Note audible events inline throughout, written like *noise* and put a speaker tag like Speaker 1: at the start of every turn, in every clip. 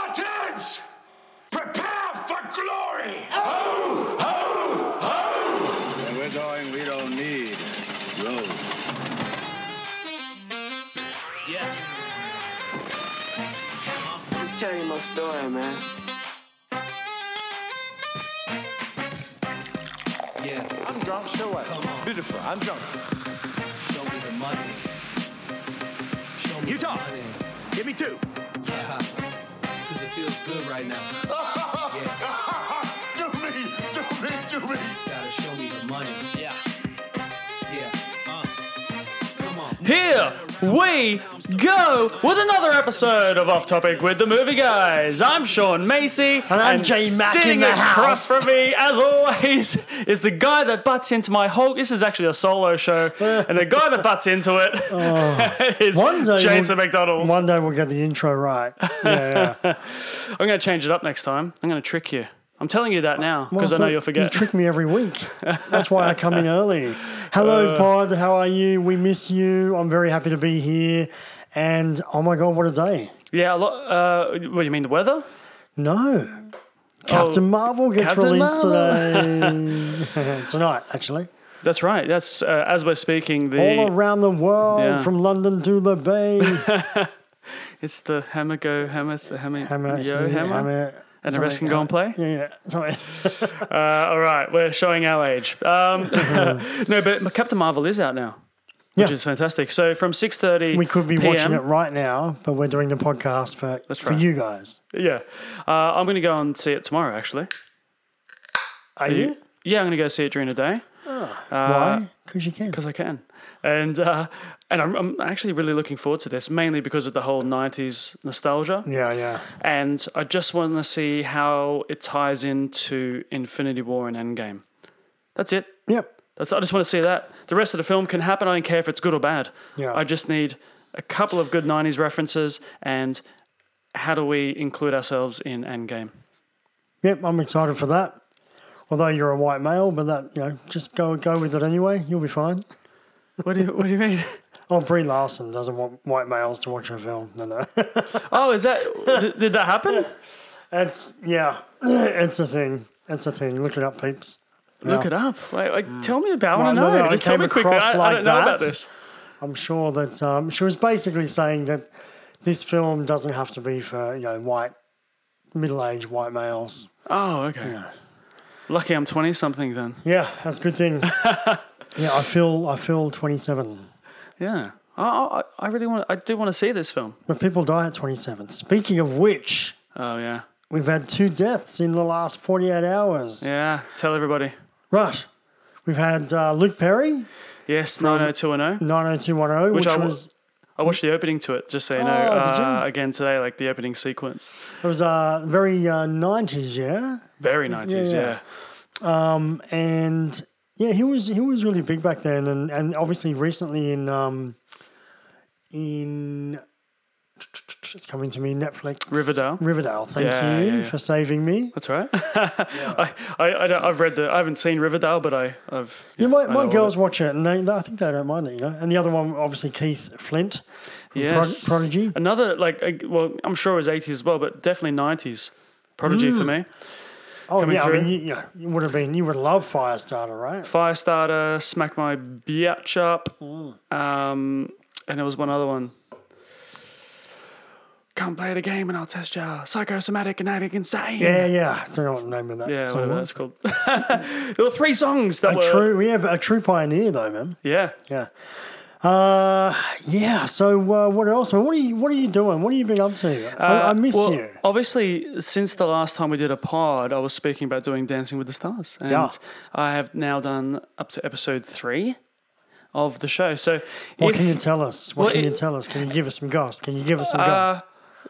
Speaker 1: Spartans, prepare for glory!
Speaker 2: Where we're going, we don't need roads.
Speaker 3: tell you my story, man.
Speaker 4: I'm drunk, so what? Beautiful, I'm drunk.
Speaker 5: Show me the money. Show me
Speaker 4: Utah.
Speaker 5: the money.
Speaker 4: Give me two.
Speaker 5: Yeah. Cause it feels good right
Speaker 1: *laughs*
Speaker 5: now. yeah.
Speaker 1: do me, do me, do me.
Speaker 5: Gotta show me the money. Yeah. Yeah. Uh. Come on.
Speaker 6: Here we go with another episode of Off Topic with the Movie Guys. I'm Sean Macy. And
Speaker 7: I'm Jay Mack in
Speaker 6: sitting
Speaker 7: the
Speaker 6: across
Speaker 7: house.
Speaker 6: from me, as always, *laughs* is the guy that butts into my whole... This is actually a solo show. and the guy that butts into
Speaker 7: *laughs*
Speaker 6: it *laughs* is
Speaker 7: Oh. One day
Speaker 6: Jason
Speaker 7: we'll-
Speaker 6: McDonald.
Speaker 7: One day we'll get the intro right.
Speaker 6: *laughs*
Speaker 7: Yeah, yeah.
Speaker 6: I'm going to change it up next time. I'm going to trick you. I'm telling you that now because I know
Speaker 7: Well,
Speaker 6: you'll forget.
Speaker 7: You trick me every week. That's why I
Speaker 6: *laughs*
Speaker 7: come in early. Hello,
Speaker 6: Uh.
Speaker 7: Pod. How are you? We miss you. I'm very happy to be here. And oh my God, what a day!
Speaker 6: yeah, a lot, uh, what do you mean, the weather?
Speaker 7: No, Captain Marvel gets
Speaker 6: Oh, Captain
Speaker 7: released
Speaker 6: Marvel.
Speaker 7: today. *laughs* Tonight, actually.
Speaker 6: That's right. That's, uh, as we're speaking, the...
Speaker 7: All around the world,
Speaker 6: Yeah.
Speaker 7: from London to
Speaker 6: *laughs*
Speaker 7: the Bay.
Speaker 6: It's the hammer go hammer, hammer,
Speaker 7: Hammer,
Speaker 6: yo, hammer.
Speaker 7: hammer,
Speaker 6: And the rest can
Speaker 7: something,
Speaker 6: go and play.
Speaker 7: Yeah, yeah. Sorry.
Speaker 6: Uh, all right, we're showing our age.
Speaker 7: *laughs*
Speaker 6: Um, *laughs* no, but Captain Marvel is out now, which
Speaker 7: Yeah.
Speaker 6: is fantastic. So from six thirty,
Speaker 7: We could be watching it right now, but we're doing the podcast for, for
Speaker 6: right.
Speaker 7: you guys.
Speaker 6: Yeah, uh, I'm going to go and see it tomorrow. Actually,
Speaker 7: Are you?
Speaker 6: yeah, I'm going to go see it during the day
Speaker 7: Why? Because Uh, you can.
Speaker 6: because I can, and uh, and I'm, I'm actually really looking forward to this, mainly because of the whole '90s nostalgia.
Speaker 7: Yeah, yeah.
Speaker 6: And I just want to see how it ties into Infinity War and Endgame. That's it.
Speaker 7: Yep.
Speaker 6: That's, I just want to see that. The rest of the film can happen. I don't care if it's good or bad.
Speaker 7: Yeah.
Speaker 6: I just need a couple of good 90s references and how do we include ourselves in Endgame?
Speaker 7: Yep, I'm excited for that. Although you're a white male, but that, you know, just go go with it anyway. You'll be fine.
Speaker 6: What do you, what do you mean?
Speaker 7: Oh, Brie Larson doesn't want white males to watch her film. No, no.
Speaker 6: *laughs*
Speaker 7: *laughs*
Speaker 6: Oh, is that, did, did that happen?
Speaker 7: it's, yeah, *clears throat* it's a thing. It's a thing. Look it up, peeps.
Speaker 6: Look it up. Like, like, Tell me about
Speaker 7: Mm. Well,
Speaker 6: I
Speaker 7: no,
Speaker 6: know.
Speaker 7: no, I
Speaker 6: just tell
Speaker 7: came
Speaker 6: me quickly. I,
Speaker 7: across
Speaker 6: I
Speaker 7: like
Speaker 6: don't know about
Speaker 7: that.
Speaker 6: this.
Speaker 7: I'm sure that um, she was basically saying that this film doesn't have to be for, you know, white, middle aged white males.
Speaker 6: Oh, okay. Lucky I'm 20 something then.
Speaker 7: Yeah, that's a good thing. yeah, I feel I feel 27.
Speaker 6: Yeah. I, I, I really want, I do want to see this film.
Speaker 7: But people die at 27. Speaking of which,
Speaker 6: Oh, yeah.
Speaker 7: we've had two deaths in the last 48 hours.
Speaker 6: Yeah. Tell everybody.
Speaker 7: Right. We've had uh, Luke Perry,
Speaker 6: Yes, 90210.
Speaker 7: 90210, which,
Speaker 6: I w-
Speaker 7: was
Speaker 6: oh. I watched the opening to it, just so you know.
Speaker 7: Oh, did you?
Speaker 6: uh, again today, like the opening sequence.
Speaker 7: it was uh, very uh, 90s, yeah.
Speaker 6: Very 90s, yeah.
Speaker 7: Yeah. And yeah, he was he was really big back then and, and obviously recently in um in it's coming to me Netflix
Speaker 6: Riverdale?
Speaker 7: Riverdale, thank
Speaker 6: Yeah,
Speaker 7: you
Speaker 6: yeah, yeah.
Speaker 7: for saving me.
Speaker 6: That's all right. *laughs* I, I, I don't, I've read the, I haven't seen Riverdale, but I, I've.
Speaker 7: Yeah, my, my
Speaker 6: know
Speaker 7: girls watch it, and they, they- I think they don't mind it, you know. And the other one, obviously Keith Flint, from Pro-
Speaker 6: Yes.
Speaker 7: Prodigy.
Speaker 6: Another, like, uh, well, I'm sure it was 80s as well, but definitely 90s. Prodigy for me.
Speaker 7: Oh
Speaker 6: coming
Speaker 7: yeah, I
Speaker 6: through.
Speaker 7: mean, you, you, know, you would have been, you would love Firestarter, right?
Speaker 6: Firestarter, Smack My Biatch Up,
Speaker 7: Mm.
Speaker 6: um, and there was one other one. Come play the game and I'll test you. Psychosomatic and addict insane.
Speaker 7: Yeah, yeah. I don't know what the name of that
Speaker 6: Yeah,
Speaker 7: song
Speaker 6: whatever
Speaker 7: was.
Speaker 6: that's called. *laughs* there were three songs that
Speaker 7: A
Speaker 6: were.
Speaker 7: true, yeah, but a true pioneer though, man.
Speaker 6: Yeah.
Speaker 7: Yeah. Uh, yeah. So uh, what else? man? What are you, what are you doing? What have you been up to? I, I miss
Speaker 6: Uh, well,
Speaker 7: you.
Speaker 6: Obviously, since the last time we did a pod, I was speaking about doing Dancing with the Stars, and
Speaker 7: Yeah.
Speaker 6: I have now done up to episode three of the show. So,
Speaker 7: What
Speaker 6: if,
Speaker 7: can you tell us?
Speaker 6: well,
Speaker 7: What can
Speaker 6: it- Uh,
Speaker 7: you tell us? Can you give us some goss? Can you give us some goss?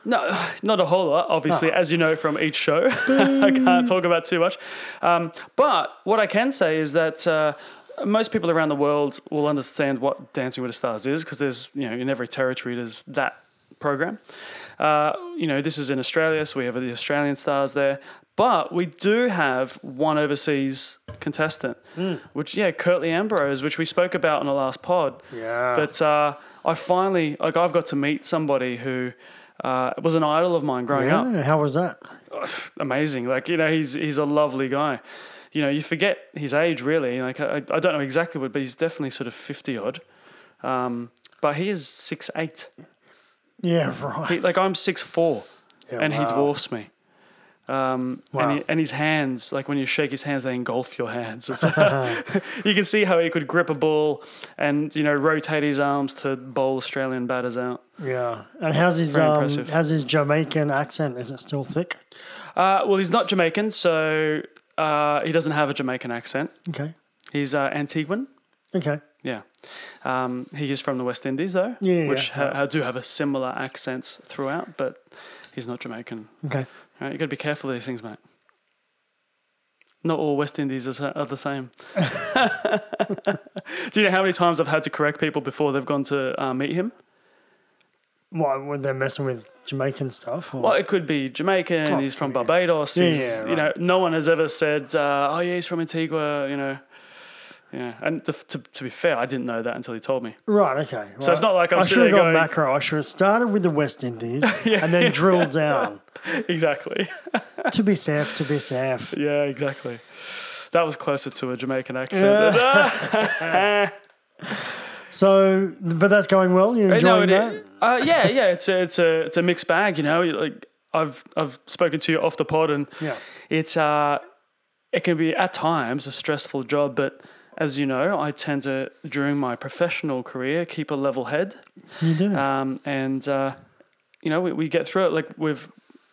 Speaker 6: No, not a whole lot, obviously, as you know from each show. *laughs* I can't talk about too much. Um, but what I can say is that uh, most people around the world will understand what Dancing with the Stars is because there's, you know, in every territory there's that program. Uh, you know, this is in Australia, so we have the Australian stars there. But we do have one overseas contestant, which, yeah, Curtly Ambrose, which we spoke about in the last pod.
Speaker 7: Yeah.
Speaker 6: But uh, I finally, like, I've got to meet somebody who uh, was an idol of mine growing up.
Speaker 7: Yeah, how was that?
Speaker 6: amazing. Like you know, he's he's a lovely guy. You know, you forget his age really. Like I, I don't know exactly what, but he's definitely sort of fifty odd. Um, but he is six eight.
Speaker 7: Yeah, *laughs* right.
Speaker 6: He, like I'm six four,
Speaker 7: Yeah,
Speaker 6: and he
Speaker 7: wow.
Speaker 6: dwarfs me. Um,
Speaker 7: Wow.
Speaker 6: and, he, and his hands, like when you shake his hands, they engulf your hands.
Speaker 7: *laughs*
Speaker 6: It's *laughs* you can see how he could grip a ball and you know rotate his arms to bowl Australian batters out.
Speaker 7: Yeah, and how's his
Speaker 6: Very
Speaker 7: um,
Speaker 6: impressive.
Speaker 7: how's his Jamaican accent? Is it still thick?
Speaker 6: Uh, well, he's not Jamaican, so uh, he doesn't have a Jamaican accent.
Speaker 7: Okay,
Speaker 6: He's uh, Antiguan.
Speaker 7: okay,
Speaker 6: Yeah. Um, he is from the West Indies, though,
Speaker 7: Yeah, yeah,
Speaker 6: which
Speaker 7: yeah.
Speaker 6: ha- ha- do have a similar accent throughout, but he's not Jamaican.
Speaker 7: okay.
Speaker 6: Right? you got to be careful of these things, mate. Not all West Indies are, are the same. *laughs* do you know how many times I've had to correct people before they've gone to uh, meet him?
Speaker 7: Why were they messing with Jamaican stuff? Or?
Speaker 6: Well, it could be Jamaican, he's from Barbados.
Speaker 7: Oh, Yeah,
Speaker 6: he's,
Speaker 7: yeah,
Speaker 6: You know, no one has ever said, uh, oh, yeah, he's from Antigua, you know. Yeah, and to, to, to be fair, I didn't know that until he told me. *laughs*
Speaker 7: Right, okay. So
Speaker 6: it's not like I'm
Speaker 7: I
Speaker 6: sitting
Speaker 7: should have
Speaker 6: there
Speaker 7: gone
Speaker 6: going-
Speaker 7: macro. I should have started with the West
Speaker 6: *laughs*
Speaker 7: Indies and then drilled down.
Speaker 6: exactly.
Speaker 7: to be safe, to be safe.
Speaker 6: Yeah, exactly. That was closer to a Jamaican accent. uh,
Speaker 7: So, but that's going well. You're
Speaker 6: But no,
Speaker 7: enjoying
Speaker 6: it-
Speaker 7: that?
Speaker 6: uh, yeah, yeah. It's a, it's a it's a mixed bag, you know. Like I've I've spoken to you off the pod, and
Speaker 7: Yeah.
Speaker 6: it's uh, it can be at times a stressful job, but as you know, I tend to during my professional career keep a level head.
Speaker 7: You do.
Speaker 6: um, and uh, you know we, we get through it. Like we've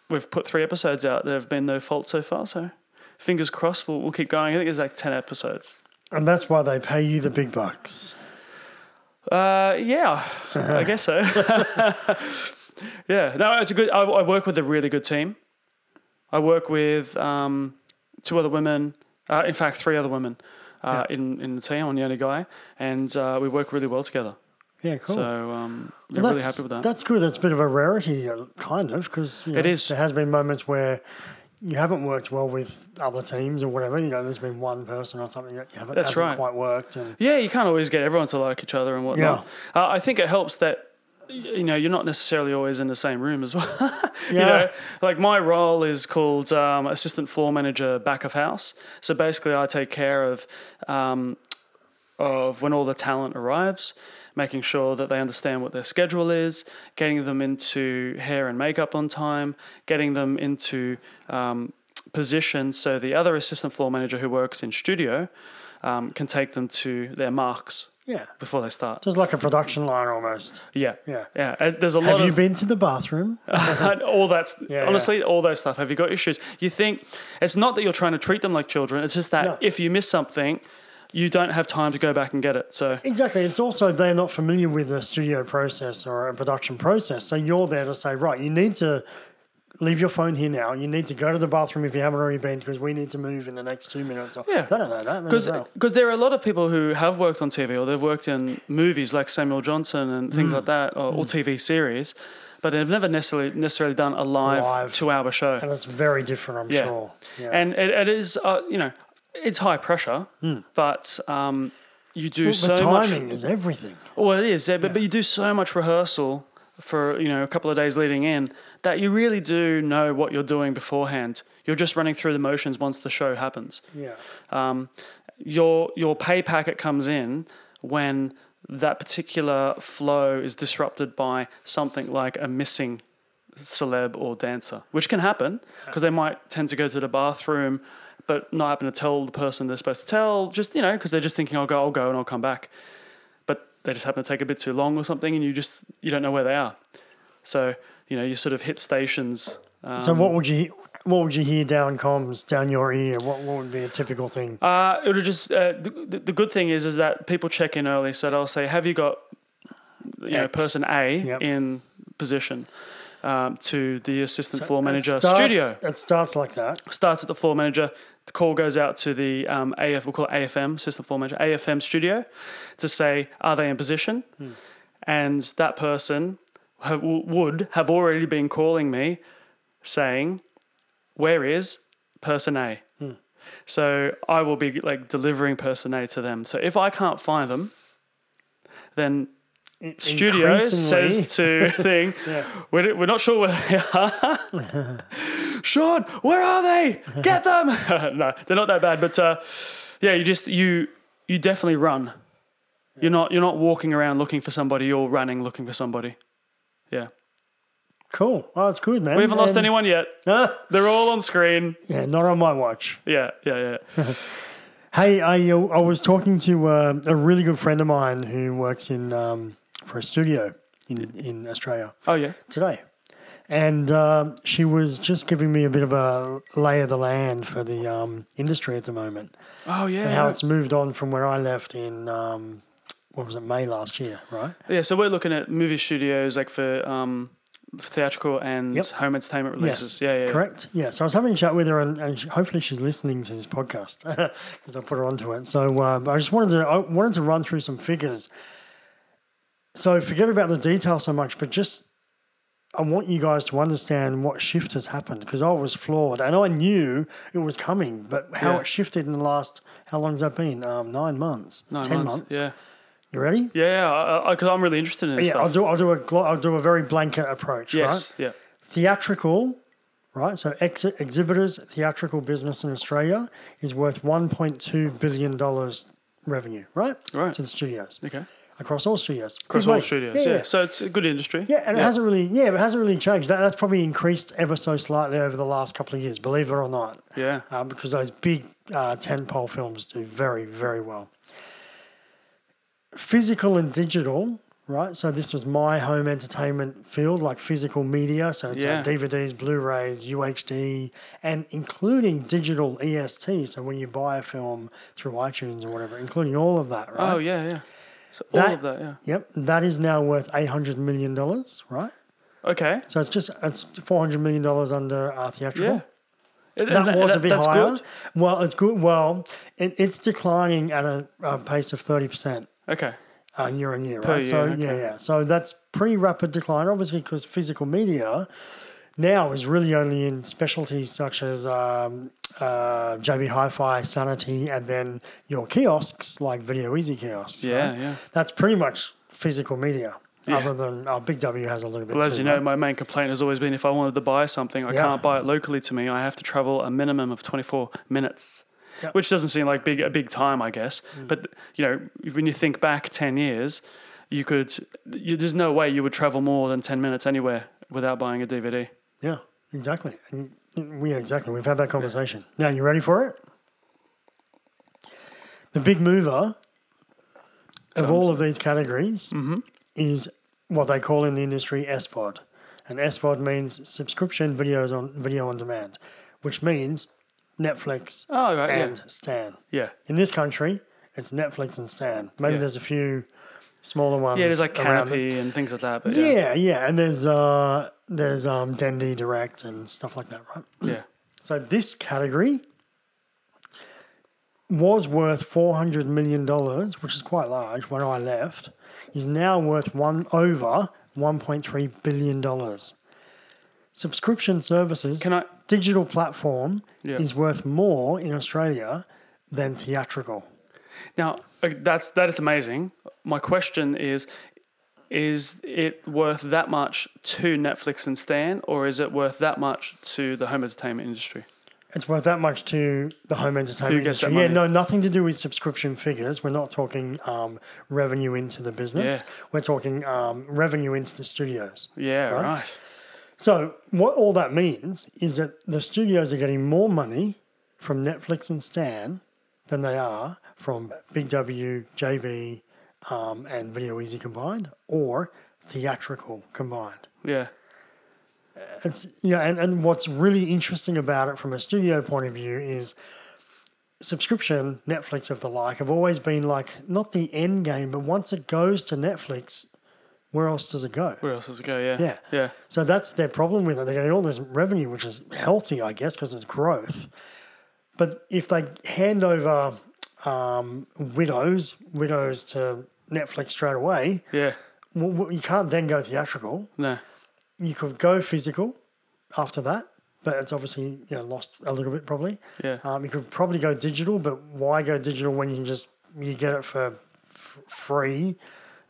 Speaker 6: we've put three episodes out. There have been no faults so far. So fingers crossed, we'll, we'll keep going. I think there's like ten episodes.
Speaker 7: and that's why they pay you the big bucks.
Speaker 6: Uh, yeah, I guess so. *laughs* yeah, no, it's a good. I, I work with a really good team. I work with um, two other women. Uh, in fact, three other women. Uh, in, in the team, I'm the only guy, and uh, we work really well together.
Speaker 7: Yeah, cool.
Speaker 6: So um, yeah,
Speaker 7: Well,
Speaker 6: really
Speaker 7: that's-
Speaker 6: happy with that.
Speaker 7: That's good. That's a bit of a rarity, uh, kind of, because
Speaker 6: It is.
Speaker 7: There has been moments where you haven't worked well with other teams or whatever. You know, there's been one person or something that you haven't
Speaker 6: That's
Speaker 7: hasn't
Speaker 6: right.
Speaker 7: quite worked, and
Speaker 6: Yeah, you can't always get everyone to like each other and whatnot. Uh, I think it helps that y- you know you're not necessarily always in the same room as well. *laughs* you
Speaker 7: Yeah.
Speaker 6: know, like my role is called um, assistant floor manager, back of house. So basically, I take care of um, of when all the talent arrives, making sure that they understand what their schedule is, getting them into hair and makeup on time, getting them into um, position so the other assistant floor manager who works in studio um, can take them to their marks
Speaker 7: yeah,
Speaker 6: before they start.
Speaker 7: there's like a production line almost.
Speaker 6: Yeah,
Speaker 7: Yeah.
Speaker 6: yeah. Uh, There's a lot
Speaker 7: Have you
Speaker 6: of
Speaker 7: been to the bathroom? *laughs*
Speaker 6: and all that.
Speaker 7: Yeah,
Speaker 6: honestly, all that stuff. Have you got issues? You think it's not that you're trying to treat them like children. It's just that
Speaker 7: No.
Speaker 6: if you miss something, you don't have time to go back and get it. So
Speaker 7: Exactly. It's also they're not familiar with a studio process or a production process. So you're there to say, right, you need to leave your phone here now. You need to go to the bathroom if you haven't already been because we need to move in the next two minutes. Or,
Speaker 6: Yeah.
Speaker 7: They don't know that. They
Speaker 6: because
Speaker 7: just know.
Speaker 6: there are a lot of people who have worked on TV or they've worked in movies like Samuel Johnson and things
Speaker 7: Mm.
Speaker 6: like that, or, or TV series, but they've never necessarily necessarily done a live,
Speaker 7: Live.
Speaker 6: two hour show.
Speaker 7: And it's very different, I'm
Speaker 6: Yeah.
Speaker 7: sure. Yeah.
Speaker 6: And it, it is, uh, you know, it's high pressure, but um, you do
Speaker 7: Hmm. the
Speaker 6: so much.
Speaker 7: timing is everything.
Speaker 6: Well, it is, yeah, but, but you do so much rehearsal for you know a couple of days leading in that you really do know what you're doing beforehand. You're just running through the motions once the show happens.
Speaker 7: Yeah.
Speaker 6: Um, your your pay packet comes in when that particular flow is disrupted by something like a missing celeb or dancer, which can happen because they might tend to go to the bathroom, but not happen to tell the person they're supposed to tell. Just you know, because they're just thinking, "I'll go, I'll go, and I'll come back," but they just happen to take a bit too long or something, and you just you don't know where they are. So you know, you sort of hit stations. Um,
Speaker 7: So what would you what would you hear down comms down your ear? What what would be a typical thing?
Speaker 6: Uh, it would just uh, the, the good thing is is that people check in early, so they'll say, "Have you got you know,
Speaker 7: X.
Speaker 6: person A
Speaker 7: Yep.
Speaker 6: in position?" Um, to the assistant floor
Speaker 7: It
Speaker 6: manager
Speaker 7: starts-
Speaker 6: studio
Speaker 7: It starts like that.
Speaker 6: starts at the floor manager. The call goes out to the um, AF, we'll call it AFM, system floor manager, AFM studio, to say, are they in position? And that person ha- w- would have already been calling me saying, where is person A? So I will be like delivering person A to them. So if I can't find them, then
Speaker 7: i-
Speaker 6: studio
Speaker 7: increasingly-
Speaker 6: says to
Speaker 7: *laughs*
Speaker 6: thing, we're, we're not sure where they are.
Speaker 7: *laughs*
Speaker 6: Sean, where are they? Get them! *laughs* no, they're not that bad, but uh, yeah, you just you you definitely run. You're not you're not walking around looking for somebody. You're running looking for somebody. Yeah,
Speaker 7: cool. Well, it's good, man.
Speaker 6: we haven't lost
Speaker 7: And- uh,
Speaker 6: anyone yet.
Speaker 7: Oh.
Speaker 6: They're all on screen.
Speaker 7: yeah, not on my watch.
Speaker 6: Yeah, yeah,
Speaker 7: *laughs*
Speaker 6: yeah.
Speaker 7: Hey, I uh, I was talking to uh, a really good friend of mine who works in um, for a studio in,
Speaker 6: Hmm.
Speaker 7: in Australia
Speaker 6: Oh yeah.
Speaker 7: today, and um she was just giving me a bit of a lay of the land for the um, industry at the moment
Speaker 6: Oh yeah.
Speaker 7: and how it's moved on from where I left in um, what was it May last year, right?
Speaker 6: Yeah, so we're looking at movie studios like for um, theatrical and
Speaker 7: Yep.
Speaker 6: home entertainment releases. yeah, yeah, yeah.
Speaker 7: correct. Yeah, so I was having a chat with her, and, and she, hopefully she's listening to this podcast *laughs* because I put her onto it. So um, I just wanted to I wanted to run through some figures. So forget about the detail so much, but just I want you guys to understand what shift has happened because I was floored and I knew it was coming, but how
Speaker 6: Yeah.
Speaker 7: it shifted in the last how long has that been? Um, nine months,
Speaker 6: Nine
Speaker 7: ten months.
Speaker 6: Yeah,
Speaker 7: You ready?
Speaker 6: yeah, yeah. Because I'm really interested in this
Speaker 7: Oh, Yeah,
Speaker 6: stuff.
Speaker 7: I'll do. I'll do a. glo- I'll do a very blanket approach.
Speaker 6: Yes,
Speaker 7: Right?
Speaker 6: yeah,
Speaker 7: theatrical, right? So ex- exhibitors, theatrical business in Australia is worth $1.2 billion revenue, right?
Speaker 6: Right.
Speaker 7: To the studios.
Speaker 6: okay.
Speaker 7: Across all studios.
Speaker 6: Across
Speaker 7: Big
Speaker 6: all
Speaker 7: money.
Speaker 6: studios,
Speaker 7: Yeah,
Speaker 6: yeah.
Speaker 7: yeah.
Speaker 6: So it's a good industry.
Speaker 7: Yeah, and it hasn't really, yeah, it hasn't really changed. That, that's probably increased ever so slightly over the last couple of years, believe it or not.
Speaker 6: Yeah.
Speaker 7: Uh, because those big uh, tentpole films do very, very well. Physical and digital, right? So this was my home entertainment field, like physical media. So it's
Speaker 6: Yeah.
Speaker 7: uh, DVDs, Blu-rays, UHD, and including digital EST. So when you buy a film through iTunes or whatever, including all of that, right?
Speaker 6: Oh yeah, yeah. So all
Speaker 7: That-
Speaker 6: of that, yeah.
Speaker 7: Yep, that is now worth eight hundred million dollars, right?
Speaker 6: Okay.
Speaker 7: So it's just it's four hundred million dollars under our theatrical.
Speaker 6: Yeah. It-
Speaker 7: That
Speaker 6: and
Speaker 7: was a bit
Speaker 6: that's
Speaker 7: higher.
Speaker 6: Good.
Speaker 7: Well, it's good. Well, it, it's declining at a, a pace of thirty percent
Speaker 6: Okay.
Speaker 7: uh, year on year, right? so
Speaker 6: year,
Speaker 7: yeah,
Speaker 6: okay.
Speaker 7: yeah. So that's pretty rapid decline, obviously, because physical media now is really only in specialties such as um, uh, JB Hi-Fi, Sanity, and then your kiosks like Video Easy kiosks.
Speaker 6: Yeah,
Speaker 7: right?
Speaker 6: yeah.
Speaker 7: That's pretty much physical media.
Speaker 6: Yeah.
Speaker 7: Other than oh, Big W has a little bit.
Speaker 6: Well, as
Speaker 7: too,
Speaker 6: you
Speaker 7: right?
Speaker 6: know, my main complaint has always been if I wanted to buy something, I
Speaker 7: Yeah.
Speaker 6: can't buy it locally to me. I have to travel a minimum of 24 minutes, which doesn't seem like big a big time, I guess.
Speaker 7: Mm.
Speaker 6: But you know, when you think back 10 years, you could. You, there's no way you would travel more than 10 minutes anywhere without buying a DVD.
Speaker 7: Yeah, exactly. And we exactly we've had that conversation. Now you ready for it? The big mover of all of these categories
Speaker 6: Mm-hmm.
Speaker 7: is what they call in the industry SVOD, and SVOD means subscription videos on video on demand, which means Netflix
Speaker 6: Oh, right, yeah.
Speaker 7: and Stan.
Speaker 6: Yeah.
Speaker 7: In this country, it's Netflix and Stan. Maybe
Speaker 6: Yeah.
Speaker 7: there's a few smaller ones.
Speaker 6: Yeah, there's like
Speaker 7: around it.
Speaker 6: canopy and things like that. But yeah.
Speaker 7: Yeah, yeah, and there's uh there's um Dendy Direct and stuff like that, right?
Speaker 6: Yeah.
Speaker 7: So this category was worth four hundred million dollars, which is quite large when I left, is now worth one over one point three billion dollars. Subscription services
Speaker 6: Can I-
Speaker 7: digital platform
Speaker 6: Yeah.
Speaker 7: is worth more in Australia than theatrical.
Speaker 6: Now okay, that's that is amazing. My question is, is it worth that much to Netflix and Stan, or is it worth that much to the home entertainment industry?
Speaker 7: It's worth that much to the home entertainment
Speaker 6: Who gets
Speaker 7: industry.
Speaker 6: that
Speaker 7: Yeah,
Speaker 6: money?
Speaker 7: no, nothing to do with subscription figures. We're not talking um, revenue into the business.
Speaker 6: Yeah.
Speaker 7: We're talking um, revenue into the studios.
Speaker 6: Yeah,
Speaker 7: Right.
Speaker 6: right.
Speaker 7: So what all that means is that the studios are getting more money from Netflix and Stan than they are from Big W, JB, um, and Video Easy combined, or theatrical combined.
Speaker 6: Yeah,
Speaker 7: It's yeah, and, and what's really interesting about it from a studio point of view is subscription, Netflix of the like, have always been like not the end game, but once it goes to Netflix, where else does it go?
Speaker 6: where else does it go? Yeah,
Speaker 7: Yeah.
Speaker 6: yeah,
Speaker 7: So that's their problem with it. They're getting all this revenue, which is healthy, I guess, because it's growth. But if they hand over um, widows, widows to Netflix straight away,
Speaker 6: yeah.
Speaker 7: w- w- you can't then go theatrical
Speaker 6: No,
Speaker 7: you could go physical after that, but it's obviously you know lost a little bit probably.
Speaker 6: Yeah.
Speaker 7: Um, you could probably go digital, but why go digital when you can just you get it for f- free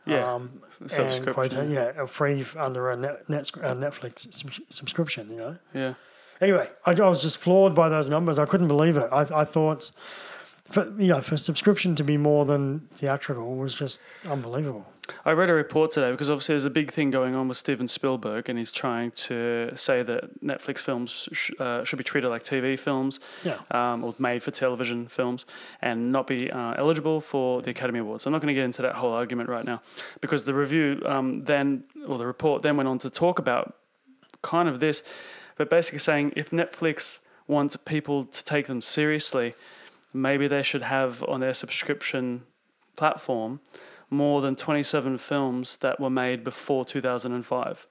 Speaker 6: Yeah.
Speaker 7: um, and
Speaker 6: Subscription.
Speaker 7: quota, yeah, uh, free f- under a net, net, uh, Netflix subs- subscription, you know.
Speaker 6: yeah.
Speaker 7: Anyway, I, I was just floored by those numbers. I couldn't believe it. I, I thought, for, you know, for subscription to be more than theatrical was just unbelievable.
Speaker 6: I read a report today because obviously there's a big thing going on with Steven Spielberg, and he's trying to say that Netflix films sh- uh, should be treated like TV films,
Speaker 7: Yeah.
Speaker 6: um, or made for television films, and not be uh, eligible for the Academy Awards. I'm not going to get into that whole argument right now, because the review um, then, or the report then went on to talk about kind of this, but basically saying if Netflix wants people to take them seriously, maybe they should have on their subscription platform more than 27 films that were made before
Speaker 7: *laughs*
Speaker 6: 2005.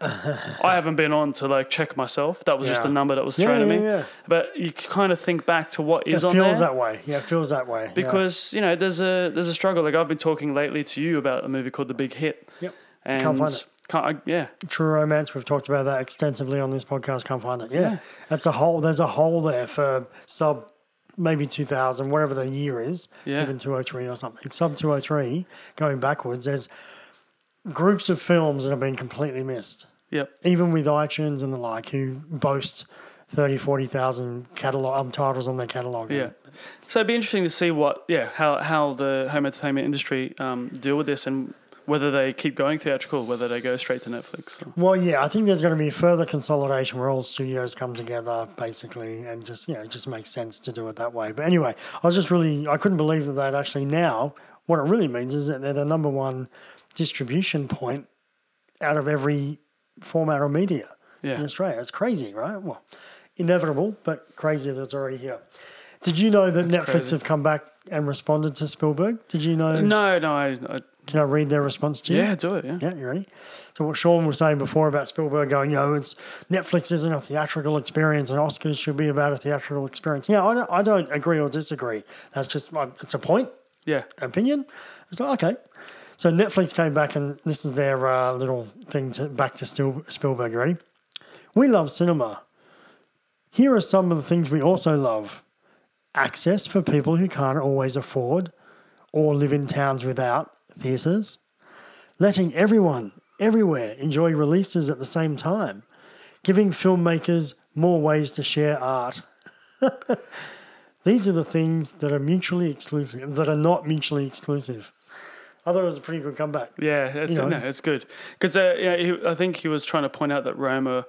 Speaker 6: I haven't been on to like check myself. That was just
Speaker 7: Yeah.
Speaker 6: a number that was
Speaker 7: Yeah,
Speaker 6: thrown
Speaker 7: yeah,
Speaker 6: at me.
Speaker 7: yeah.
Speaker 6: But you kind of think back to what is
Speaker 7: it
Speaker 6: on there
Speaker 7: feels that way. Yeah, it feels that way. yeah.
Speaker 6: because you know there's a there's a struggle. Like I've been talking lately to you about a movie called The Big Hit.
Speaker 7: Yep.
Speaker 6: And
Speaker 7: Can't find it.
Speaker 6: can't- I- yeah,
Speaker 7: True Romance, we've talked about that extensively on this podcast. Can't find it. Yeah, that's a hole. There's a hole there for sub maybe 2000, whatever the year is,
Speaker 6: Yeah.
Speaker 7: even 203 or something. Sub 203, going backwards, there's groups of films that have been completely missed.
Speaker 6: yep,
Speaker 7: Even with iTunes and the like, who boast 30, 40,000 catalog um, titles on their catalog.
Speaker 6: yeah. So it'd be interesting to see what yeah how how the home entertainment industry um, deal with this and whether they keep going theatrical, whether they go straight to Netflix. or-
Speaker 7: Well, yeah, I think there's going to be further consolidation where all studios come together, basically, and just you know, it just makes sense to do it that way. But anyway, I was just really, I couldn't believe that they'd actually now. What it really means is that they're the number one distribution point out of every format or media
Speaker 6: Yeah.
Speaker 7: in Australia. It's crazy, right? Well, inevitable, but crazy that it's already here. Did you know that Netflix
Speaker 6: crazy.
Speaker 7: have come back and responded to Spielberg? Did you know?
Speaker 6: No, no, I, I
Speaker 7: Can I read their response to you?
Speaker 6: yeah, do it. Yeah.
Speaker 7: Yeah, you ready? So what Sean was saying before about Spielberg going, you know, it's Netflix isn't a theatrical experience, and Oscars should be about a theatrical experience. Yeah, I don't, I don't agree or disagree. That's just my, it's a point
Speaker 6: yeah,
Speaker 7: opinion. It's like okay. So Netflix came back, and this is their uh, little thing to back to Stil- Spielberg. You Ready? We love cinema. Here are some of the things we also love: access for people who can't always afford or live in towns without theaters, letting everyone everywhere enjoy releases at the same time, giving filmmakers more ways to share art. These are the things that are mutually exclusive, that are not mutually exclusive. I thought it was a pretty good comeback.
Speaker 6: Yeah, it's,
Speaker 7: know.
Speaker 6: no, it's good because uh, yeah, he, I think he was trying to point out that Roma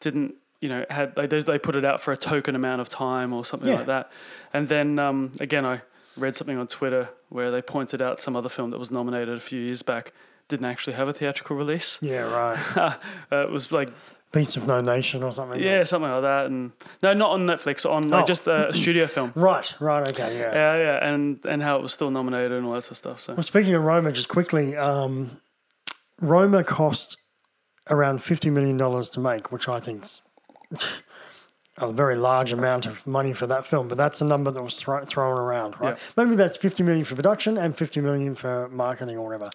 Speaker 6: didn't, you know, had they they- they put it out for a token amount of time or something
Speaker 7: Yeah.
Speaker 6: like that, and then um, again I read something on Twitter where they pointed out some other film that was nominated a few years back didn't actually have a theatrical release.
Speaker 7: Yeah, right. *laughs*
Speaker 6: Uh, it was like
Speaker 7: Piece of No Nation or something.
Speaker 6: yeah, something like that, and no, not on Netflix, on like
Speaker 7: Oh.
Speaker 6: just
Speaker 7: *clears throat*
Speaker 6: a studio film.
Speaker 7: Right, right, okay, yeah.
Speaker 6: Yeah, yeah, and and how it was still nominated and all that sort of stuff. So
Speaker 7: Well, speaking of Roma, just quickly, um, Roma cost around $50 million to make, which I think's a very large amount of money for that film, but that's the number that was thro- thrown around, right? Maybe that's 50 million for production and 50 million for marketing or whatever.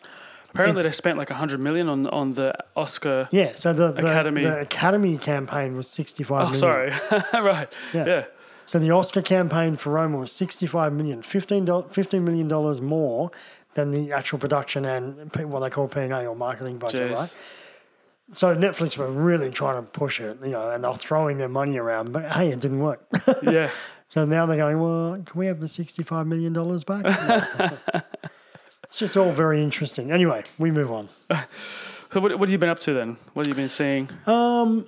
Speaker 6: apparently they
Speaker 7: it's-
Speaker 6: spent like hundred million on on the Oscar.
Speaker 7: Yeah, so the, the
Speaker 6: Academy.
Speaker 7: the Academy campaign was sixty-five
Speaker 6: Oh, sorry,
Speaker 7: million.
Speaker 6: *laughs* right? yeah.
Speaker 7: So the Oscar campaign for Roma was 65 million, 15 doll- 15 million dollars more than the actual production and P- what they call P&A or marketing budget,
Speaker 6: Jeez.
Speaker 7: right? So Netflix were really trying to push it, you know, and they're throwing their money around, but hey, it didn't work. *laughs*
Speaker 6: yeah,
Speaker 7: so now they're going, well, can we have the 65 million dollars
Speaker 6: *laughs*
Speaker 7: back? it's just all very interesting. Anyway, we move on.
Speaker 6: So what, what have you been up to then? What have you been seeing?
Speaker 7: Um,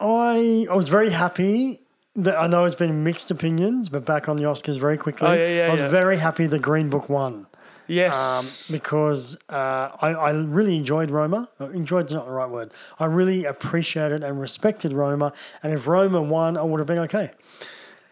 Speaker 7: I I was very happy that I know it's been mixed opinions, but back on the Oscars very quickly.
Speaker 6: Oh, yeah, yeah,
Speaker 7: I was
Speaker 6: yeah.
Speaker 7: very happy the Green Book won um,
Speaker 6: Yes.
Speaker 7: because uh, I, I really enjoyed Roma. Enjoyed's not the right word. I really appreciated and respected Roma. And if Roma won, I would have been okay.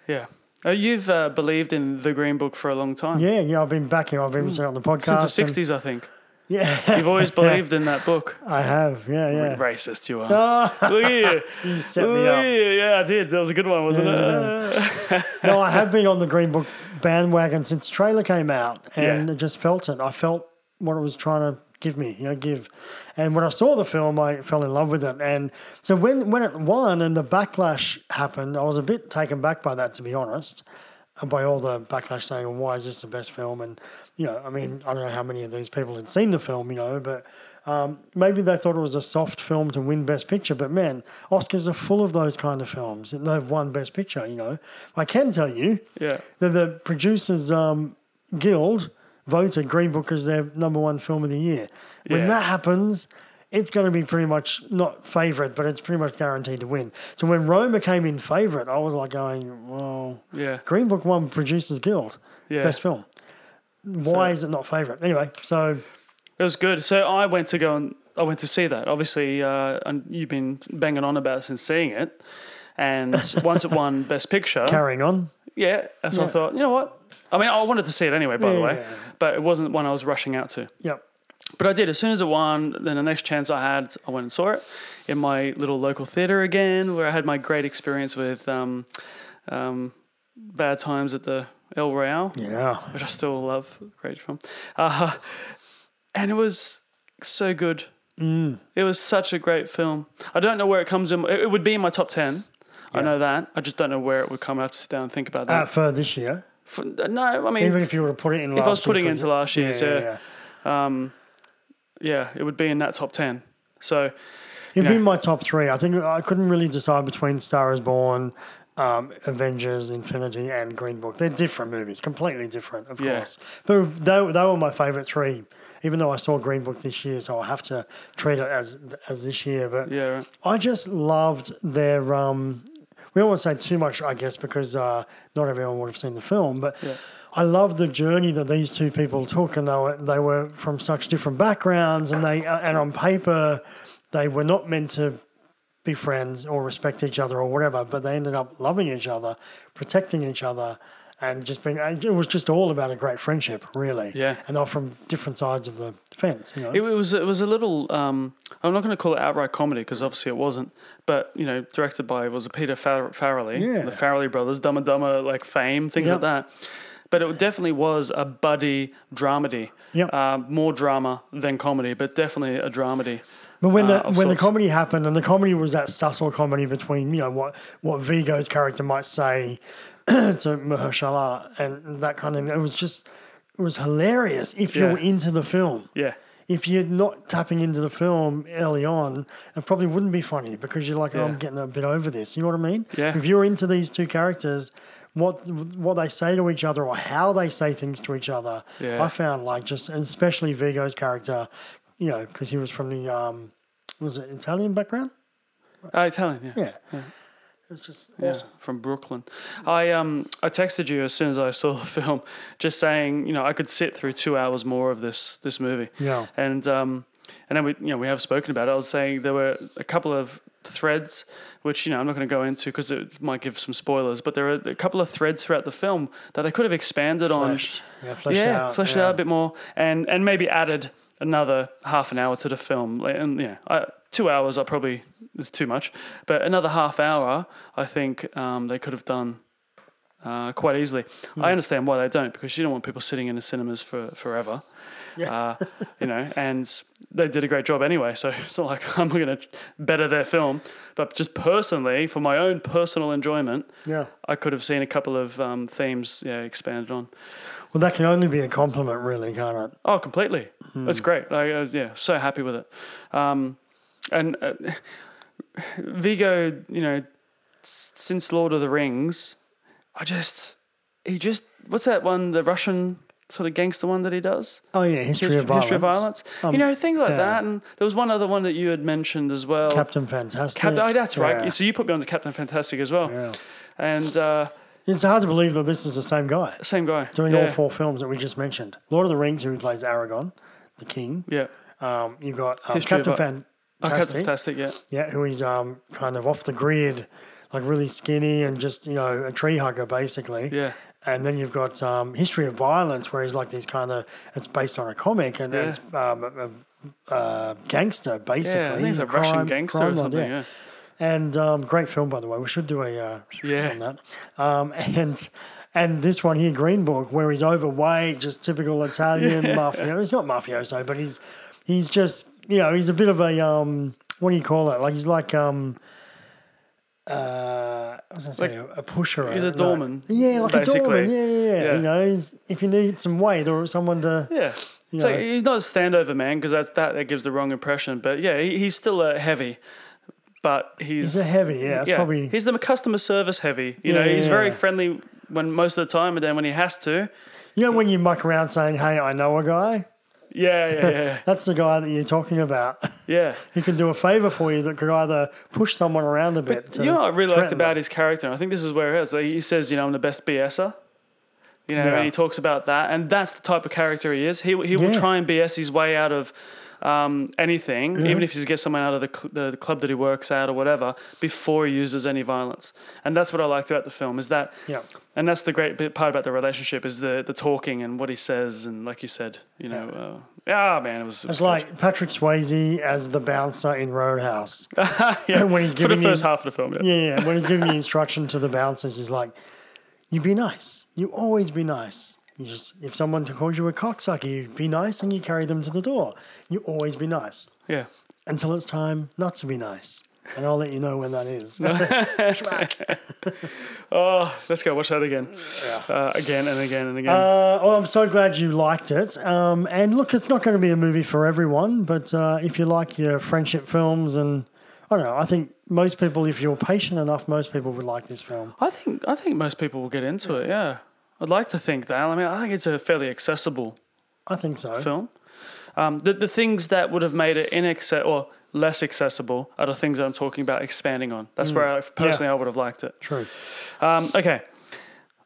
Speaker 6: yeah. Uh, you've uh, believed in the Green Book for a long time.
Speaker 7: Yeah, yeah, I've been back here. I've been saying it on the podcast.
Speaker 6: Hmm. Since the
Speaker 7: and-
Speaker 6: 60s, I think.
Speaker 7: *laughs* Yeah, Uh,
Speaker 6: You've always believed in that book.
Speaker 7: I have. Yeah, yeah.
Speaker 6: Racist
Speaker 7: *laughs*
Speaker 6: you are. Look at you.
Speaker 7: You set
Speaker 6: Look
Speaker 7: me
Speaker 6: at
Speaker 7: up.
Speaker 6: you. Yeah, I did. That was a good one, wasn't it?
Speaker 7: no, I have been on the Green Book bandwagon since the trailer came out, and
Speaker 6: Yeah.
Speaker 7: I just felt it. I felt what it was trying to give me, you know, give. And when I saw the film, I fell in love with it. And so when when it won and the backlash happened, I was a bit taken back by that, to be honest. uh, by all the backlash saying, well, why is this the best film? And, you know, I mean, I don't know how many of these people had seen the film, you know, but um, maybe they thought it was a soft film to win Best Picture. But man, Oscars are full of those kind of films. and They've won Best Picture, you know. I can tell you
Speaker 6: Yeah.
Speaker 7: that the Producers um, Guild voted Green Book as their number one film of the year. When
Speaker 6: Yeah.
Speaker 7: that happens, it's going to be pretty much not favorite, but it's pretty much guaranteed to win. So when Roma came in favorite, I was like going, well,
Speaker 6: Yeah.
Speaker 7: Green Book won Producers Guild,
Speaker 6: Yeah.
Speaker 7: best film. Why is it not favorite? Anyway, so
Speaker 6: It was good. So I went to go and I went to see that. Obviously, uh, and you've been banging on about since seeing it, and once it won Best
Speaker 7: *laughs*
Speaker 6: Picture,
Speaker 7: carrying on.
Speaker 6: yeah. And so I
Speaker 7: Yeah.
Speaker 6: thought, you know what? I mean, I wanted to see it anyway, by the
Speaker 7: Yeah,
Speaker 6: way,
Speaker 7: yeah, yeah.
Speaker 6: but it wasn't one I was rushing out to.
Speaker 7: Yep.
Speaker 6: But I did. As soon as it won, then the next chance I had, I went and saw it in my little local theatre again, where I had my great experience with um, um, Bad Times at the El Royale
Speaker 7: Yeah.
Speaker 6: which I still love. Great film. Uh, and it was so good. Mm. It was such a great film. I don't know where it comes in. It, it would be in my top 10. I know that. I just don't know where it would come. I have to sit down and think about
Speaker 7: Uh,
Speaker 6: that.
Speaker 7: for this year,
Speaker 6: F- no, I mean,
Speaker 7: even if you were to put it in,
Speaker 6: if
Speaker 7: last
Speaker 6: I was
Speaker 7: year,
Speaker 6: putting
Speaker 7: for
Speaker 6: it into
Speaker 7: exa-
Speaker 6: last year's, yeah. yeah, it would be in that top 10. So,
Speaker 7: It'd
Speaker 6: know.
Speaker 7: be in my top three. I think I couldn't really decide between Star is Born, um, Avengers, Infinity, and Green Book. They're different movies, completely different, of
Speaker 6: Yeah.
Speaker 7: course. But they, they were my favorite three, even though I saw Green Book this year, so I have to treat it as as this year. But
Speaker 6: yeah, right.
Speaker 7: I just loved their. Um, we don't want to say too much, I guess, because uh, not everyone would have seen the film. But I loved the journey that these two people took, and they were they were from such different backgrounds, and they uh, and on paper they were not meant to be friends or respect each other or whatever, but they ended up loving each other, protecting each other, and just being. and It was just all about a great friendship, really.
Speaker 6: Yeah.
Speaker 7: and they're from different sides of the fence. You know.
Speaker 6: It was it was a little. Um, I'm not going to call it outright comedy because obviously it wasn't. But you know, directed by was it Peter Far- Farrelly,
Speaker 7: Yeah.
Speaker 6: the Farrelly brothers, Dumb and Dumber, like Fame, things like
Speaker 7: Yep.
Speaker 6: that. But it definitely was a buddy dramedy.
Speaker 7: Yep.
Speaker 6: Um, more drama than comedy, but definitely a dramedy.
Speaker 7: But when
Speaker 6: uh,
Speaker 7: the
Speaker 6: of
Speaker 7: when the
Speaker 6: sorts.
Speaker 7: comedy happened, and the comedy was that subtle comedy between you know what what Vigo's character might say *clears throat* to Mahershala and that kind of thing. It was just it was hilarious if you
Speaker 6: Yeah.
Speaker 7: were into the film.
Speaker 6: Yeah.
Speaker 7: If you're not tapping into the film early on, it probably wouldn't be funny because you're like, oh,
Speaker 6: Yeah.
Speaker 7: I'm getting a bit over this. You know what I mean?
Speaker 6: Yeah.
Speaker 7: If you're into these two characters, what what they say to each other or how they say things to each other,
Speaker 6: Yeah.
Speaker 7: I found like just and especially Vigo's character, you know, because he was from the um, was it Italian background?
Speaker 6: Uh, Italian. Yeah.
Speaker 7: Yeah. It's just
Speaker 6: Yeah,
Speaker 7: awesome.
Speaker 6: from Brooklyn. I um I texted you as soon as I saw the *laughs* film, just saying you know I could sit through two hours more of this this movie.
Speaker 7: Yeah.
Speaker 6: And um and then we you know we have spoken about it. I was saying there were a couple of threads which you know I'm not going to go into because it might give some spoilers, but there are a couple of threads throughout the film that they could have expanded
Speaker 7: Fleshed.
Speaker 6: on.
Speaker 7: Yeah, fleshed
Speaker 6: yeah,
Speaker 7: out,
Speaker 6: fleshed it
Speaker 7: yeah.
Speaker 6: out a bit more, and and maybe added another half an hour to the film. Like, And yeah, I, two hours I probably is too much, but another half hour I think um, they could have done uh, quite easily.
Speaker 7: Hmm.
Speaker 6: I understand why they don't because you don't want people sitting in the cinemas for forever. Uh, you know, and they did a great job anyway. So *laughs* it's not like I'm going to better their film, but just personally, for my own personal enjoyment,
Speaker 7: Yeah.
Speaker 6: I could have seen a couple of um, themes yeah, expanded on.
Speaker 7: Well, that can only be a compliment, really, can't it?
Speaker 6: Oh, completely.
Speaker 7: Hmm.
Speaker 6: That's great. I, I was- yeah, so happy with it. Um, and uh, Vigo, you know, s- since Lord of the Rings, I just he just what's that one? The Russian sort of gangster one that he does.
Speaker 7: Oh yeah, history, of violence. Um,
Speaker 6: History of Violence. you know things like
Speaker 7: yeah.
Speaker 6: that. And there was one other one that you had mentioned as well.
Speaker 7: Captain Fantastic.
Speaker 6: Cap- oh, that's
Speaker 7: Yeah.
Speaker 6: right. So you put me on to Captain Fantastic as well.
Speaker 7: Yeah.
Speaker 6: And uh,
Speaker 7: It's hard to believe that this is the same guy.
Speaker 6: same guy
Speaker 7: doing all
Speaker 6: Yeah.
Speaker 7: four films that we just mentioned. Lord of the Rings, who plays Aragon, the king.
Speaker 6: Yeah.
Speaker 7: Um, you got um,
Speaker 6: History of
Speaker 7: Captain
Speaker 6: Ar- Oh, Captain
Speaker 7: Fantastic.
Speaker 6: Fantastic. Yeah.
Speaker 7: yeah, who is um, kind of off the grid, like really skinny and just you know a tree hugger basically.
Speaker 6: Yeah.
Speaker 7: And then you've got um, History of Violence, where he's like these kind of it's based on a comic and
Speaker 6: Yeah.
Speaker 7: it's um, a, a, a gangster basically.
Speaker 6: Yeah. I think he's a
Speaker 7: crime-
Speaker 6: Russian gangster
Speaker 7: crime
Speaker 6: or
Speaker 7: lord,
Speaker 6: something. yeah.
Speaker 7: and um, great film by the way. We should do a uh,
Speaker 6: Yeah.
Speaker 7: on that. Um, *laughs* and and this one here, Green Book, where he's overweight, just
Speaker 6: *laughs*
Speaker 7: typical Italian mafioso. He's not mafioso, but he's he's just you know he's a bit of a um, what do you call it? Like he's like um, uh, was gonna say a pusher.
Speaker 6: he's a
Speaker 7: no.
Speaker 6: doorman,
Speaker 7: Yeah, like a doorman.
Speaker 6: basically.
Speaker 7: Yeah, yeah, yeah.
Speaker 6: Yeah.
Speaker 7: You know, he's, if you need some weight or someone to,
Speaker 6: Yeah.
Speaker 7: You
Speaker 6: It's like,
Speaker 7: know.
Speaker 6: he's not a standover man because that that gives the wrong impression. But yeah, he, he's still a heavy, but he's
Speaker 7: he's a heavy. Yeah, it's
Speaker 6: yeah,
Speaker 7: probably.
Speaker 6: he's the customer service heavy. You know,
Speaker 7: Yeah,
Speaker 6: he's
Speaker 7: yeah,
Speaker 6: very
Speaker 7: yeah.
Speaker 6: friendly when most of the time, and then when he has to,
Speaker 7: You know, when you muck around saying, "Hey, I know a guy,"
Speaker 6: yeah, yeah,
Speaker 7: *laughs*
Speaker 6: yeah,
Speaker 7: that's the guy that you're talking about. *laughs*
Speaker 6: yeah.
Speaker 7: he can do a favor for you that could either push someone around a bit. to
Speaker 6: you know what I really liked
Speaker 7: threaten
Speaker 6: about
Speaker 7: them.
Speaker 6: his character, and I think this is where it is. Like, he says, you know, I'm the best BSer. You know,
Speaker 7: Yeah.
Speaker 6: and he talks about that, and that's the type of character he is. He he will
Speaker 7: Yeah.
Speaker 6: try and BS his way out of um, anything,
Speaker 7: Mm-hmm.
Speaker 6: even if he gets someone out of the, cl- the club that he works at or whatever, before he uses any violence. And that's what I liked about the film is that.
Speaker 7: Yeah.
Speaker 6: And that's the great bit part about the relationship is the the talking and what he says and like you said, you know, yeah, uh, ah, man, it was. it was
Speaker 7: It's
Speaker 6: good.
Speaker 7: like Patrick Swayze as the bouncer in Roadhouse.
Speaker 6: *laughs* yeah,
Speaker 7: *laughs* when he's
Speaker 6: for the
Speaker 7: giving
Speaker 6: first
Speaker 7: him-
Speaker 6: half of the film.
Speaker 7: Yeah, yeah. When he's giving the instruction to the bouncers, he's like, "You be nice. You always be nice. You just if someone calls you a cocksucker, you be nice and you carry them to the door. You always be nice
Speaker 6: yeah.
Speaker 7: until it's time not to be nice." And I'll let you know when that
Speaker 6: *laughs*
Speaker 7: is.
Speaker 6: Oh, let's go watch that again, uh, again and again and again.
Speaker 7: Uh, well, I'm so glad you liked it. Um, and look, it's not going to be a movie for everyone, but uh, if you like your friendship films, and I don't know, I think most people, if you're patient enough, most people would like this film.
Speaker 6: I think I think most people will get into it. Yeah, I'd like to think that. I mean, I think it's a fairly accessible
Speaker 7: I think so.
Speaker 6: film. Um, the the things that would have made it inaccess or less accessible are the things that I'm talking about expanding on.
Speaker 7: Mm.
Speaker 6: That's where I, personally I would have liked it.
Speaker 7: True.
Speaker 6: Um, okay.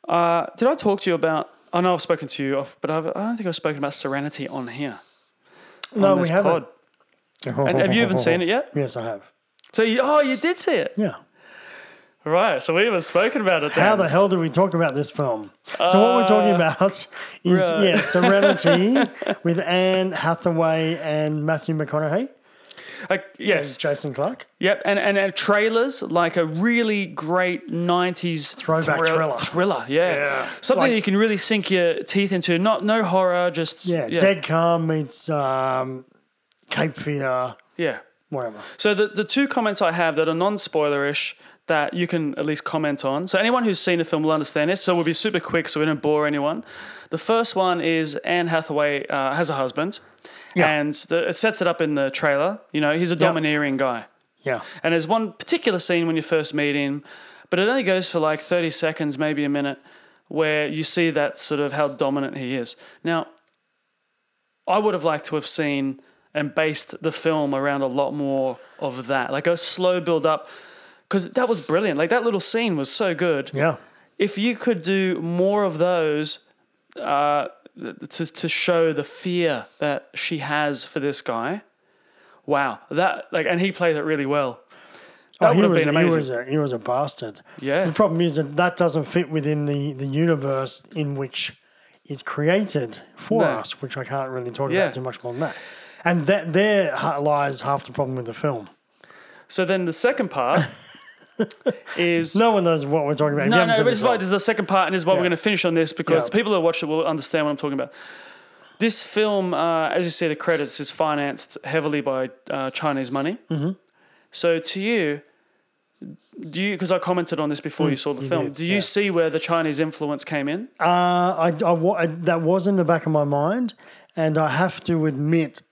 Speaker 6: Uh, did I talk to you about? I know I've spoken to you off, but I've, I don't think I've spoken about Serenity on here.
Speaker 7: No,
Speaker 6: on
Speaker 7: we
Speaker 6: this
Speaker 7: haven't.
Speaker 6: pod. And have you even seen it yet?
Speaker 7: Yes, I have.
Speaker 6: So, you, oh, you did see it,
Speaker 7: Yeah.
Speaker 6: right? So we haven't spoken about it. Then.
Speaker 7: How the hell did we talk about this film? so what we're talking about is
Speaker 6: Uh, right. *laughs*
Speaker 7: yeah, Serenity with Anne Hathaway and Matthew McConaughey
Speaker 6: Like, Uh,
Speaker 7: as
Speaker 6: yes,
Speaker 7: Jason Clark.
Speaker 6: Yep, and, and and trailers like a really great '90s
Speaker 7: Throwback
Speaker 6: thrill-
Speaker 7: thriller.
Speaker 6: Thriller, yeah, something
Speaker 7: Like-
Speaker 6: you can really sink your teeth into. Not no horror, just
Speaker 7: Yeah, Dead Calm meets um, Cape Fear,
Speaker 6: yeah.
Speaker 7: whatever.
Speaker 6: So the the two comments I have that are non-spoilerish that you can at least comment on. So anyone who's seen the film will understand this. So we'll be super quick, so we don't bore anyone. The first one is Anne Hathaway uh, has a husband, and the, it sets it up in the trailer. You know, he's a domineering guy.
Speaker 7: Yeah.
Speaker 6: And there's one particular scene when you first meet him, but it only goes for like 30 seconds, maybe a minute, where you see that sort of how dominant he is. Now, I would have liked to have seen and based the film around a lot more of that, like a slow build up, because that was brilliant. Like that little scene was so good.
Speaker 7: Yeah.
Speaker 6: If you could do more of those uh, th- to, to show the fear that she has for this guy, wow, that like, and he played it really well. That
Speaker 7: Oh,
Speaker 6: would
Speaker 7: he
Speaker 6: have
Speaker 7: was,
Speaker 6: been
Speaker 7: a-
Speaker 6: amazing.
Speaker 7: He was, a, he was a bastard.
Speaker 6: Yeah.
Speaker 7: The problem is that that doesn't fit within the, the universe in which is created for
Speaker 6: No.
Speaker 7: us, which I can't really talk
Speaker 6: Yeah.
Speaker 7: about too much more than that. And that there ha- lies half the problem with the film.
Speaker 6: So then the second
Speaker 7: *laughs*
Speaker 6: part is
Speaker 7: No one knows what we're talking about. If you
Speaker 6: no,
Speaker 7: haven't
Speaker 6: no. But
Speaker 7: seen the
Speaker 6: this is why
Speaker 7: film.
Speaker 6: this is the second part, and this is why we're
Speaker 7: Yeah.
Speaker 6: going to finish on this because
Speaker 7: Yeah.
Speaker 6: the people that watch it will understand what I'm talking about. This film, uh, as you see the credits, is financed heavily by uh, Chinese money. Mm-hmm. So to you, do you? Because I commented on this before you saw the film.
Speaker 7: Mm, did,
Speaker 6: do you
Speaker 7: yeah.
Speaker 6: see where the Chinese influence came in?
Speaker 7: Uh, I, I wa- I- that was in the back of my mind, and I have to admit,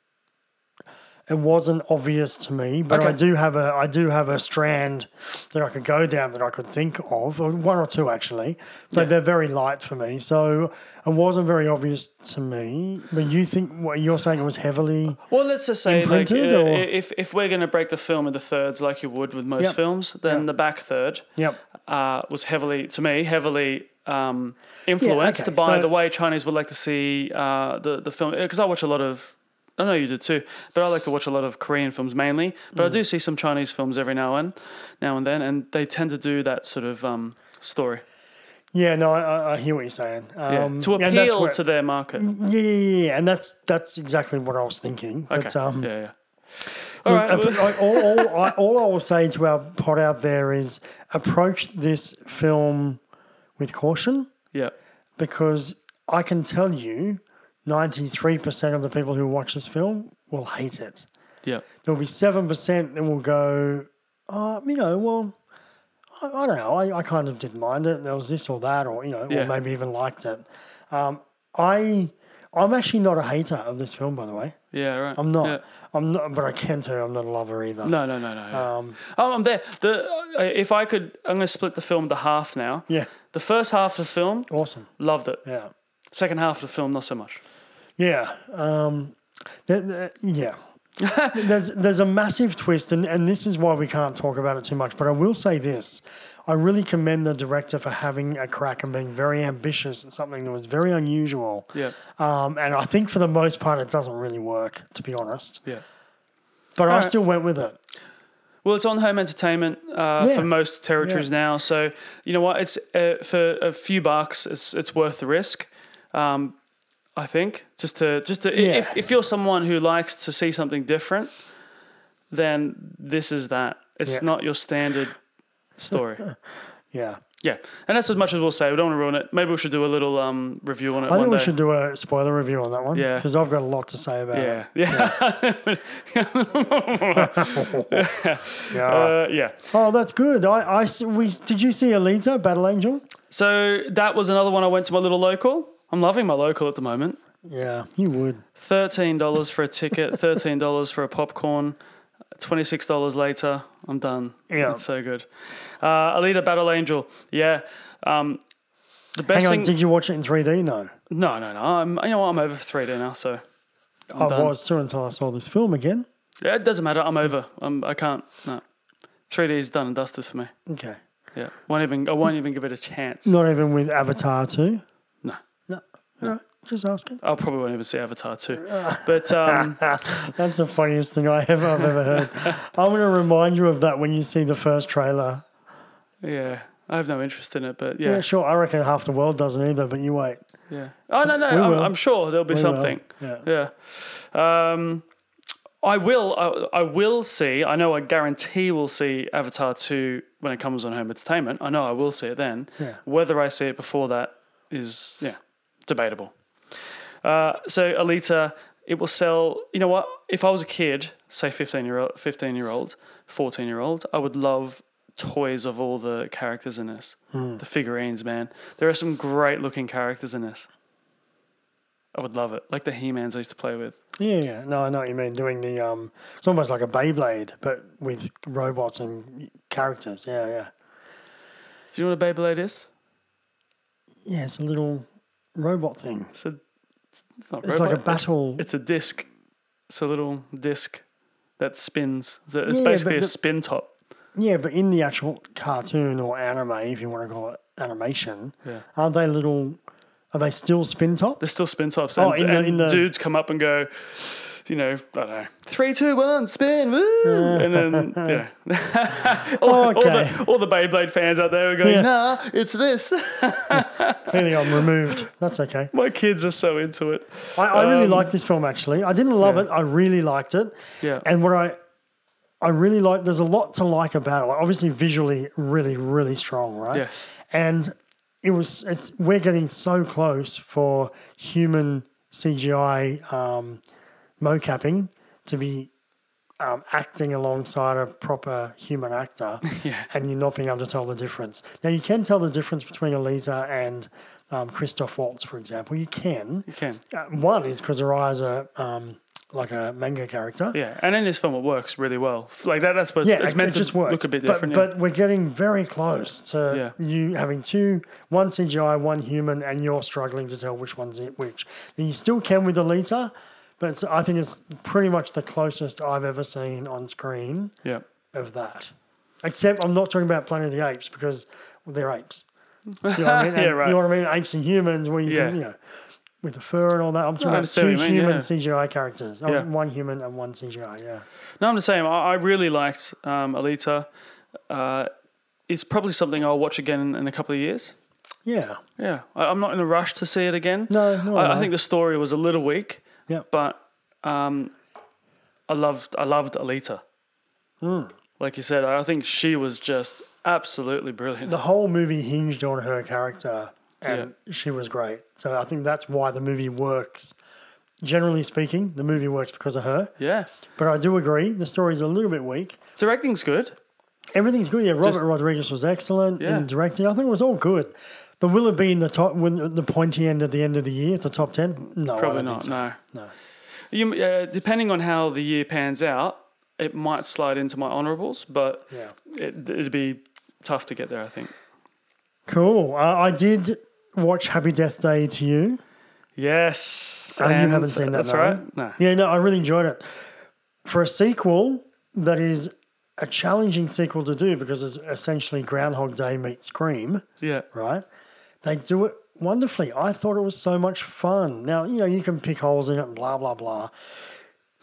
Speaker 7: it wasn't obvious to me. But I
Speaker 6: Okay.
Speaker 7: do have a I do have a strand that I could go down that I could think of, or one or two actually, but they're very light for me. So it wasn't very obvious to me. But you think what you're saying it was heavily?
Speaker 6: Well, let's just say like, uh,
Speaker 7: Imprinted, or-
Speaker 6: if if we're going to break the film into thirds like you would with most
Speaker 7: Yep.
Speaker 6: films, then
Speaker 7: Yep.
Speaker 6: the back third.
Speaker 7: Yep.
Speaker 6: uh, was heavily, to me, heavily um, influenced
Speaker 7: okay,
Speaker 6: by
Speaker 7: so-
Speaker 6: the way Chinese would like to see uh, the the film. Because I watch a lot of, I know you do too, but I like to watch a lot of Korean films mainly. But I
Speaker 7: Mm.
Speaker 6: do see some Chinese films every now and now and then, and they tend to do that sort of um, story
Speaker 7: Yeah. No, I- I, I hear what you're saying.
Speaker 6: yeah,
Speaker 7: Um,
Speaker 6: to
Speaker 7: and that's
Speaker 6: appeal
Speaker 7: where- Mm-hmm.
Speaker 6: to their market.
Speaker 7: yeah, yeah, yeah, yeah, and that's that's exactly what I was thinking.
Speaker 6: Okay.
Speaker 7: But, um,
Speaker 6: yeah, yeah. All right. *laughs*
Speaker 7: Ap-
Speaker 6: well-
Speaker 7: I- all, all, I, all I will say to our pod out there is approach this film with caution
Speaker 6: yeah.
Speaker 7: because I can tell you 93% of the people who watch this film will hate it.
Speaker 6: Yeah.
Speaker 7: There'll be 7% that will go, uh, you know, "Oh, well, I, I don't know. I, I kind of didn't mind it. There was this or that, or you know,
Speaker 6: Yeah.
Speaker 7: or maybe even liked it. Um, I I'm actually not a hater of this film, by the way.
Speaker 6: Yeah, right.
Speaker 7: I'm not.
Speaker 6: Yeah.
Speaker 7: I'm not. But I can tell you, I'm not a lover either.
Speaker 6: No, no, no, no. yeah.
Speaker 7: Um,
Speaker 6: oh, I'm there. The uh, if I could, I'm going to split the film into half now.
Speaker 7: Yeah. Oh.
Speaker 6: The first half of the film,
Speaker 7: Awesome.
Speaker 6: loved it.
Speaker 7: Yeah.
Speaker 6: Second half of the film, not so much.
Speaker 7: Yeah. Um, that, that-
Speaker 6: *laughs*
Speaker 7: yeah. there's there's a massive twist, and, and this is why we can't talk about it too much. But I will say this: I really commend the director for having a crack and being very ambitious at something that was very unusual.
Speaker 6: Yeah.
Speaker 7: Um, and I think for the most part, it doesn't really work, to be honest.
Speaker 6: Yeah.
Speaker 7: But I
Speaker 6: Alright.
Speaker 7: still went with it.
Speaker 6: Well, it's on home entertainment uh,
Speaker 7: Yeah.
Speaker 6: for most territories
Speaker 7: Yeah.
Speaker 6: now, so you know what? It's uh, for a few bucks. It's it's worth the risk. Um, I think just to just to i
Speaker 7: Yeah.
Speaker 6: if if you're someone who likes to see something different, then this is that. It's
Speaker 7: Yeah.
Speaker 6: not your standard story. *laughs*
Speaker 7: Yeah.
Speaker 6: yeah, and that's as much as we'll say. We don't want to ruin it. Maybe we should do a little um, review on it.
Speaker 7: I
Speaker 6: one
Speaker 7: think we
Speaker 6: day.
Speaker 7: should do a spoiler review on that one.
Speaker 6: Yeah.
Speaker 7: Because I've got a lot to say about
Speaker 6: Yeah, *laughs*
Speaker 7: it.
Speaker 6: yeah,
Speaker 7: Yeah.
Speaker 6: uh, yeah.
Speaker 7: oh, that's good. I, I s- we did you see Alita Battle Angel?
Speaker 6: So that was another one. I went to my little local. I'm loving my local at the moment.
Speaker 7: Yeah, you would.
Speaker 6: Thirteen dollars for a
Speaker 7: *laughs*
Speaker 6: ticket. Thirteen dollars for a popcorn. Twenty six dollars later, I'm done.
Speaker 7: Yeah.
Speaker 6: it's so good. Uh, Alita Battle Angel. Yeah. Um, the best
Speaker 7: Hang on,
Speaker 6: thing.
Speaker 7: did you watch it in 3D? No.
Speaker 6: no, no, no. I'm, you know what? I'm over three D now. So
Speaker 7: I
Speaker 6: done.
Speaker 7: was too until I saw this film again.
Speaker 6: yeah, it doesn't matter. I'm over. I'm, I can't. No. Three D is done and dusted for me.
Speaker 7: Okay.
Speaker 6: Yeah. Won't even. I won't even give it a chance.
Speaker 7: Not even with Avatar 2?
Speaker 6: No.
Speaker 7: No. No. Just asking.
Speaker 6: I probably won't even see Avatar
Speaker 7: *laughs*
Speaker 6: too. But um,
Speaker 7: That's the funniest thing I ever, I've
Speaker 6: *laughs*
Speaker 7: ever heard. I'm going to remind you of that when you see the first trailer.
Speaker 6: yeah, I have no interest in it. But
Speaker 7: Yeah,
Speaker 6: yeah,
Speaker 7: sure. I reckon half the world doesn't either, but you wait.
Speaker 6: yeah. Oh no, no.
Speaker 7: will.
Speaker 6: I'm, I'm sure there'll be
Speaker 7: We will.
Speaker 6: something.
Speaker 7: Yeah.
Speaker 6: Yeah. Um, I will. uh, I, I will see. I know. I guarantee we'll see Avatar two when it comes on home entertainment. I know. I will see it then.
Speaker 7: Yeah.
Speaker 6: Whether I see it before that is yeah debatable. Uh, so Alita, it will sell. You know what? If I was a kid, say fifteen year old, fifteen year old, fourteen year old, I would love toys of all the characters in this. The figurines, man. There are some great looking characters in this. I would love it. Like the He Mans I used to play with.
Speaker 7: Yeah, yeah. No, I know what you mean. Doing the, um, it's almost like a Beyblade, but with robots and characters. Yeah, yeah.
Speaker 6: Do you know what a Beyblade is?
Speaker 7: Yeah, it's a little robot thing.
Speaker 6: It's, a, it's not
Speaker 7: It's like a
Speaker 6: robot.
Speaker 7: battle.
Speaker 6: It's a disc. It's a little disc that spins. It's
Speaker 7: Yeah, but
Speaker 6: basically a
Speaker 7: the-
Speaker 6: spin top.
Speaker 7: Yeah, but in the actual cartoon or anime, if you want to call it animation,
Speaker 6: Yeah.
Speaker 7: aren't they little? Are they still spin top?
Speaker 6: They're still spin tops. And,
Speaker 7: Oh, in the-
Speaker 6: and
Speaker 7: in the-
Speaker 6: dudes come up and go, you know, I don't know, three, two, one, spin, woo! and then,
Speaker 7: *laughs*
Speaker 6: you know, all, all
Speaker 7: Ah. Okay.
Speaker 6: the, all the Beyblade fans out there are going,
Speaker 7: Yeah.
Speaker 6: nah, it's
Speaker 7: *laughs*
Speaker 6: this.
Speaker 7: Clearly, *laughs* I'm removed. That's okay.
Speaker 6: My kids are so into it.
Speaker 7: I, I really
Speaker 6: Um,
Speaker 7: liked this film. Actually, I didn't love
Speaker 6: yeah.
Speaker 7: it. I really liked it.
Speaker 6: Yeah.
Speaker 7: And what I, I really like. There's a lot to like about it. Like obviously, visually, really, really strong, right?
Speaker 6: Yes.
Speaker 7: And it was. It's we're getting so close for human CGI um, mocapping to be um, acting alongside a proper human actor,
Speaker 6: *laughs*
Speaker 7: and you're not being able to tell the difference. Now you can tell the difference between Eliza and um, Christoph Waltz, for example. You can. You
Speaker 6: can.
Speaker 7: Uh, one is because her eyes are um, like a manga character.
Speaker 6: Yeah, and in this film it works really well. Like that, that's what
Speaker 7: Yeah,
Speaker 6: it's
Speaker 7: it,
Speaker 6: meant
Speaker 7: it
Speaker 6: to
Speaker 7: just works.
Speaker 6: look a bit
Speaker 7: but,
Speaker 6: different. yeah.
Speaker 7: but we're getting very close to
Speaker 6: Yeah.
Speaker 7: you having two, one CGI, one human, and you're struggling to tell which one's it, which. Then you still can with Alita, but it's, I think it's pretty much the closest I've ever seen on screen
Speaker 6: yeah.
Speaker 7: of that. Except I'm not talking about Planet of the Apes because they're apes. You know what I mean?
Speaker 6: *laughs* Yeah,
Speaker 7: And
Speaker 6: right.
Speaker 7: You know what I mean? Apes and humans, where you,
Speaker 6: Yeah.
Speaker 7: can, you know, with the fur and all that. I'm talking
Speaker 6: I
Speaker 7: about
Speaker 6: understand
Speaker 7: two
Speaker 6: what you mean,
Speaker 7: human
Speaker 6: yeah.
Speaker 7: CGI characters. Oh,
Speaker 6: Yeah.
Speaker 7: One human and one CGI, yeah.
Speaker 6: No, I'm the same. I, I really liked um, Alita. Uh, it's probably something I'll watch again in, in a couple of years.
Speaker 7: Yeah.
Speaker 6: Yeah, I, I'm not in a rush to see it again.
Speaker 7: No, no,
Speaker 6: I, I
Speaker 7: no.
Speaker 6: think the story was a little weak,
Speaker 7: Yeah.
Speaker 6: but um, I loved I loved Alita.
Speaker 7: Hmm.
Speaker 6: Like you said, I think she was just absolutely brilliant.
Speaker 7: the whole movie hinged on her character and she was great. So I think that's why the movie works. Generally speaking, the movie works because of her.
Speaker 6: Yeah,
Speaker 7: But I do agree, the story's a little bit weak.
Speaker 6: directing's good.
Speaker 7: Everything's good. Yeah, Robert
Speaker 6: Just-
Speaker 7: Rodriguez was excellent
Speaker 6: Yeah.
Speaker 7: in directing. I think it was all good. But will it be in the top, win- the pointy end at the end of the year, the top ten? No, I
Speaker 6: Probably
Speaker 7: don't
Speaker 6: not.
Speaker 7: Think so.
Speaker 6: No. No. You, uh, depending on how the year pans out, it might slide into my honorables, but
Speaker 7: Yeah.
Speaker 6: it, it'd be tough to get there. I think.
Speaker 7: Cool. Uh, I did watch Happy Death Day to you.
Speaker 6: Yes.
Speaker 7: Oh, you
Speaker 6: and
Speaker 7: haven't seen that,
Speaker 6: That's
Speaker 7: though,
Speaker 6: all
Speaker 7: eh?
Speaker 6: right. No.
Speaker 7: Yeah, no, I really enjoyed it. For a sequel that is a challenging sequel to do because it's essentially Groundhog Day meets Scream,
Speaker 6: Yeah.
Speaker 7: right? They do it wonderfully. I thought it was so much fun. Now, you know, you can pick holes in it and blah, blah, blah.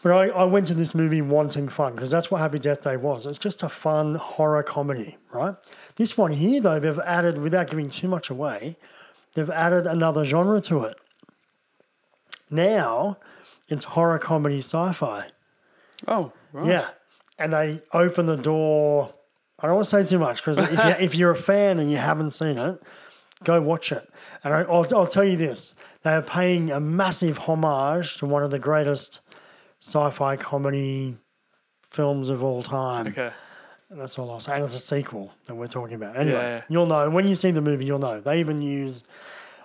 Speaker 7: But I, I went to this movie wanting fun because that's what Happy Death Day was. It's just a fun horror comedy, right? This one here, though, they've added, without giving too much away, they've added another genre to it. Now it's horror comedy sci fi.
Speaker 6: Oh. Right.
Speaker 7: Yeah. And they open the door. I don't want to say too much because if, you,
Speaker 6: *laughs*
Speaker 7: if you're a fan and you haven't seen it, go watch it. And I, I'll, I'll tell you this they are paying a massive homage to one of the greatest sci fi comedy films of all time.
Speaker 6: Okay.
Speaker 7: And that's all I'll say. And it's a sequel that we're talking about. Anyway,
Speaker 6: Yeah.
Speaker 7: you'll know. When you see the movie, you'll know. They even use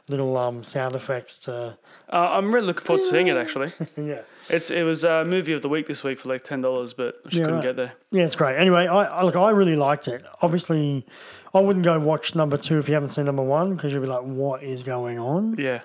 Speaker 7: little um, sound effects to.
Speaker 6: Uh, I'm really looking forward to seeing it.
Speaker 7: *laughs*
Speaker 6: Actually,
Speaker 7: Yeah.
Speaker 6: it's it was uh, movie of the week this week for like ten dollars, but I just
Speaker 7: Yeah,
Speaker 6: couldn't
Speaker 7: right.
Speaker 6: get there.
Speaker 7: Yeah, it's great. Anyway, I, I look, I really liked it. Obviously, I wouldn't go watch number two if you haven't seen number one because you'll be like, what is going on?
Speaker 6: Yeah.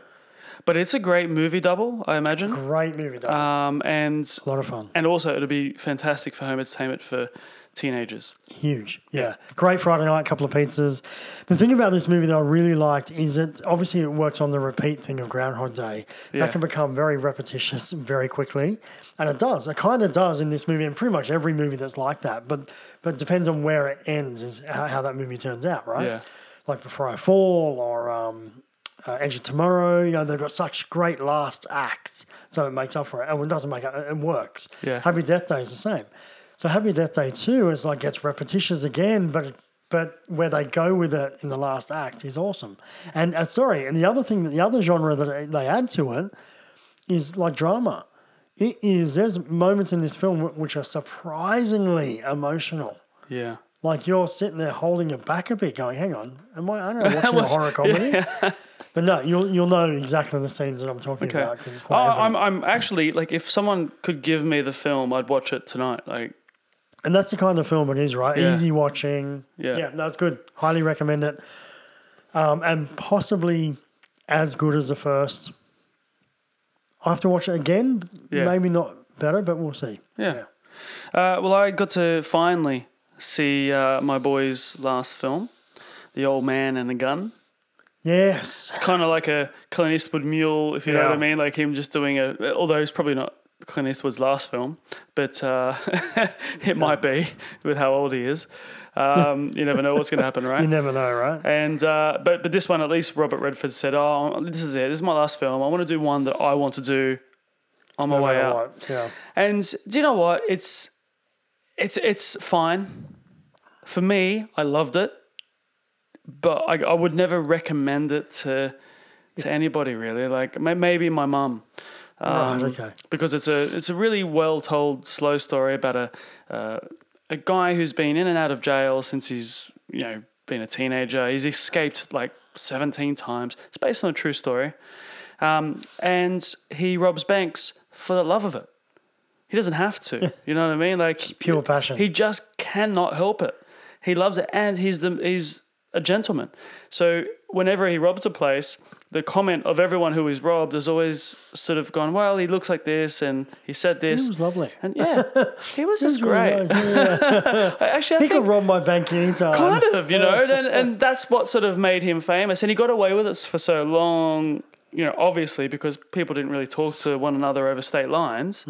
Speaker 6: But it's a great movie double, I imagine.
Speaker 7: Great movie, though.
Speaker 6: Um, and
Speaker 7: a lot of fun.
Speaker 6: and also it'll be fantastic for home entertainment for teenagers.
Speaker 7: Huge. Yeah. Great Friday night, couple of pizzas. The thing about this movie that I really liked is that obviously it works on the repeat thing of Groundhog Day.
Speaker 6: Yeah.
Speaker 7: That can become very repetitious *laughs* very quickly. And it does. It kind of does in this movie and pretty much every movie that's like that. But but depends on where it ends is how, how that movie turns out, right?
Speaker 6: Yeah.
Speaker 7: Like Before I Fall or um, uh, Edge of Tomorrow. You know, they've got such great last acts. So it makes up for it. And it doesn't make it, it works.
Speaker 6: Yeah.
Speaker 7: Happy Death Day is the same. So Happy Death Day too is like gets repetitious again, but but where they go with it in the last act is awesome. And uh, sorry, and the other thing, the other genre that they add to it is like drama. It is there's moments in this film wh- which are surprisingly emotional.
Speaker 6: Yeah.
Speaker 7: Like you're sitting there holding your back a bit, going, "Hang on, am I?
Speaker 6: *laughs*
Speaker 7: I don't know, watching a horror comedy." But no, you'll you'll know exactly the scenes that I'm talking
Speaker 6: Okay.
Speaker 7: about because it's
Speaker 6: Oh,
Speaker 7: quite. evident.
Speaker 6: I'm I'm actually like if someone could give me the film, I'd watch it tonight. Like
Speaker 7: And that's the kind of film it is, right?
Speaker 6: Yeah.
Speaker 7: Easy watching.
Speaker 6: Yeah.
Speaker 7: Yeah, no, it's good. Highly recommend it. Um, and possibly as good as the first. I have to watch it again.
Speaker 6: Yeah.
Speaker 7: Maybe not better, but we'll see.
Speaker 6: yeah. Uh, well, I got to finally see uh, my boy's last film, The Old Man and the Gun.
Speaker 7: Yes.
Speaker 6: Kind of like a Clint Eastwood mule, if you know what I
Speaker 7: Yeah.
Speaker 6: mean. Like him just doing a, although it's probably not Clint Eastwood's last film, but uh, *laughs* it might be with how old he is. Um, you never know what's going to happen, right?
Speaker 7: *laughs* You never know,
Speaker 6: *laughs*
Speaker 7: right?
Speaker 6: And uh, but but this one at least Robert Redford said, "Oh, this is it. This is my last film. I want to do one that I want to do on my
Speaker 7: No
Speaker 6: way
Speaker 7: matter
Speaker 6: out."
Speaker 7: what, Yeah.
Speaker 6: And do you know what? It's it's it's fine for me. I loved it, but I, I would never recommend it to to anybody really. Like may- maybe my mum Um,
Speaker 7: right, okay.
Speaker 6: because it's a it's a really well told slow story about a uh, a guy who's been in and out of jail since he's you know been a teenager. He's escaped like seventeen times. It's based on a true story, um, and he robs banks for the love of it. He doesn't have to. You know what I mean? Like
Speaker 7: Pure passion.
Speaker 6: he just cannot help it. He loves it, and he's the he's a gentleman. So whenever he robs a place, the comment of everyone who is robbed has always sort of gone, "Well, he looks like this, and he said this."
Speaker 7: He was lovely.
Speaker 6: and yeah, he was just
Speaker 7: *laughs* He was really
Speaker 6: great.
Speaker 7: nice, yeah, yeah.
Speaker 6: Actually, I
Speaker 7: he
Speaker 6: think
Speaker 7: could rob my bank anytime.
Speaker 6: kind of, you know, and, and that's what sort of made him famous. And he got away with it for so long, you know, obviously because people didn't really talk to one another over state lines.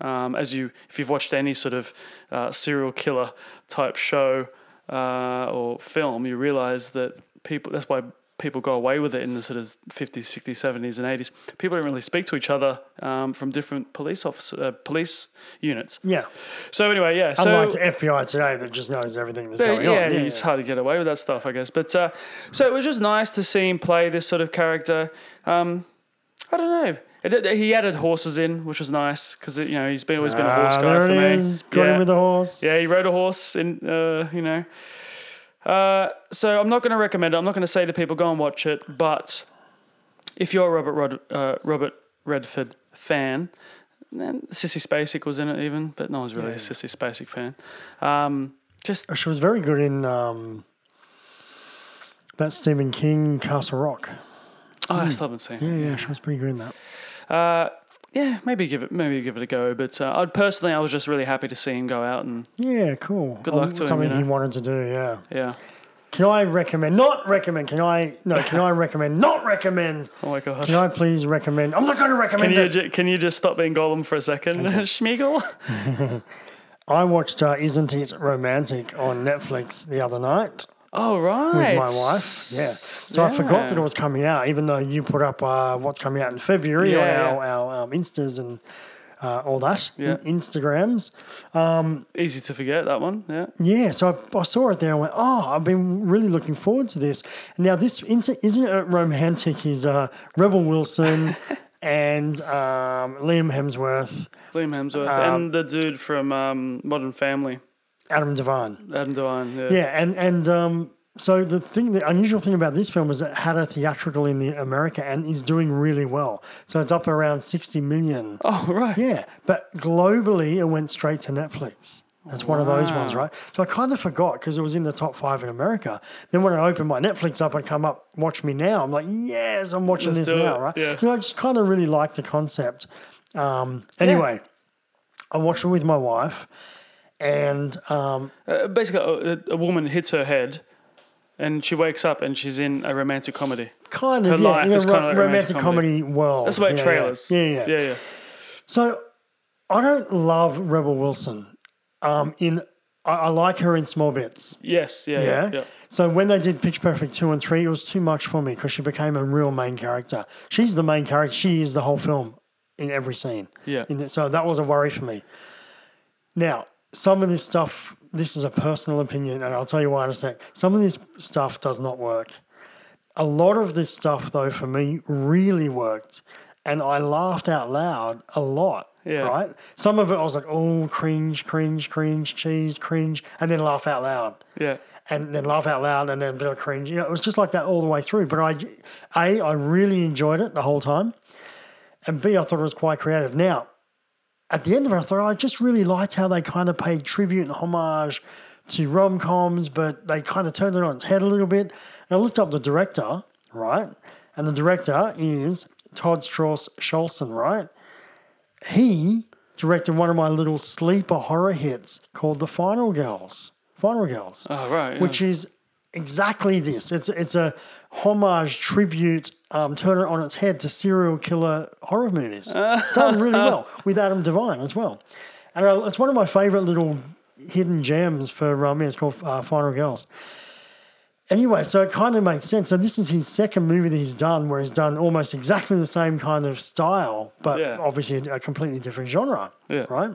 Speaker 6: Um, as you, if you've watched any sort of uh, serial killer type show uh, or film, you realize that people. That's why people go away with it in the sort of 50s, 60s, 70s, and 80s. People didn't really speak to each other um, from different police officer, uh, police units.
Speaker 7: Yeah.
Speaker 6: So anyway, yeah. So
Speaker 7: Unlike FBI today that just knows everything that's
Speaker 6: yeah,
Speaker 7: going
Speaker 6: yeah,
Speaker 7: on. Yeah,
Speaker 6: it's hard to get away with that stuff, I guess. But uh, so it was just nice to see him play this sort of character. Um, I don't know. It, it- he added horses in, which was nice because you know he's been always been a horse
Speaker 7: Ah,
Speaker 6: guy
Speaker 7: there
Speaker 6: for
Speaker 7: it
Speaker 6: me.
Speaker 7: is. Got him with a horse.
Speaker 6: Yeah, he rode a horse, and uh, you know. Uh, so I'm not going to recommend it. I'm not going to say to people go and watch it, but if you're a Robert Rod, uh, Robert Redford fan, then Sissy Spacek was in it even, but no one's really a Sissy Spacek fan. Um, just
Speaker 7: She was very good in um, that Stephen King Castle Rock.
Speaker 6: oh, I still haven't seen. it.
Speaker 7: Mm. Yeah, yeah, she was pretty good in that.
Speaker 6: Yeah, maybe give it maybe give it a go. But uh, I personally, I was just really happy to see him go out and
Speaker 7: Yeah, cool. Um,
Speaker 6: Good luck to him,
Speaker 7: Something
Speaker 6: you know.
Speaker 7: he wanted to do. Yeah.
Speaker 6: yeah.
Speaker 7: Can I recommend? Not recommend. Can I? No. Can I recommend? Not recommend.
Speaker 6: Oh my god.
Speaker 7: Can I please recommend? I'm not going to
Speaker 6: Can
Speaker 7: recommend
Speaker 6: you,
Speaker 7: it.
Speaker 6: ju- can you just stop being Gollum for a second, *laughs* Schmiegel?
Speaker 7: I watched uh, Isn't It Romantic on Netflix the other night
Speaker 6: Oh right.
Speaker 7: with my wife. Yeah. So I
Speaker 6: Yeah.
Speaker 7: forgot that it was coming out, even though you put up uh, what's coming out in February on
Speaker 6: Yeah,
Speaker 7: our, our um, Instas and uh, all that,
Speaker 6: Yeah.
Speaker 7: in- Instagrams.
Speaker 6: Easy to forget that one. Yeah.
Speaker 7: Yeah, so I, I saw it there and went, oh, I've been really looking forward to this. Now, this ins- isn't it romantic? Is uh, Rebel
Speaker 6: *laughs*
Speaker 7: Wilson and um, Liam Hemsworth,
Speaker 6: Liam Hemsworth and the dude from um, Modern Family,
Speaker 7: Adam Devine.
Speaker 6: Adam Devine. Yeah.
Speaker 7: Yeah, and and um, so the thing, the unusual thing about this film is it had a theatrical in the America and is doing really well. So it's up around sixty million.
Speaker 6: Oh right.
Speaker 7: Yeah, but globally it went straight to Netflix. That's one of those ones, right? So I kind of forgot because it was in the top five in America. Then when I opened my Netflix up and come up, watch me now. I'm like, yes, I'm watching
Speaker 6: Let's
Speaker 7: this
Speaker 6: do
Speaker 7: now,
Speaker 6: it,
Speaker 7: right?
Speaker 6: yeah.
Speaker 7: 'Cause I just kind of really liked the concept. Um, anyway, I watched it with my wife, and um,
Speaker 6: Uh, basically, a, a woman hits her head, and she wakes up and she's in a romantic comedy.
Speaker 7: kind of
Speaker 6: Her
Speaker 7: yeah,
Speaker 6: life
Speaker 7: in a
Speaker 6: is
Speaker 7: ro-
Speaker 6: kinda like romantic
Speaker 7: romantic
Speaker 6: comedy.
Speaker 7: comedy, world.
Speaker 6: That's about
Speaker 7: yeah, yeah.
Speaker 6: trailers.
Speaker 7: Yeah. Yeah,
Speaker 6: yeah, yeah.
Speaker 7: So I don't love Rebel Wilson. Um, in I, I like her in small bits.
Speaker 6: Yes, yeah, yeah.
Speaker 7: Yeah.
Speaker 6: yeah.
Speaker 7: So when they did Pitch Perfect two and three, it was too much for me because she became a real main character. She's the main character. She is the whole film in every scene.
Speaker 6: Yeah.
Speaker 7: In it- so that was a worry for me. Now some of this stuff. This is a personal opinion, and I'll tell you why in a sec. Some of this stuff does not work. A lot of this stuff, though, for me, really worked, and I laughed out loud a lot.
Speaker 6: Yeah.
Speaker 7: Right. Some of it I was like, oh, cringe, cringe, cringe, cheese, cringe, and then laugh out loud
Speaker 6: yeah.
Speaker 7: and then laugh out loud and then a bit of cringe. You know, it was just like that all the way through. But I, A, I really enjoyed it the whole time. And B, I thought it was quite creative. Now, at the end of it, I thought I just really liked how they kind of paid tribute and homage to rom coms, but they kind of turned it on its head a little bit. And I looked up the director, right? And the director is Todd Strauss Scholson, right? He directed one of my little sleeper horror hits called The Final Girls. Final Girls
Speaker 6: Oh right. Yeah.
Speaker 7: which is exactly this. It's it's a homage, tribute, um, turn it on its head to serial killer horror
Speaker 6: *laughs*
Speaker 7: movies. Done really well with Adam Devine as well, and I, it's one of my favorite little hidden gems for um, yeah, it's called uh, Final Girls. Anyway, so it kind of makes sense. So this is his second movie that he's done, where he's done almost exactly the same kind of style, but
Speaker 6: Yeah.
Speaker 7: obviously a completely different genre,
Speaker 6: Yeah.
Speaker 7: right?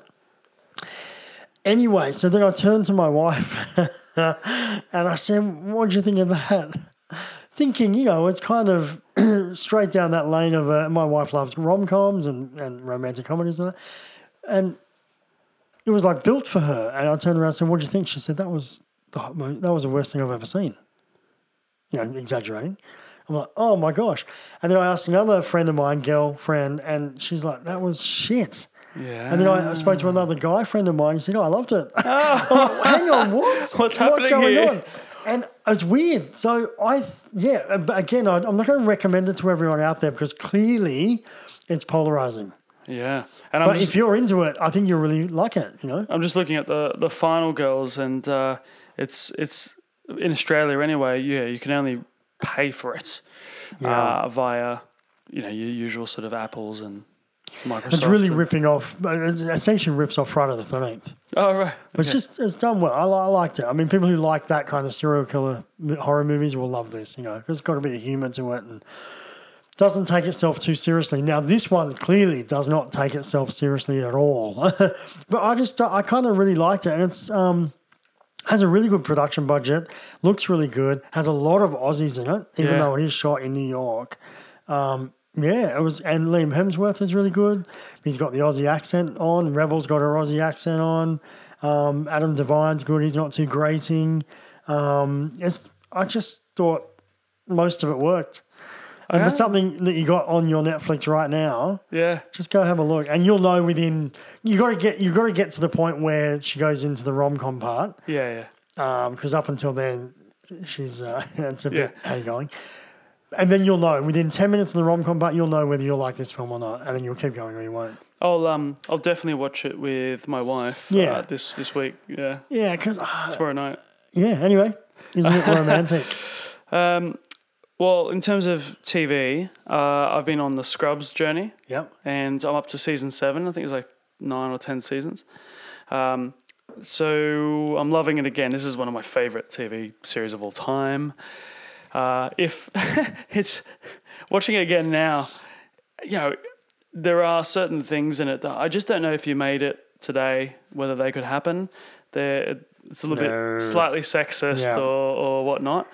Speaker 7: Anyway, so then I turned to my wife *laughs* and I said, What do you think of that? *laughs* Thinking, you know, it's kind of *clears throat* straight down that lane of uh, my wife loves rom coms and, and romantic comedies and that. And it was like built for her. And I turned around and said, What do you think? She said, That was the, hot- that was the worst thing I've ever seen. You know, exaggerating. I'm like, Oh my gosh. And then I asked another friend of mine, girl friend, and she's like, That was shit.
Speaker 6: yeah.
Speaker 7: And then I I spoke to another guy friend of mine. He said, "Oh, I loved it." *laughs* Hang
Speaker 6: *laughs*
Speaker 7: on, what?
Speaker 6: What's happening here?
Speaker 7: And it's weird. So I, th- yeah, but again, I, I'm not going to recommend it to everyone out there because clearly it's polarizing.
Speaker 6: yeah. And I'm
Speaker 7: But
Speaker 6: just,
Speaker 7: if you're into it, I think you'll really like it. You know,
Speaker 6: I'm just looking at the the final girls, and uh, it's it's in Australia anyway. Yeah, you can only pay for it uh, via you know your usual sort of apples and Microsoft.
Speaker 7: it's really
Speaker 6: and-
Speaker 7: ripping off. It essentially rips off Friday the Thirteenth.
Speaker 6: Oh right.
Speaker 7: But it's just it's done well. I, li- I liked it. I mean, people who like that kind of serial killer m- horror movies will love this. You know, there's got a bit of humor to it and doesn't take itself too seriously. Now, this one clearly does not take itself seriously at all. *laughs* but I just I kind of really liked it, and it's um has a really good production budget, looks really good, has a lot of Aussies in it, even
Speaker 6: Yeah.
Speaker 7: though it is shot in New York. Um, Yeah, it was, and Liam Hemsworth is really good. He's got the Aussie accent on. Rebel's got her Aussie accent on. Um, Adam Devine's good. He's not too grating. Um, it's, I just thought most of it worked. And for
Speaker 6: Okay.
Speaker 7: something that you got on your Netflix right now,
Speaker 6: Yeah.
Speaker 7: just go have a look, and you'll know within. You got to get. You got to get to the point where she goes into the rom com part,
Speaker 6: Yeah. Yeah.
Speaker 7: because up until then, she's uh, *laughs* it's a bit
Speaker 6: Yeah.
Speaker 7: how you going. And then you'll know within ten minutes of the rom com part, you'll know whether you'll like this film or not, and then you'll keep going or you won't.
Speaker 6: I'll um I'll definitely watch it with my wife.
Speaker 7: Yeah.
Speaker 6: Uh, this this week. Yeah.
Speaker 7: Yeah, uh, because
Speaker 6: Tomorrow night.
Speaker 7: yeah. Anyway, isn't *laughs* it romantic?
Speaker 6: Well, in terms of TV, uh, I've been on the Scrubs journey.
Speaker 7: yep.
Speaker 6: and I'm up to season seven. I think it's like nine or ten seasons. Um, so I'm loving it again. This is one of my favorite TV series of all time. Uh, if *laughs* it's watching it again now, you know, there are certain things in it that I just don't know if you made it today whether they could happen. They're, it's a little
Speaker 7: No.
Speaker 6: bit slightly sexist
Speaker 7: Yeah.
Speaker 6: or, or whatnot.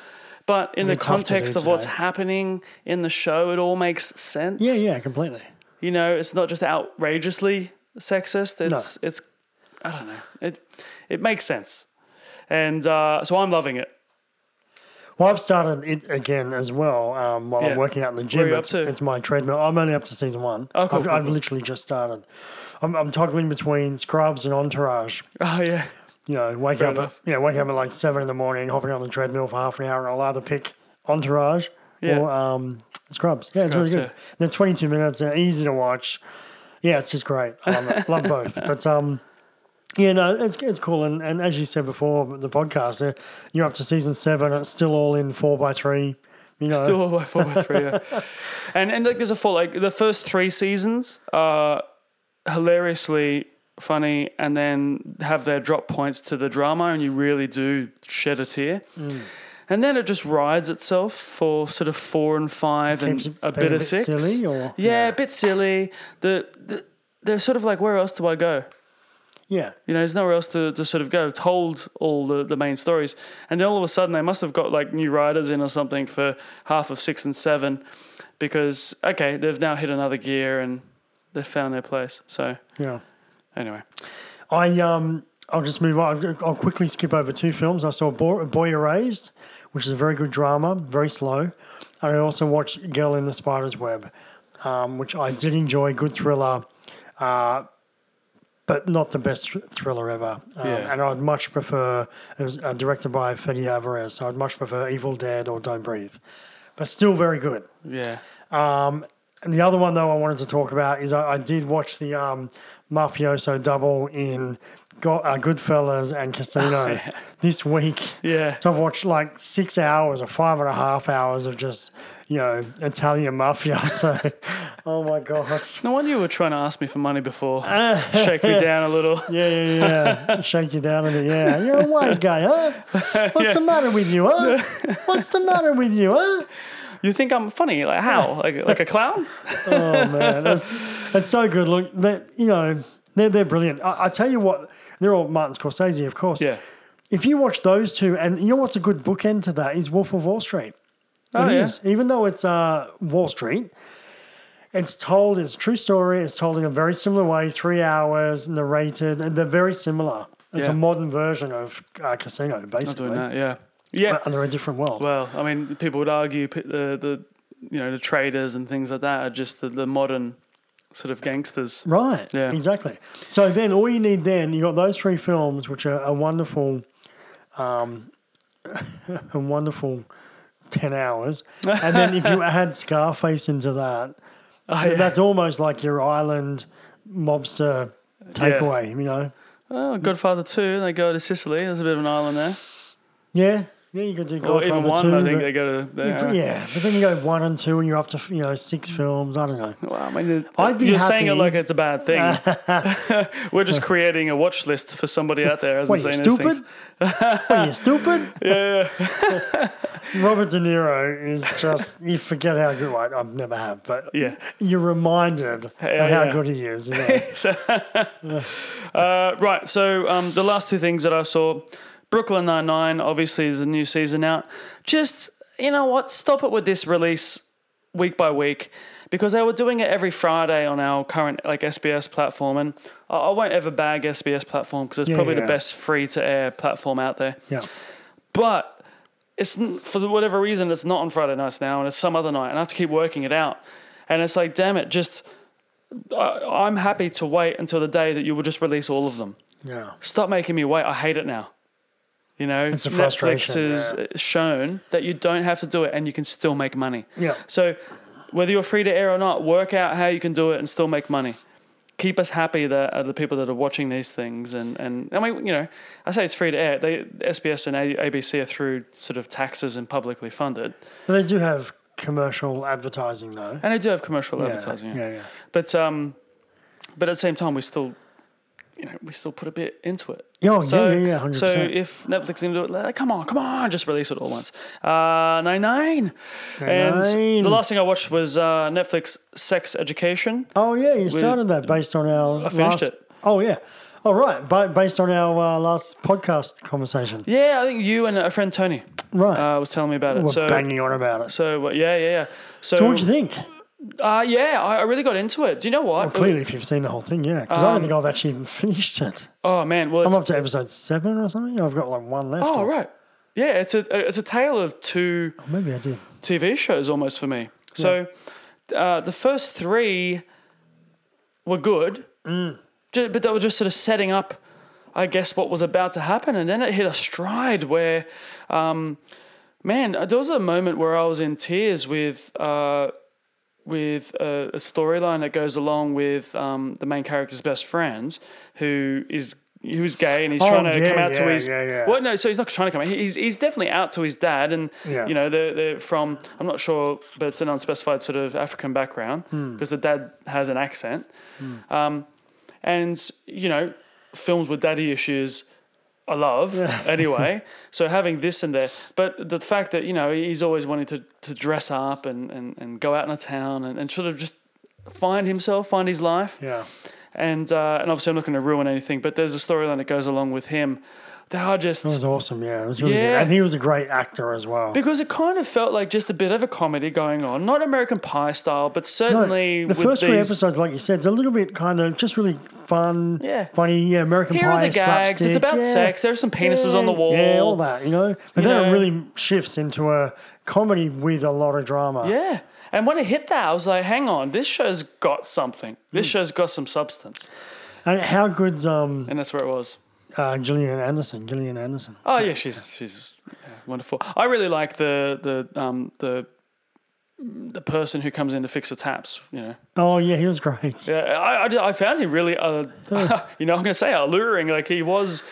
Speaker 6: But in the
Speaker 7: It'd be tough to do
Speaker 6: context of what's
Speaker 7: today.
Speaker 6: happening in the show, it all makes sense
Speaker 7: Yeah, yeah, completely.
Speaker 6: you know, it's not just outrageously sexist. It's it's I don't know. It it makes sense, and uh, so I'm loving it.
Speaker 7: Well, I've started it again as well um, while
Speaker 6: Yeah.
Speaker 7: I'm working out in the
Speaker 6: Where
Speaker 7: gym.
Speaker 6: are you up
Speaker 7: it's,
Speaker 6: to?
Speaker 7: it's my treadmill. I'm only up to season one.
Speaker 6: Oh, cool,
Speaker 7: I've,
Speaker 6: cool,
Speaker 7: I've
Speaker 6: cool.
Speaker 7: literally just started. I'm, I'm toggling between Scrubs and Entourage.
Speaker 6: Oh yeah,
Speaker 7: You know, wake
Speaker 6: Fair
Speaker 7: up,
Speaker 6: enough.
Speaker 7: yeah, wake up at like seven in the morning, hopping on the treadmill for half an hour, and I'll either pick Entourage
Speaker 6: Yeah.
Speaker 7: or um, Scrubs. Yeah, it's really good.
Speaker 6: Scrubs,
Speaker 7: They're 22 minutes. They're easy to watch. Yeah, it's just great. I love it. love both.
Speaker 6: *laughs*
Speaker 7: But um, yeah, no, it's it's cool. And, and as you said before, the podcast, uh, you're up to season seven. It's still all in four by three. You know,
Speaker 6: still by four by three. Yeah.
Speaker 7: *laughs*
Speaker 6: And and like there's a full like the first three seasons are hilariously funny, and then have their drop points to the drama, and you really do shed a tear.
Speaker 7: Mm.
Speaker 6: And then it just rides itself for sort of four and five,
Speaker 7: Keeps
Speaker 6: and
Speaker 7: it
Speaker 6: a
Speaker 7: being
Speaker 6: bit of six.
Speaker 7: silly or
Speaker 6: yeah, a bit silly. The, the they're sort of like, where else do I go?
Speaker 7: yeah,
Speaker 6: You know, there's nowhere else to, to sort of go. Told all the, the main stories, and then all of a sudden they must have got like new writers in or something for half of six and seven, because okay, they've now hit another gear and they've found their place. So
Speaker 7: yeah.
Speaker 6: anyway,
Speaker 7: I um, I'll just move on. I'll quickly skip over two films. I saw Boy, Boy Erased, which is a very good drama, very slow. And I also watched Girl in the Spider's Web, um, which I did enjoy. Good thriller, uh, but not the best thr- thriller ever. Um,
Speaker 6: Yeah.
Speaker 7: And I'd much prefer. It was uh, directed by Fede Alvarez, so I'd much prefer Evil Dead or Don't Breathe, but still very good.
Speaker 6: yeah,
Speaker 7: Um, And the other one though I wanted to talk about is I, I did watch the um, mafioso double in Go, uh, Goodfellas and *laughs* Casino this week.
Speaker 6: Yeah.
Speaker 7: So I've watched like six hours or five and a half hours of just you know Italian mafioso. *laughs* oh my god.
Speaker 6: no wonder you were trying to ask me for money *laughs* before, shake me down a little.
Speaker 7: *laughs* Yeah, yeah, yeah. *laughs* Shake you down a bit. Yeah, you're a wise guy, *laughs* huh? What's the matter with you, *laughs* huh? What's the matter with you, huh?
Speaker 6: You think I'm funny? Like how? Like like a clown?
Speaker 7: Oh man, that's that's so good. Look, that you know they're they're brilliant. I, I tell you what, they're all Martin Scorsese, of course.
Speaker 6: Yeah.
Speaker 7: If you watch those two, and you know what's a good bookend to that is Wolf of Wall Street.
Speaker 6: Oh,
Speaker 7: It is,
Speaker 6: yeah.
Speaker 7: even though it's uh, Wall Street. It's told, it's a true story. It's told in a very similar way, three hours, narrated, and they're very similar. It's a
Speaker 6: Yeah.
Speaker 7: modern version of uh, Casino, basically,
Speaker 6: *laughs* Doing that, yeah, yeah.
Speaker 7: but under a different world.
Speaker 6: Well, I mean, people would argue p- the the you know the traders and things like that are just the, the modern sort of gangsters.
Speaker 7: Right.
Speaker 6: Yeah.
Speaker 7: Exactly. So then all you need then, you got those three films, which are a wonderful, um, *laughs* a wonderful 10 hours. And then
Speaker 6: *laughs*
Speaker 7: if you add Scarface into that,
Speaker 6: Oh,
Speaker 7: that's almost like your island mobster takeaway, you know?
Speaker 6: Oh, Godfather Two, they go to Sicily. There's a bit of an island there.
Speaker 7: Yeah. Yeah, you could do
Speaker 6: Or
Speaker 7: Godfather
Speaker 6: even one,
Speaker 7: two,
Speaker 6: I think
Speaker 7: but-
Speaker 6: they go to. There.
Speaker 7: yeah, but then you go one and two, and you're up to you know six films. I don't know.
Speaker 6: Well, I mean, it-
Speaker 7: I'd be
Speaker 6: you're saying it
Speaker 7: happy-
Speaker 6: like it's a bad
Speaker 7: *laughs*
Speaker 6: thing. *laughs* We're just creating a watch list for somebody out there who hasn't
Speaker 7: What are you
Speaker 6: seen these
Speaker 7: stupid?
Speaker 6: things. *laughs*
Speaker 7: what are you stupid? Yeah. *laughs* Robert De Niro is just you forget how good well, I I've never have, but
Speaker 6: Yeah.
Speaker 7: you're reminded
Speaker 6: Yeah,
Speaker 7: of how
Speaker 6: yeah.
Speaker 7: good he is. You
Speaker 6: *laughs*
Speaker 7: know?
Speaker 6: Uh, right. So um, the last two things that I saw, Brooklyn Nine Nine, obviously is a new season out. Just you know what? Stop it with this release week by week because they were doing it every Friday on our current like SBS platform. And I, I won't ever bag SBS platform because it's
Speaker 7: Yeah,
Speaker 6: probably
Speaker 7: yeah,
Speaker 6: the
Speaker 7: yeah.
Speaker 6: best free to air platform out there.
Speaker 7: Yeah.
Speaker 6: But it's n- for whatever reason it's not on Friday nights now, and it's some other night, and I have to keep working it out. And it's like, damn it, just I, I'm happy to wait until the day that you will just release all of them.
Speaker 7: Yeah.
Speaker 6: Stop making me wait. I hate it now. You know,
Speaker 7: It's a
Speaker 6: Netflix
Speaker 7: frustration,
Speaker 6: has uh,
Speaker 7: yeah.
Speaker 6: shown that you don't have to do it, and you can still make money.
Speaker 7: Yeah.
Speaker 6: So whether you're free to air or not, work out how you can do it and still make money. Keep us happy that are the people that are watching these things, and, and I mean, you know, I say it's free to air. They SBS and A- ABC are through sort of taxes and publicly funded,
Speaker 7: But they do have commercial advertising though.
Speaker 6: and they do have commercial
Speaker 7: Yeah,
Speaker 6: advertising.
Speaker 7: Yeah, yeah.
Speaker 6: But um, but at the same time, we still, you know, we still put a bit into it.
Speaker 7: Oh, Yeah,
Speaker 6: So,
Speaker 7: yeah, yeah, yeah, 100%.
Speaker 6: so if Netflix can do it, like, come on, come on, just release it all at once. Uh, nine nine.
Speaker 7: Nine.
Speaker 6: And the last thing I watched was uh, Netflix Sex Education.
Speaker 7: Oh yeah, you started that based on our.
Speaker 6: I finished
Speaker 7: last,
Speaker 6: it.
Speaker 7: Oh yeah. All right, but based on our uh, last podcast conversation,
Speaker 6: Yeah, I think you and a friend Tony
Speaker 7: right?
Speaker 6: uh, was telling me about it.
Speaker 7: We're
Speaker 6: so
Speaker 7: banging on about it. So,
Speaker 6: so uh, yeah, yeah, yeah. So
Speaker 7: what do you think?
Speaker 6: Uh, yeah, I, I really got into it. Do you know what?
Speaker 7: Well, clearly, if you've seen the whole thing, yeah, because I don't
Speaker 6: Um,
Speaker 7: think I've actually *laughs* finished it.
Speaker 6: oh man, well,
Speaker 7: I'm
Speaker 6: it's-
Speaker 7: up to episode seven or something. I've got like one left.
Speaker 6: oh
Speaker 7: or-
Speaker 6: right, yeah, it's a it's a tale of two.
Speaker 7: Maybe I did.
Speaker 6: TV shows almost for me. So uh, the first three were good,
Speaker 7: Mm.
Speaker 6: ju- but they were just sort of setting up, I guess, what was about to happen. And then it hit a stride where, um, man, uh, there was a moment where I was in tears with. Uh, with a, a storyline that goes along with um, the main character's best friend, who is who's gay and he's
Speaker 7: Oh,
Speaker 6: trying to
Speaker 7: yeah,
Speaker 6: come out
Speaker 7: yeah,
Speaker 6: to his
Speaker 7: yeah, yeah.
Speaker 6: well, no, so he's not trying to come out. He- He's he's definitely out to his dad, and
Speaker 7: Yeah.
Speaker 6: you know they're, they're from I'm not sure, but it's an unspecified sort of African background
Speaker 7: Hmm.
Speaker 6: because the dad has an accent, um, and you know films with daddy issues. I love *laughs* anyway. So having this in there, but the fact that you know he's always wanting to, to dress up and, and, and go out in a town and, and sort of just find himself, find his life
Speaker 7: Yeah.
Speaker 6: and uh, and obviously I'm not going to ruin anything, but there's a storyline that goes along with him. They are just
Speaker 7: It was awesome. Yeah, it was really
Speaker 6: Yeah.
Speaker 7: good. And he was a great actor as well.
Speaker 6: because it kind of felt like just a bit of a comedy going on, not American Pie style, but
Speaker 7: No,
Speaker 6: certainly
Speaker 7: the
Speaker 6: with
Speaker 7: first three
Speaker 6: these-
Speaker 7: episodes, like you said, it's a little bit kind of just really fun,
Speaker 6: Yeah.
Speaker 7: funny, yeah, American
Speaker 6: Here
Speaker 7: Pie
Speaker 6: are the gags.
Speaker 7: slapstick.
Speaker 6: It's about
Speaker 7: yeah,
Speaker 6: sex. There are some penises on the
Speaker 7: yeah,
Speaker 6: wall.
Speaker 7: yeah, all that, you know. But
Speaker 6: You
Speaker 7: then
Speaker 6: know.
Speaker 7: it really shifts into a comedy with a lot of drama.
Speaker 6: Yeah. And when it hit that, I was like, hang on, this show's got something. This
Speaker 7: Hmm.
Speaker 6: show's got some substance.
Speaker 7: And how good's um
Speaker 6: And that's where it was.
Speaker 7: uh, Gillian Anderson? Gillian Anderson.
Speaker 6: Oh yeah,
Speaker 7: *laughs*
Speaker 6: she's she's yeah, wonderful. I really like the the um the the person who comes in to fix the taps, you know.
Speaker 7: Oh yeah, he was great.
Speaker 6: Yeah, I, I, I found him really, uh, *laughs* you know, I'm going to say alluring. Like he was,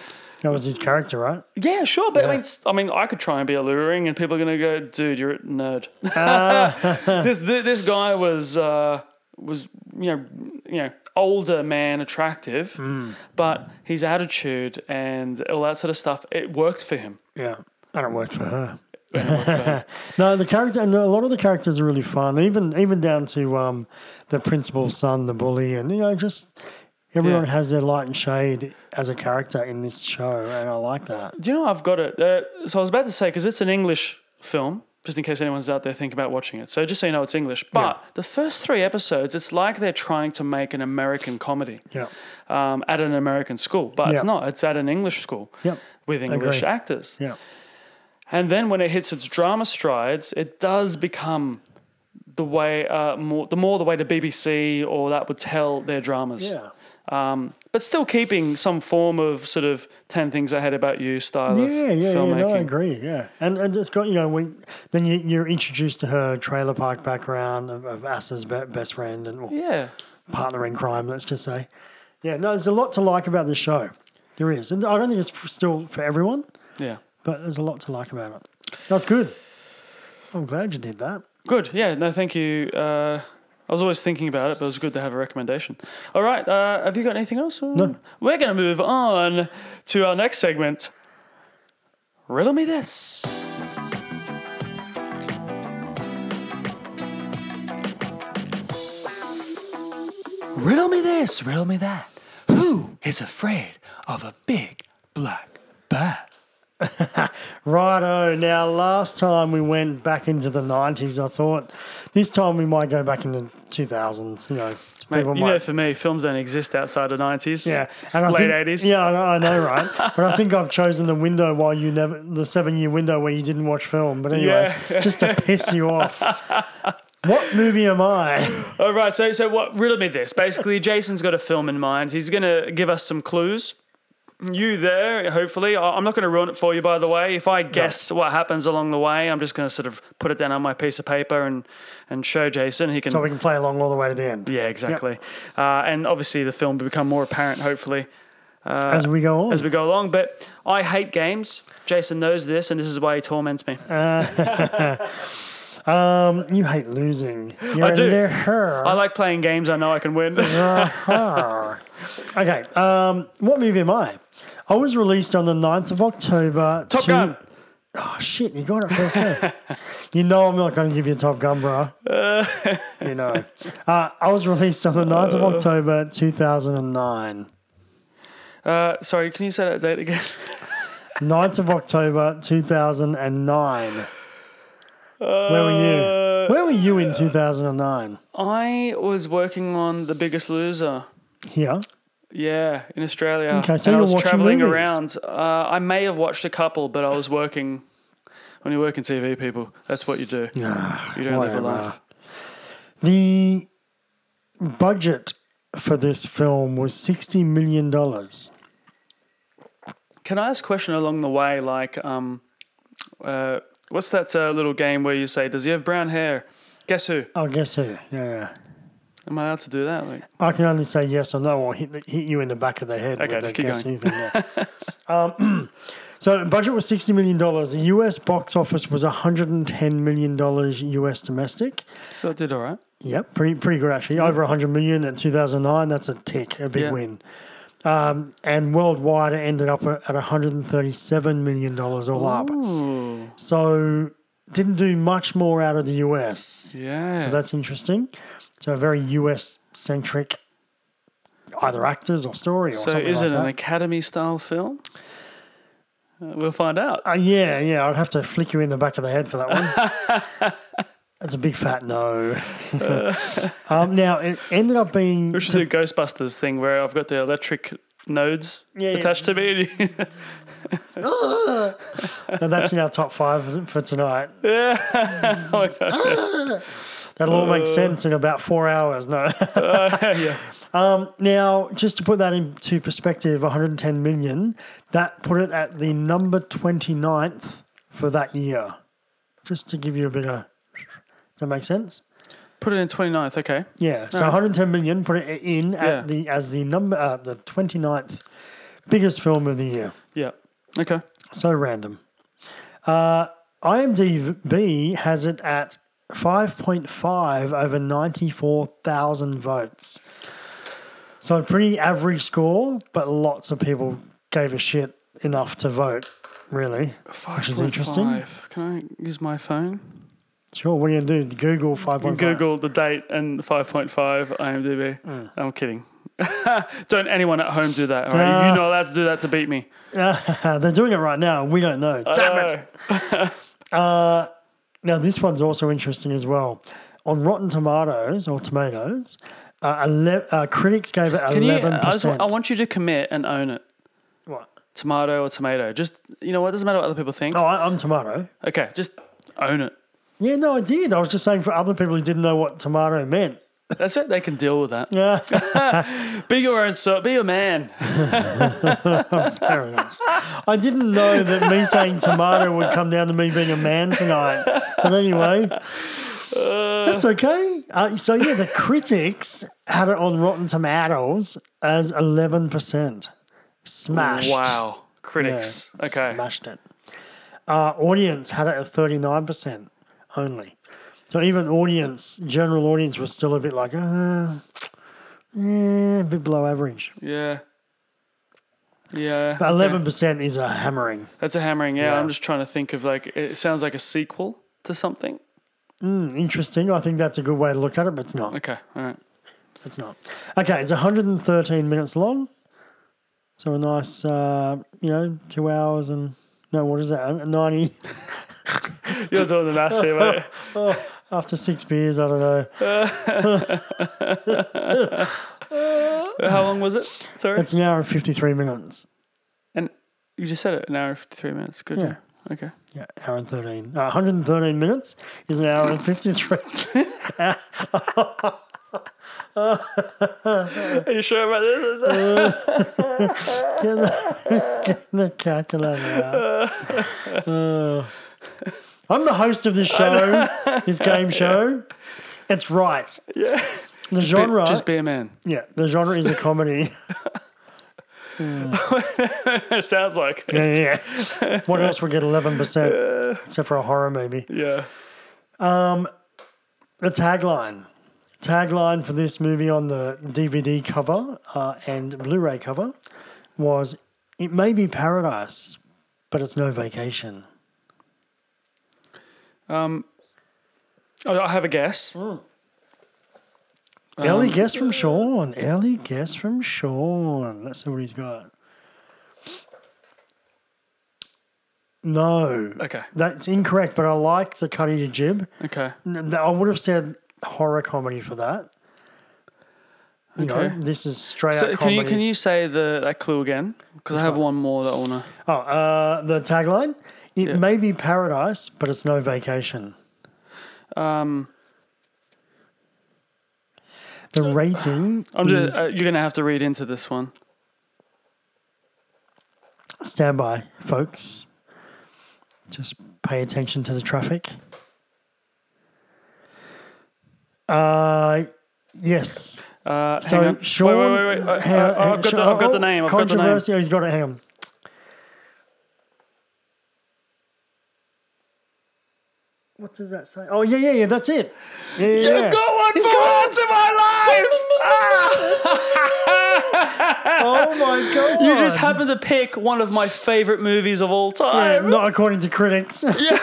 Speaker 7: That was his character, right?
Speaker 6: yeah, sure, but I mean, s- I mean, I could try and be alluring, and people are going to go, dude, you're a nerd. *laughs* this, this this guy was uh, was you know you know older man, attractive, but his attitude and all that sort of stuff, it worked for him.
Speaker 7: Yeah, and it worked for her. *laughs* no, the character and a lot of the characters are really fun. Even even down to um, the principal's son, the bully, and you know just everyone
Speaker 6: Yeah.
Speaker 7: has their light and shade as a character in this show, and I like that.
Speaker 6: Do you know I've got it? Uh, so I was about to say because it's an English film, just in case anyone's out there thinking about watching it. So just so you know, it's English. But the first three episodes, it's like they're trying to make an American comedy
Speaker 7: Yeah,
Speaker 6: um, at an American school, but it's
Speaker 7: Yeah.
Speaker 6: not. It's at an English school
Speaker 7: Yep.
Speaker 6: with English
Speaker 7: Agreed.
Speaker 6: actors.
Speaker 7: yeah,
Speaker 6: And then when it hits its drama strides, it does become the way uh, more the more the way the BBC or that would tell their dramas.
Speaker 7: yeah,
Speaker 6: Um, but still keeping some form of sort of ten things I had about you style of
Speaker 7: yeah, yeah. yeah
Speaker 6: filmmaking.
Speaker 7: no, I agree. Yeah, and and it's got you know we then you, you're introduced to her trailer park background of, of Asa's be- best friend and well,
Speaker 6: Yeah.
Speaker 7: partner in crime, let's just say. Yeah, no, there's a lot to like about this show. There is. And I don't think it's f- still for everyone,
Speaker 6: Yeah.
Speaker 7: but there's a lot to like about it. That's good. I'm glad you did that.
Speaker 6: Good. Yeah. No, thank you. Uh, I was always thinking about it, but it was good to have a recommendation. All right. Uh, have you got anything else? No. We're going to move on to our next segment. Riddle me this. Riddle me this, riddle me that. Who is afraid of a big black bat?
Speaker 7: Righto. Now, last time we went back into the 90s, I thought this time we might go back into 2000s. You know,
Speaker 6: Mate,
Speaker 7: people
Speaker 6: you know, for me, films don't exist outside of nineties.
Speaker 7: yeah, I
Speaker 6: late
Speaker 7: think-
Speaker 6: eighties.
Speaker 7: Yeah, I know, I know,
Speaker 6: *laughs*
Speaker 7: right? but I think I've chosen the window while you never the seven year window where you didn't watch film. But anyway, just to piss you off. What movie am I? *laughs*
Speaker 6: All right. So, so what riddle me this? Basically, Jason's got a film in mind. He's gonna give us some clues. You there? Hopefully, I- I'm not gonna ruin it for you. By the way, if I guess what happens along the way, I'm just gonna sort of put it down on my piece of paper and and show Jason. He can.
Speaker 7: So we can play along all the way to the end
Speaker 6: yeah, exactly. Uh, and obviously, the film will become more apparent. Hopefully,
Speaker 7: as we go on.
Speaker 6: as we go along. But I hate games. Jason knows this, and this is why he torments me.
Speaker 7: Um, you hate losing. You're
Speaker 6: do.
Speaker 7: in there. Her.
Speaker 6: I like playing games. I know I can win.
Speaker 7: Okay. Um, what movie am I? I was released on the 9th of October.
Speaker 6: *laughs* Top
Speaker 7: to-
Speaker 6: Gun.
Speaker 7: Oh, shit. You got it first go. *laughs* you know I'm not going to give you Top Gun, bro.
Speaker 6: Uh.
Speaker 7: you know. Uh, I was released on the 9th of October 2009.
Speaker 6: Uh, sorry, can you say that date again? *laughs*
Speaker 7: 9th of October 2009. Where
Speaker 6: Uh.
Speaker 7: were you? Where were you in 2009?
Speaker 6: I was working on The Biggest Loser.
Speaker 7: Here.
Speaker 6: Yeah, in Australia.
Speaker 7: Okay,
Speaker 6: and
Speaker 7: so
Speaker 6: I
Speaker 7: you're
Speaker 6: was
Speaker 7: watching
Speaker 6: traveling
Speaker 7: movies.
Speaker 6: around. Uh, I may have watched a couple, but I was working. When you're working TV, people, that's what you
Speaker 7: *laughs*
Speaker 6: do. you don't live a
Speaker 7: whatever.
Speaker 6: life.
Speaker 7: The budget for this film was $60 million.
Speaker 6: Can I ask a question along the way? Like, um, uh, what's that uh, little game where you say, "Does he have brown hair?" Guess who?
Speaker 7: Oh, guess who? Yeah.
Speaker 6: Am I allowed to do that? Like,
Speaker 7: I can only say yes or no, or hit, hit you in the back of the head.
Speaker 6: Okay,
Speaker 7: with
Speaker 6: just
Speaker 7: the
Speaker 6: keep
Speaker 7: guess
Speaker 6: going.
Speaker 7: who thing, yeah. um, *clears throat* so, the budget was $60 million. The US box office was $110 million US domestic.
Speaker 6: so it did all right.
Speaker 7: Yep, pretty, pretty good, actually. Over 100 million in 2009. That's a tick, a big
Speaker 6: Yeah.
Speaker 7: win. Um, and worldwide, it ended up at $137 million all up. So, didn't do much more out of the US.
Speaker 6: Yeah.
Speaker 7: So that's interesting. So a very US centric, either actors or story or
Speaker 6: so
Speaker 7: something
Speaker 6: is
Speaker 7: like
Speaker 6: it an
Speaker 7: that.
Speaker 6: Academy style film? Uh, we'll find out.
Speaker 7: Uh, yeah, yeah. I'd have to flick you in the back of the head for that one. *laughs* That's a big
Speaker 6: *laughs*
Speaker 7: fat no. um, now it ended up being
Speaker 6: We should do Ghostbusters thing where I've got the electric nodes
Speaker 7: Yeah, yeah.
Speaker 6: attached to me. *laughs*
Speaker 7: and that's in our top five for tonight.
Speaker 6: Oh, God.
Speaker 7: That'll all make sense in about four hours. No. Um, now, just to put that into perspective, 110 million, that put it at the number 29th for that year. Just to give you a bit of. Does that make sense?
Speaker 6: Put it in 29th, okay.
Speaker 7: Yeah. So 110 million put it in at
Speaker 6: Yeah.
Speaker 7: the as the number uh, the 29th biggest film of the year.
Speaker 6: Yeah. Okay.
Speaker 7: So random. Uh, IMDb has it at 5.5 over 94,000 votes. So a pretty average score, but lots of people gave a shit enough to vote, really. Which is interesting.
Speaker 6: 5.5. Can I use my phone?
Speaker 7: Sure, what are you going to do? Google 5.5.
Speaker 6: Google the date and 5.5 IMDb.
Speaker 7: Mm.
Speaker 6: I'm kidding. *laughs* Don't anyone at home do that, all right?
Speaker 7: Ah.
Speaker 6: You're not allowed to do that to beat me.
Speaker 7: *laughs*
Speaker 6: Uh,
Speaker 7: They're doing it right now. We don't know. Damn it.
Speaker 6: No.
Speaker 7: Now, this one's also interesting as well. On Rotten Tomatoes or Tomatoes, uh, ele- uh, critics gave it
Speaker 6: Can you, uh,
Speaker 7: 11%.
Speaker 6: I, just- I want you to commit and own it.
Speaker 7: What?
Speaker 6: Tomato or tomato. Just, you know what? doesn't matter what other people think.
Speaker 7: Oh, I, I'm tomato.
Speaker 6: Okay, just own it.
Speaker 7: Yeah, no, I did. I was just saying for other people who didn't know what tomato meant.
Speaker 6: That's it. They can deal with that.
Speaker 7: Yeah.
Speaker 6: *laughs* Be your own sir. Be a man.
Speaker 7: Fair enough. I didn't know that me saying tomato would come down to me being a man tonight. But anyway, that's okay. Uh, so, yeah, the critics had it on Rotten Tomatoes as 11%. Smashed.
Speaker 6: Wow.
Speaker 7: Yeah,
Speaker 6: Critics. okay.
Speaker 7: Smashed it. Uh, audience had it at 39% only. So even audience, general audience, was still a bit like, uh, eh, a bit below average.
Speaker 6: Yeah. Yeah.
Speaker 7: But 11% is a hammering.
Speaker 6: That's a hammering. Yeah,
Speaker 7: Yeah.
Speaker 6: I'm just trying to think of like it sounds like a sequel to something.
Speaker 7: Interesting. I think that's a good way to look at it, but it's not.
Speaker 6: Okay. All right.
Speaker 7: It's not. Okay, it's 113 minutes long. So a nice, uh, you know, two hours and No, what is that? 90
Speaker 6: *laughs* You're doing the maths here, *laughs* mate.
Speaker 7: *laughs* after six beers. I don't know.
Speaker 6: How long was it? Sorry.
Speaker 7: It's an hour and 53 minutes.
Speaker 6: and you just said it an hour and 53 minutes. Good.
Speaker 7: Yeah.
Speaker 6: Okay.
Speaker 7: Yeah, hour and 13. Uh, 113 minutes is an hour and *laughs* 53.
Speaker 6: Are you sure about *laughs* this?
Speaker 7: Get the, get the calculator out.
Speaker 6: *laughs*
Speaker 7: Uh, I'm the host of this show,
Speaker 6: *laughs*
Speaker 7: this game show. It's right. Yeah. The genre.
Speaker 6: Just be a man.
Speaker 7: yeah, the genre is a comedy.
Speaker 6: *laughs*
Speaker 7: *laughs*
Speaker 6: it sounds like. it.
Speaker 7: yeah, yeah. What else would get
Speaker 6: *laughs*
Speaker 7: 11% except for a horror movie?
Speaker 6: Yeah.
Speaker 7: The tagline. Tagline for this movie on the DVD cover uh, and Blu ray cover was It may be paradise, but it's no vacation.
Speaker 6: Oh, I have a guess.
Speaker 7: early
Speaker 6: Um,
Speaker 7: guess from Sean. Early guess from Sean. Let's see what he's got. No.
Speaker 6: Okay.
Speaker 7: That's incorrect, but I like the cut of your jib.
Speaker 6: Okay.
Speaker 7: N- th- I would have said horror comedy for that. You
Speaker 6: Okay.
Speaker 7: know, this is straight
Speaker 6: So
Speaker 7: out
Speaker 6: can
Speaker 7: comedy.
Speaker 6: you can you say the that clue again? Because I have one more that I wanna.
Speaker 7: Oh, uh, the tagline: "It may be paradise, but it's no vacation."
Speaker 6: Um,
Speaker 7: The rating
Speaker 6: I'm
Speaker 7: is
Speaker 6: just, uh, you're gonna have to read into this one.
Speaker 7: standby, folks. Just pay attention to the traffic. Uh, yes.
Speaker 6: Uh,
Speaker 7: So
Speaker 6: hang on.
Speaker 7: Sean,
Speaker 6: wait, wait, wait, wait. Uh,
Speaker 7: hang on,
Speaker 6: uh,
Speaker 7: hang
Speaker 6: I've
Speaker 7: on.
Speaker 6: got the,
Speaker 7: Sean-
Speaker 6: I've got
Speaker 7: oh,
Speaker 6: the name. I've got the name.
Speaker 7: controversy. Oh, he's got it. Hang on. What does that say? Oh yeah, yeah, yeah. That's it. Yeah, yeah, yeah.
Speaker 6: one
Speaker 7: He's got it. Oh my god!
Speaker 6: You
Speaker 7: *laughs*
Speaker 6: just happened to pick one of my favorite movies of all
Speaker 7: Yeah,
Speaker 6: time.
Speaker 7: not according to critics. Yeah. *laughs*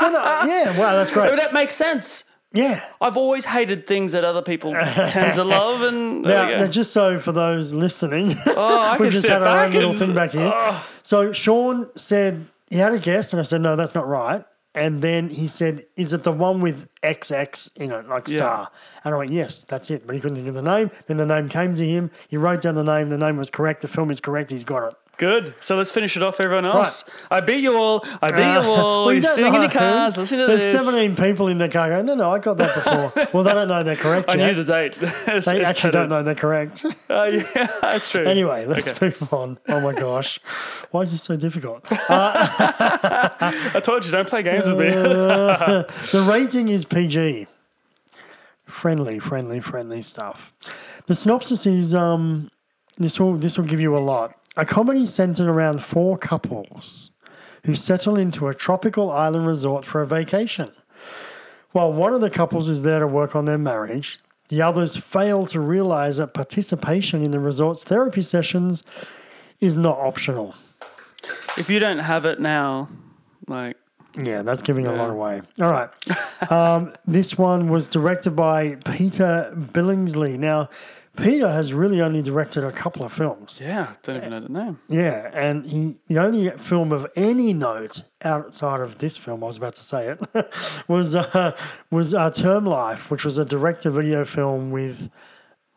Speaker 7: no, no, yeah. Wow, that's
Speaker 6: But
Speaker 7: great.
Speaker 6: that makes sense.
Speaker 7: Yeah.
Speaker 6: I've always hated things that other people tend to love, and there
Speaker 7: Now,
Speaker 6: we go.
Speaker 7: now, just so for those listening,
Speaker 6: oh,
Speaker 7: *laughs*
Speaker 6: I
Speaker 7: we
Speaker 6: can
Speaker 7: just
Speaker 6: sit
Speaker 7: had our
Speaker 6: back
Speaker 7: own little
Speaker 6: and- Oh.
Speaker 7: thing back here. So Sean said he had a guess, and I said, "No, that's not right." And then he said, "Is it the one with XX in it, like star?" And I went, "Yes, that's it." But he couldn't think of the name. Then the name came to him. He wrote down the name. The name was correct. The film is correct. He's got it.
Speaker 6: Good. So let's finish it off, everyone else. I beat you all. I beat you all.
Speaker 7: Uh, *laughs* Well, you
Speaker 6: You're
Speaker 7: don't
Speaker 6: sitting in your
Speaker 7: know.
Speaker 6: cars. Listen to
Speaker 7: There's
Speaker 6: this.
Speaker 7: 17 people in the car going, "No, no, I got that
Speaker 6: *laughs*
Speaker 7: before." well, they don't know they're correct.
Speaker 6: I
Speaker 7: yet.
Speaker 6: knew the date. *laughs* It's-
Speaker 7: They
Speaker 6: it's
Speaker 7: actually don't
Speaker 6: dated.
Speaker 7: know they're correct. *laughs*
Speaker 6: Uh, yeah, *laughs* that's true.
Speaker 7: anyway, let's move on. Oh my gosh. Why is this so difficult? Uh,
Speaker 6: I told you, don't play games with me.
Speaker 7: the rating is PG. Friendly, friendly, friendly stuff. The synopsis is um, this will this will give you a lot. A comedy centered around four couples who settle into a tropical island resort for a vacation. While one of the couples is there to work on their marriage, the others fail to realize that participation in the resort's therapy sessions is not optional.
Speaker 6: *laughs* if you don't have it now, like,
Speaker 7: Yeah, that's giving a lot away. All right. um, this one was directed by Peter Billingsley. Now, Peter has really only directed a couple of films. Yeah,
Speaker 6: yeah, don't even know the name.
Speaker 7: and he the only film of any note outside of this film, I was about to say it, *laughs* was uh, was uh, Term Life, which was a direct-to-video film with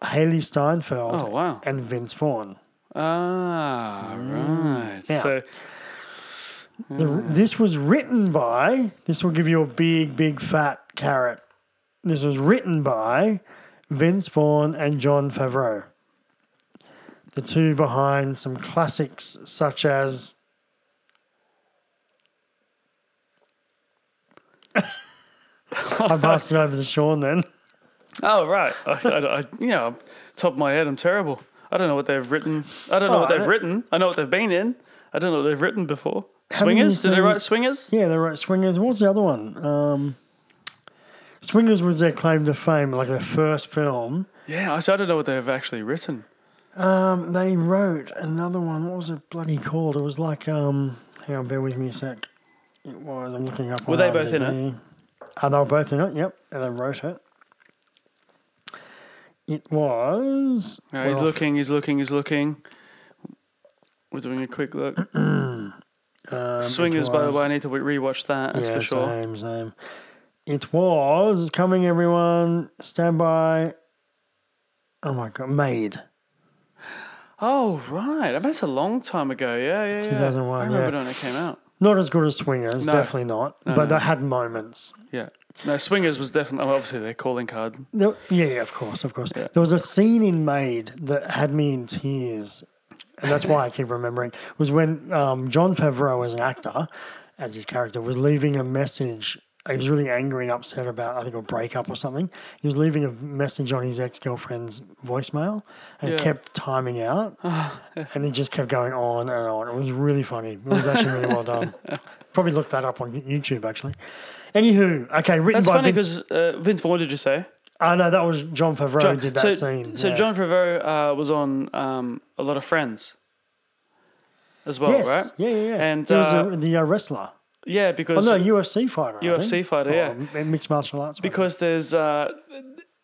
Speaker 7: Haley Steinfeld
Speaker 6: Oh, wow.
Speaker 7: and Vince Vaughn.
Speaker 6: Ah, right.
Speaker 7: Yeah.
Speaker 6: So,
Speaker 7: The, This was written by, this will give you a big, big fat carrot. This was written by Vince Vaughn and John Favreau. The two behind some classics such as. I passed it over to Sean then.
Speaker 6: oh, right. I, I, I, you know, top of my head, I'm terrible. I don't know what they've written. I don't know
Speaker 7: Oh,
Speaker 6: what
Speaker 7: I
Speaker 6: they've
Speaker 7: don't-
Speaker 6: written. I know what they've been in. I don't know what they've written before.
Speaker 7: Haven't you
Speaker 6: Swingers? Did they
Speaker 7: seen-
Speaker 6: write Swingers?
Speaker 7: Yeah, they wrote Swingers. What's the other one? Um, Swingers was their claim to fame, like their first film.
Speaker 6: Yeah, I so I don't know what they've actually written.
Speaker 7: Um, they wrote another one. What was it bloody called? It was like um. Hang on, bear with me a sec. It was. I'm looking up.
Speaker 6: Were they both in it?
Speaker 7: Are they were both in it? Yep, and they wrote it. It was.
Speaker 6: Yeah, he's
Speaker 7: well,
Speaker 6: looking, he's looking, he's looking. We're doing a quick look.
Speaker 7: *clears throat* Um, it
Speaker 6: Swingers, by the
Speaker 7: was-
Speaker 6: way, I need to re- rewatch that. That's
Speaker 7: yeah,
Speaker 6: for sure.
Speaker 7: Same, same. It was coming, everyone. Stand by. Oh my god, made.
Speaker 6: Oh right, I mean, that's a long time ago. Yeah, yeah, yeah.
Speaker 7: 2001,
Speaker 6: I remember
Speaker 7: yeah.
Speaker 6: when it came out.
Speaker 7: Not as good as Swingers,
Speaker 6: No.
Speaker 7: definitely not. but they had moments.
Speaker 6: Yeah. No, Swingers was definitely well, obviously their calling card.
Speaker 7: There- yeah, yeah, of course, of course. There was a scene in Made that had me in tears, and that's why I keep remembering. Was when um, John Favreau, as an actor, as his character, was leaving a message. He was really angry and upset about, I think, a breakup or something. He was leaving a message on his ex girlfriend's voicemail, and it
Speaker 6: Yeah.
Speaker 7: kept
Speaker 6: *sighs*
Speaker 7: timing out, and it just kept going on and on. It was really funny. It was actually really well done.
Speaker 6: *laughs*
Speaker 7: Probably look that up on YouTube, actually. Anywho, okay, written
Speaker 6: That's
Speaker 7: by
Speaker 6: funny
Speaker 7: Vince.
Speaker 6: because uh, Vince Vaughn. Did you say?
Speaker 7: Oh no, that was John Favreau
Speaker 6: John-
Speaker 7: who did
Speaker 6: *laughs*
Speaker 7: that
Speaker 6: so,
Speaker 7: scene.
Speaker 6: So
Speaker 7: yeah.
Speaker 6: John Favreau uh, was on um, a lot of Friends as well,
Speaker 7: yes,
Speaker 6: right?
Speaker 7: yeah, yeah, yeah.
Speaker 6: And
Speaker 7: he was
Speaker 6: uh,
Speaker 7: a, the uh, wrestler.
Speaker 6: yeah,
Speaker 7: Oh
Speaker 6: because
Speaker 7: no, UFC fighter. I
Speaker 6: UFC
Speaker 7: think.
Speaker 6: fighter,
Speaker 7: Or
Speaker 6: yeah.
Speaker 7: mi- mixed martial arts. fighter.
Speaker 6: because there's uh,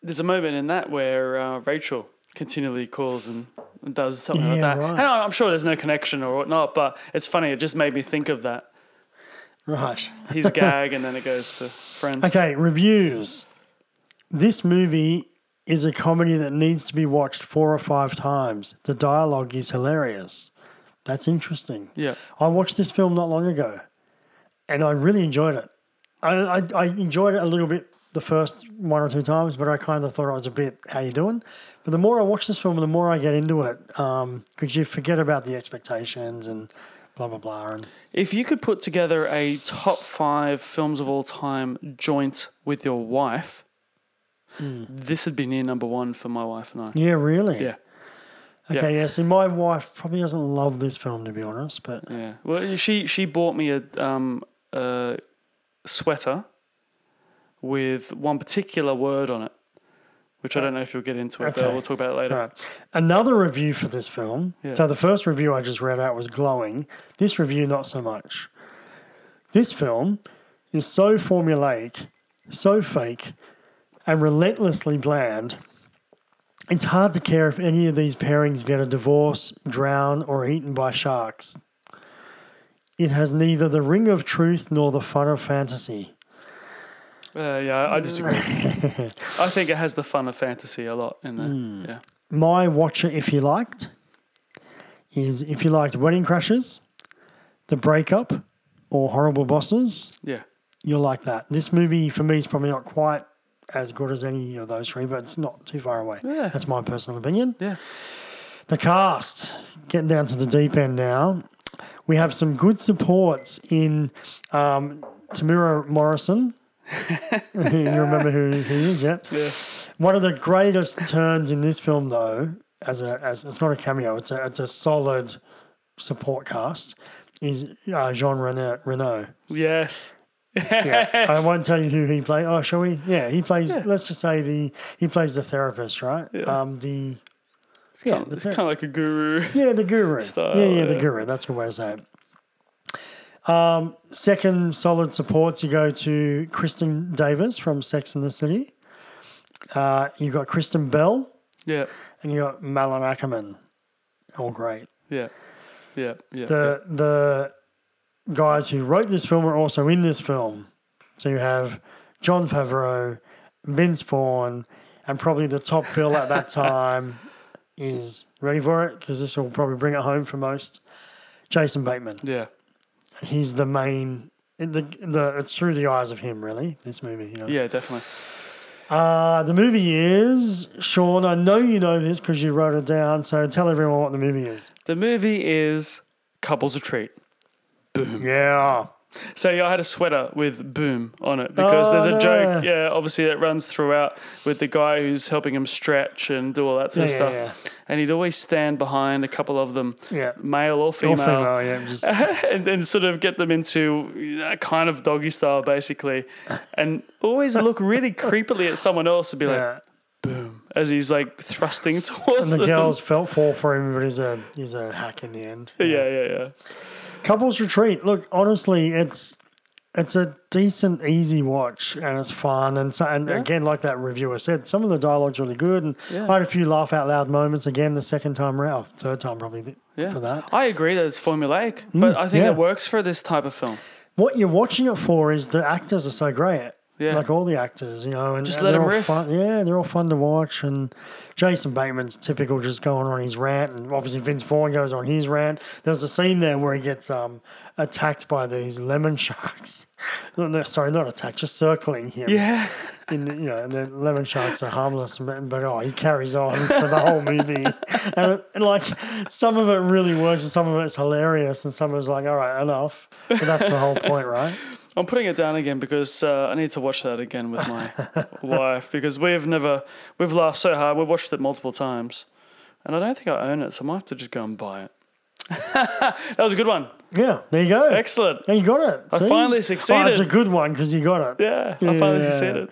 Speaker 6: there's a moment in that where uh, Rachel continually calls and and does something like
Speaker 7: Yeah,
Speaker 6: that.
Speaker 7: right.
Speaker 6: And I- I'm sure there's no connection or whatnot, but it's funny. It just made me think of that.
Speaker 7: right. *laughs*
Speaker 6: His gag, and then it goes to Friends.
Speaker 7: Okay, reviews. This movie is a comedy that needs to be watched four or five times. The dialogue is hilarious. That's interesting.
Speaker 6: Yeah.
Speaker 7: I watched this film not long ago, and I really enjoyed it. I, I, I enjoyed it a little bit the first one or two times, but I kind of thought it was a bit how you doing. But the more I watch this film, the more I get into it, because you forget about the expectations and blah blah blah. And
Speaker 6: If you could put together a top five films of all time joint with your wife,
Speaker 7: Hmm.
Speaker 6: this would be near number one for my wife and I.
Speaker 7: yeah, really.
Speaker 6: Yeah.
Speaker 7: Okay. Yeah. See, my wife probably doesn't love this film to be honest, but
Speaker 6: Yeah. Well, she she bought me a um a sweater with one particular word on it, which I don't know if you'll get into it, but
Speaker 7: Okay.
Speaker 6: we'll talk about it later.
Speaker 7: Right. Another review for this film.
Speaker 6: Yeah.
Speaker 7: So the first review I just read out was glowing. This review, not so much. This film is so formulaic, so fake, and relentlessly bland. It's hard to care if any of these pairings get a divorce, drown, or eaten by sharks. It has neither the ring of truth nor the fun of fantasy.
Speaker 6: Uh, yeah, I
Speaker 7: *laughs*
Speaker 6: disagree. I think it has the fun of fantasy a lot in there.
Speaker 7: Hmm.
Speaker 6: Yeah.
Speaker 7: my watcher if you liked is if you liked wedding crashes the breakup or horrible bosses
Speaker 6: Yeah.
Speaker 7: you'll like that this movie for me is probably not quite as good as any of those three but it's not too far away
Speaker 6: Yeah.
Speaker 7: that's my personal opinion
Speaker 6: Yeah.
Speaker 7: the cast getting down to the deep end now we have some good supports in um, tamura morrison *laughs* you remember who he is yeah one of the greatest turns in this film, though, as a as it's not a cameo, it's a it's a solid support cast, is uh, Jean Reno. Reno.
Speaker 6: Yes. *laughs*
Speaker 7: I won't tell you who he plays. Oh, shall we? Yeah, he plays. Let's just say the he plays the therapist, right? Um, the yeah, the
Speaker 6: It's
Speaker 7: ther-
Speaker 6: kind of like a guru.
Speaker 7: yeah, the guru.
Speaker 6: Style,
Speaker 7: yeah, yeah, the
Speaker 6: yeah.
Speaker 7: guru. That's a good way to say it. Um, second solid supports, you go to Kristen Davis from Sex and the City. Uh, you got Kristen Bell,
Speaker 6: Yeah.
Speaker 7: and you got Malin Ackerman. All great.
Speaker 6: *laughs* Yeah. Yeah. Yeah.
Speaker 7: The the guys who wrote this film are also in this film. So you have John Favreau, Vince Vaughn, and probably the top bill
Speaker 6: *laughs*
Speaker 7: at that time is ready for it because this will probably bring it home for most. Jason Bateman.
Speaker 6: yeah.
Speaker 7: He's the main. The, the it's through the eyes of him really this movie you know
Speaker 6: Yeah, definitely.
Speaker 7: uh, the movie is Sean I know you know this because you wrote it down so tell everyone what the movie is
Speaker 6: The movie is Couples Retreat.
Speaker 7: yeah
Speaker 6: So yeah, I had a sweater with boom on it because
Speaker 7: Oh,
Speaker 6: there's a
Speaker 7: no.
Speaker 6: joke, yeah, obviously that runs throughout with the guy who's helping him stretch and do all that sort
Speaker 7: Yeah,
Speaker 6: of
Speaker 7: yeah,
Speaker 6: stuff. And he'd always stand behind a couple of them,
Speaker 7: Yeah.
Speaker 6: male or
Speaker 7: Or
Speaker 6: female,
Speaker 7: female, yeah,
Speaker 6: *laughs*
Speaker 7: just-
Speaker 6: and then sort of get them into that kind of doggy style basically. And always look
Speaker 7: *laughs*
Speaker 6: really creepily at someone else and be like,
Speaker 7: yeah.
Speaker 6: as he's like thrusting *laughs* towards
Speaker 7: And the
Speaker 6: them.
Speaker 7: girls felt fall for him, but he's a he's a hack in the end.
Speaker 6: Yeah, yeah, yeah.
Speaker 7: Couples retreat. Look, honestly, it's it's a decent, easy watch, and it's fun. And so, and again, like that reviewer said, some of the dialogue's really good, and I had a few laugh out loud moments again the second time round, third time probably th-
Speaker 6: Yeah.
Speaker 7: for that. Mm,
Speaker 6: I agree that it's formulaic, but I think
Speaker 7: yeah.
Speaker 6: it works for this type of film.
Speaker 7: What you're watching it for is the actors are so great.
Speaker 6: Yeah.
Speaker 7: Like all the actors, you know, and
Speaker 6: Just
Speaker 7: and
Speaker 6: let
Speaker 7: they're
Speaker 6: 'em
Speaker 7: all
Speaker 6: riff.
Speaker 7: Fun. Yeah, they're all fun to watch. And Jason Bateman's typical, just going on his rant, and obviously Vince Vaughn goes on his rant. There's a scene there where he gets um, attacked by these lemon sharks. *laughs* No, no, Sorry, not attacked, just circling him.
Speaker 6: Yeah.
Speaker 7: in the- you know, and the lemon sharks are harmless, but, but oh, he carries on for the
Speaker 6: *laughs*
Speaker 7: whole movie, and, it, and, like some of it really works, and some of it's hilarious, and some of it's like, all right, enough. But that's the whole
Speaker 6: *laughs*
Speaker 7: point, right?
Speaker 6: I'm putting it down again because uh, I need to watch that again with my wife because we've never we've laughed so hard. We've watched it multiple times, and I don't think I own it, so I might have to just go and buy it. *laughs* that was a good one.
Speaker 7: Yeah, there you go.
Speaker 6: Excellent.
Speaker 7: And you got it. I
Speaker 6: finally
Speaker 7: Oh, it's
Speaker 6: succeeded.
Speaker 7: a good one because you got it.
Speaker 6: Yeah, I finally
Speaker 7: Yeah.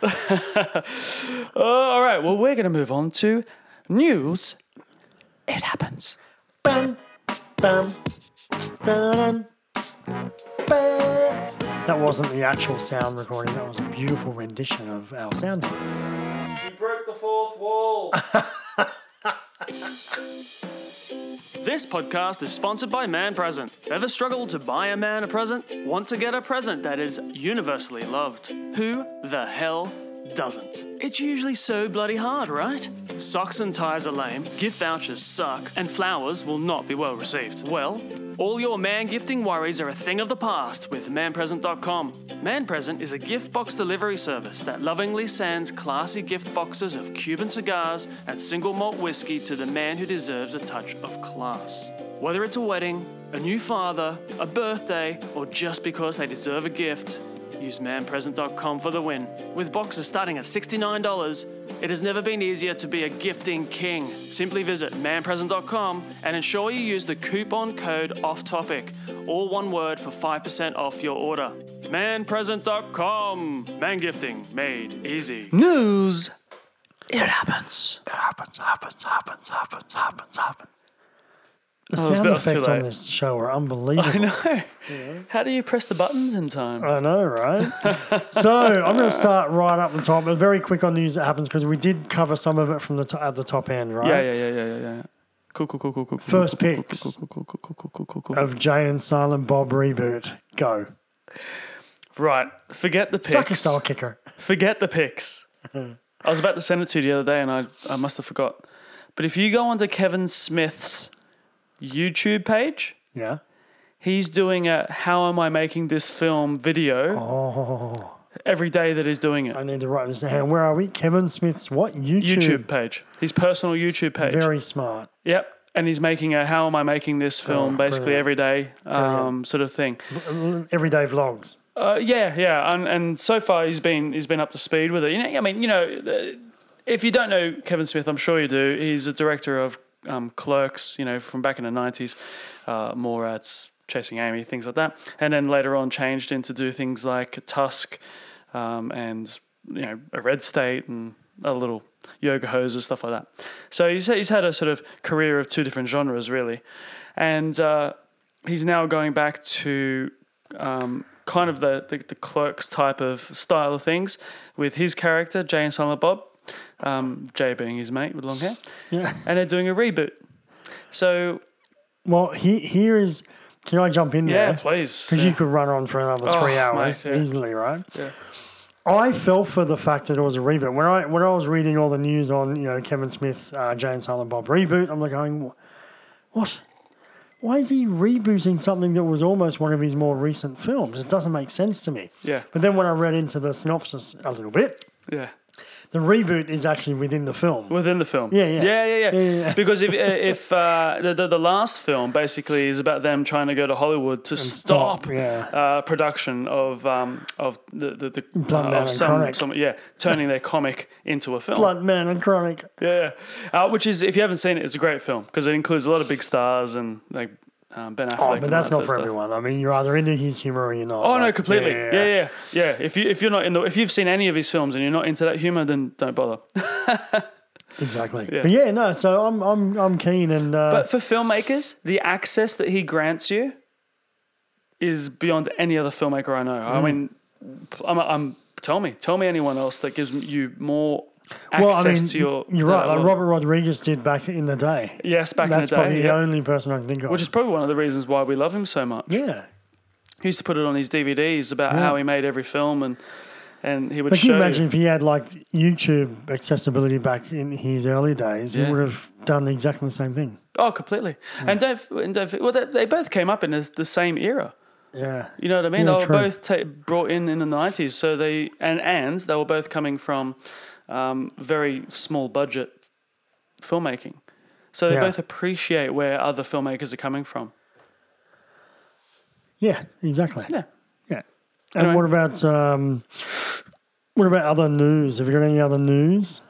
Speaker 6: succeeded. *laughs* Uh, all right. Well, we're going to move on to news. It happens.
Speaker 7: Bam, tss, bam, tss, da-dun, tss, bam. That wasn't the actual sound recording. That was a beautiful rendition of our sound.
Speaker 6: Oh, You broke the fourth wall. This podcast is sponsored by Man Present. Ever struggled to buy a man a present? Want to get a present that is universally loved? Who the hell doesn't? It's usually so bloody hard, right? Socks and ties are lame, gift vouchers suck, and flowers will not be well received. Well, all your man gifting worries are a thing of the past with manpresent.com. Man Present is a gift box delivery service that lovingly sends classy gift boxes of Cuban cigars and single malt whiskey to the man who deserves a touch of class. Whether it's a wedding, a new father, a birthday, or just because they deserve a gift, use manpresent.com for the win. With boxes starting at $69, it has never been easier to be a gifting king. Simply visit manpresent.com and ensure you use the coupon code OFFTOPIC, all one word for 5% off your order. Manpresent.com. Man gifting made *laughs* easy. News. It happens.
Speaker 7: The
Speaker 6: was
Speaker 7: sound
Speaker 6: about too
Speaker 7: effects on
Speaker 6: late.
Speaker 7: this show
Speaker 6: *laughs*
Speaker 7: are unbelievable.
Speaker 6: No. How do you press the buttons in time?
Speaker 7: I
Speaker 6: *laughs*
Speaker 7: know, right? so I'm going to start right up the top, but very quick on news that happens because we did cover some of it from the to- at the top end, right?
Speaker 6: Yeah, yeah, yeah, yeah, yeah, yeah. Cool, cool, cool, cool, cool. cool,
Speaker 7: First
Speaker 6: cool, cool,
Speaker 7: picks. Uh,
Speaker 6: Cool, cool, cool, cool, cool, cool, cool, cool.
Speaker 7: Of Jay and Silent Bob reboot, go
Speaker 6: Right. Forget the picks.
Speaker 7: sucker style kicker.
Speaker 6: Forget the
Speaker 7: *laughs*
Speaker 6: pics. I was about to send it to you the other day and I, I must have forgot. But if you go onto Kevin Smith's YouTube page,
Speaker 7: Yeah,
Speaker 6: he's doing a how am I making this film video every day that he's doing it.
Speaker 7: Oh. I need to write this down. Where are we? Kevin Smith's what YouTube?
Speaker 6: YouTube page. His personal YouTube page.
Speaker 7: Very smart.
Speaker 6: Yep. And he's making a how am I making this
Speaker 7: Oh,
Speaker 6: film basically every day um, sort of thing.
Speaker 7: Everyday vlogs.
Speaker 6: Uh, yeah, yeah, and and so far he's been he's been up to speed with it. You know, I mean, you know, uh, if you don't know Kevin Smith, I'm sure you do. He's a director of um, Clerks, you know, from back in the '90s, uh, more at Chasing Amy, things like that, and then later on changed into do things like Tusk, um, and you know, a Red State and other little yoga hoses stuff like that. So he's he's had a sort of career of two different genres really, and uh, he's now going back to um, kind of the, the, the clerks type of style of things with his character, Jay and Silent Bob, um, Jay being his mate with long hair.
Speaker 7: Yeah.
Speaker 6: And they're doing a reboot. So,
Speaker 7: Well, he, here is. Can I jump in
Speaker 6: yeah,
Speaker 7: there?
Speaker 6: please.
Speaker 7: Because you could run on for another
Speaker 6: Oh,
Speaker 7: three hours
Speaker 6: mate, yeah.
Speaker 7: easily, right? Yeah. I fell for the fact that it was a reboot. When I when I was reading all the news on you know Kevin Smith, uh, Jane Silent Bob reboot, I'm like going, what? Why is he rebooting something that was almost one of his more recent films? It doesn't make sense to me.
Speaker 6: Yeah.
Speaker 7: But then when I read into the synopsis a little bit,
Speaker 6: Yeah.
Speaker 7: the reboot is actually within the film.
Speaker 6: Within the film.
Speaker 7: Yeah,
Speaker 6: Yeah,
Speaker 7: yeah.
Speaker 6: yeah, yeah.
Speaker 7: Yeah, yeah, yeah.
Speaker 6: Because
Speaker 7: *laughs*
Speaker 6: if, if uh, the, the, the last film basically is about them trying to go to Hollywood to stop,
Speaker 7: stop, yeah.
Speaker 6: uh, production of um, of the, the, the
Speaker 7: Blood
Speaker 6: uh,
Speaker 7: Man
Speaker 6: of
Speaker 7: and
Speaker 6: some,
Speaker 7: Chronic.
Speaker 6: some, yeah, turning their comic into a film.
Speaker 7: Blood Man and Chronic.
Speaker 6: Yeah, uh, which is if you haven't seen it, it's a great film because it includes a lot of big stars and like um, Ben Affleck.
Speaker 7: Oh,
Speaker 6: and
Speaker 7: but that's
Speaker 6: that
Speaker 7: not for
Speaker 6: sort of stuff.
Speaker 7: everyone. I mean, you're either into his humor or you're not.
Speaker 6: Oh
Speaker 7: Like,
Speaker 6: no, completely.
Speaker 7: yeah,
Speaker 6: Yeah, yeah, yeah. If you if you're not in the if you've seen any of his films and you're not into that humor, then don't bother.
Speaker 7: Exactly. But yeah, no. So I'm I'm I'm keen and uh,
Speaker 6: But for filmmakers, the access that he grants you is beyond any other filmmaker I know.
Speaker 7: Hmm.
Speaker 6: I mean, I'm, I'm tell me, tell me anyone else that gives you more access
Speaker 7: Well, I mean,
Speaker 6: to your.
Speaker 7: you're right.
Speaker 6: that
Speaker 7: Like
Speaker 6: world.
Speaker 7: Robert Rodriguez did back in the day.
Speaker 6: Yes, back in
Speaker 7: That's
Speaker 6: the day,
Speaker 7: probably the
Speaker 6: yeah.
Speaker 7: only person I can think of.
Speaker 6: which is probably one of the reasons why we love him so much.
Speaker 7: yeah.
Speaker 6: He used to put it on his DVDs about how he made every film and and he would
Speaker 7: But can
Speaker 6: show
Speaker 7: you imagine if he had like YouTube accessibility back in his early days?
Speaker 6: Yeah.
Speaker 7: He would have done exactly the same thing.
Speaker 6: oh completely and don't and don't well they, they both came up in the the same era
Speaker 7: Yeah.
Speaker 6: you know what I mean
Speaker 7: Yeah,
Speaker 6: they were
Speaker 7: true.
Speaker 6: both ta- brought in in the 90s so they and and they were both coming from um, very small budget filmmaking so they
Speaker 7: Yeah.
Speaker 6: both appreciate where other filmmakers are coming from
Speaker 7: Yeah, exactly.
Speaker 6: yeah
Speaker 7: Yeah. And
Speaker 6: Anyway.
Speaker 7: what about um, what about other news? Have you got any other news?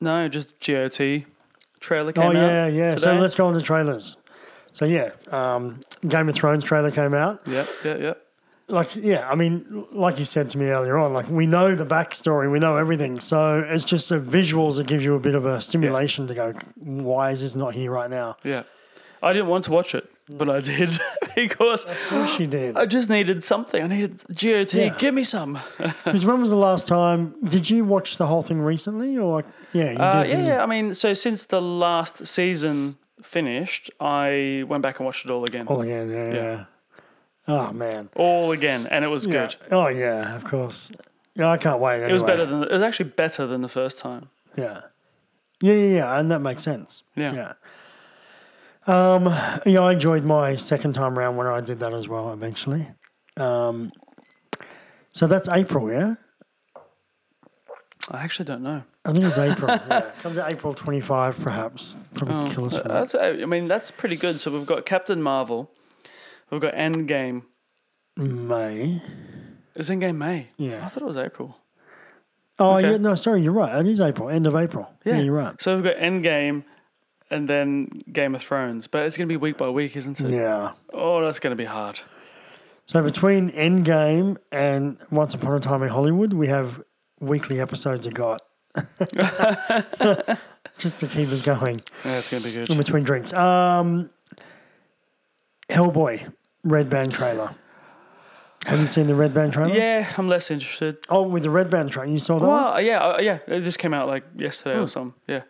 Speaker 6: no just GOT trailer came
Speaker 7: oh
Speaker 6: out
Speaker 7: yeah, yeah. So
Speaker 6: today.
Speaker 7: let's go on to trailers. So yeah, um, Game of Thrones trailer came out.
Speaker 6: yep yep yep
Speaker 7: like yeah i mean like you said to me earlier on like we know the backstory we know everything so it's just the visuals that give you a bit of a stimulation to go why is this not here right
Speaker 6: *gasps*
Speaker 7: now
Speaker 6: yeah I didn't want to watch it but I did *laughs* because
Speaker 7: she *laughs* did
Speaker 6: I just needed something. I needed GOT.
Speaker 7: Yeah.
Speaker 6: Give me some. Uh,
Speaker 7: *laughs* because when was the last time did you watch the whole thing recently or like yeah you
Speaker 6: Uh,
Speaker 7: did
Speaker 6: yeah,
Speaker 7: didn't you?
Speaker 6: yeah. I mean, so since the last season finished, I went back and watched it all again.
Speaker 7: all again yeah, yeah. oh man
Speaker 6: All again, and it was
Speaker 7: Yeah.
Speaker 6: good.
Speaker 7: oh yeah of course yeah i can't wait
Speaker 6: It was better than it was actually better than the first time.
Speaker 7: yeah yeah yeah yeah and that makes sense
Speaker 6: Yeah.
Speaker 7: yeah um yeah i enjoyed my second time round when i did that as well eventually Um, So that's April, yeah?
Speaker 6: I actually don't know.
Speaker 7: I think it's *laughs* April. yeah. Comes out April 25, perhaps. Probably kill us for Oh, that.
Speaker 6: That's, I mean, that's pretty good. So we've got Captain Marvel, we've got Endgame.
Speaker 7: May.
Speaker 6: Is Endgame May?
Speaker 7: Yeah.
Speaker 6: I thought it was April.
Speaker 7: Oh,
Speaker 6: Okay.
Speaker 7: yeah. No, sorry. You're right. It is April. End of April. Yeah, you're right.
Speaker 6: So we've got Endgame, and then Game of Thrones. But it's going to be week by week, isn't it?
Speaker 7: Yeah.
Speaker 6: Oh, that's going to be hard.
Speaker 7: So between Endgame and Once Upon a Time in Hollywood, we have weekly episodes of
Speaker 6: *laughs*
Speaker 7: Got. Just to keep us going.
Speaker 6: Yeah, it's going to be good.
Speaker 7: In between drinks. Um, Hellboy, Red Band trailer. Have you seen the Red Band trailer?
Speaker 6: Yeah, I'm less interested.
Speaker 7: Oh, with the Red Band trailer. You saw that one?
Speaker 6: Well, yeah, uh, yeah. It just came out like yesterday
Speaker 7: Hmm.
Speaker 6: or something. Yeah,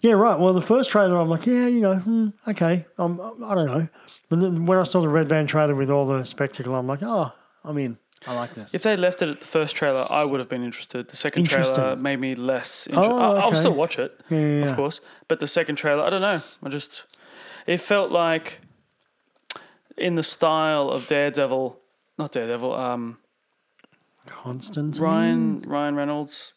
Speaker 7: Yeah, right. Well, the first trailer, I'm like, yeah, you know, hmm, okay, um, I don't know. But then when I saw the red band trailer with all the spectacle, I'm like, oh, I'm in. I like this.
Speaker 6: if they left it at the first trailer, I would have been interested. The second trailer
Speaker 7: Interesting.
Speaker 6: made me less. Inter-
Speaker 7: Oh,
Speaker 6: I- I'll
Speaker 7: okay.
Speaker 6: still watch it,
Speaker 7: Yeah, yeah, yeah.
Speaker 6: of course. But the second trailer, I don't know. I just it felt like in the style of Daredevil, not Daredevil. Um,
Speaker 7: Constantine.
Speaker 6: Ryan Ryan Reynolds,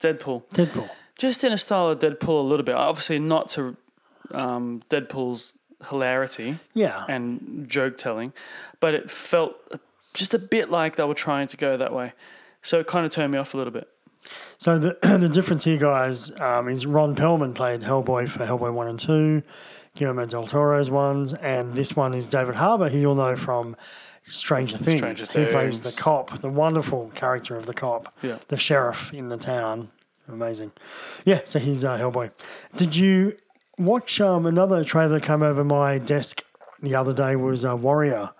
Speaker 6: Deadpool.
Speaker 7: Deadpool.
Speaker 6: Just in a style of Deadpool a little bit. Obviously not to um, Deadpool's hilarity.
Speaker 7: Yeah.
Speaker 6: and joke telling, but it felt just a bit like they were trying to go that way. So it kind of turned me off a little bit.
Speaker 7: So the *clears throat* the difference here, guys, um, is Ron Perlman played Hellboy for Hellboy one and two, Guillermo del Toro's ones, and this one is David Harbour, who you'll know from Stranger Things.
Speaker 6: Stranger
Speaker 7: he plays the
Speaker 6: Things.
Speaker 7: cop, the wonderful character of the cop,
Speaker 6: Yeah.
Speaker 7: the sheriff in the town. Amazing, yeah. So he's uh, Hellboy. Did you watch um, another trailer that came over my desk the other day? Was uh, Warrior.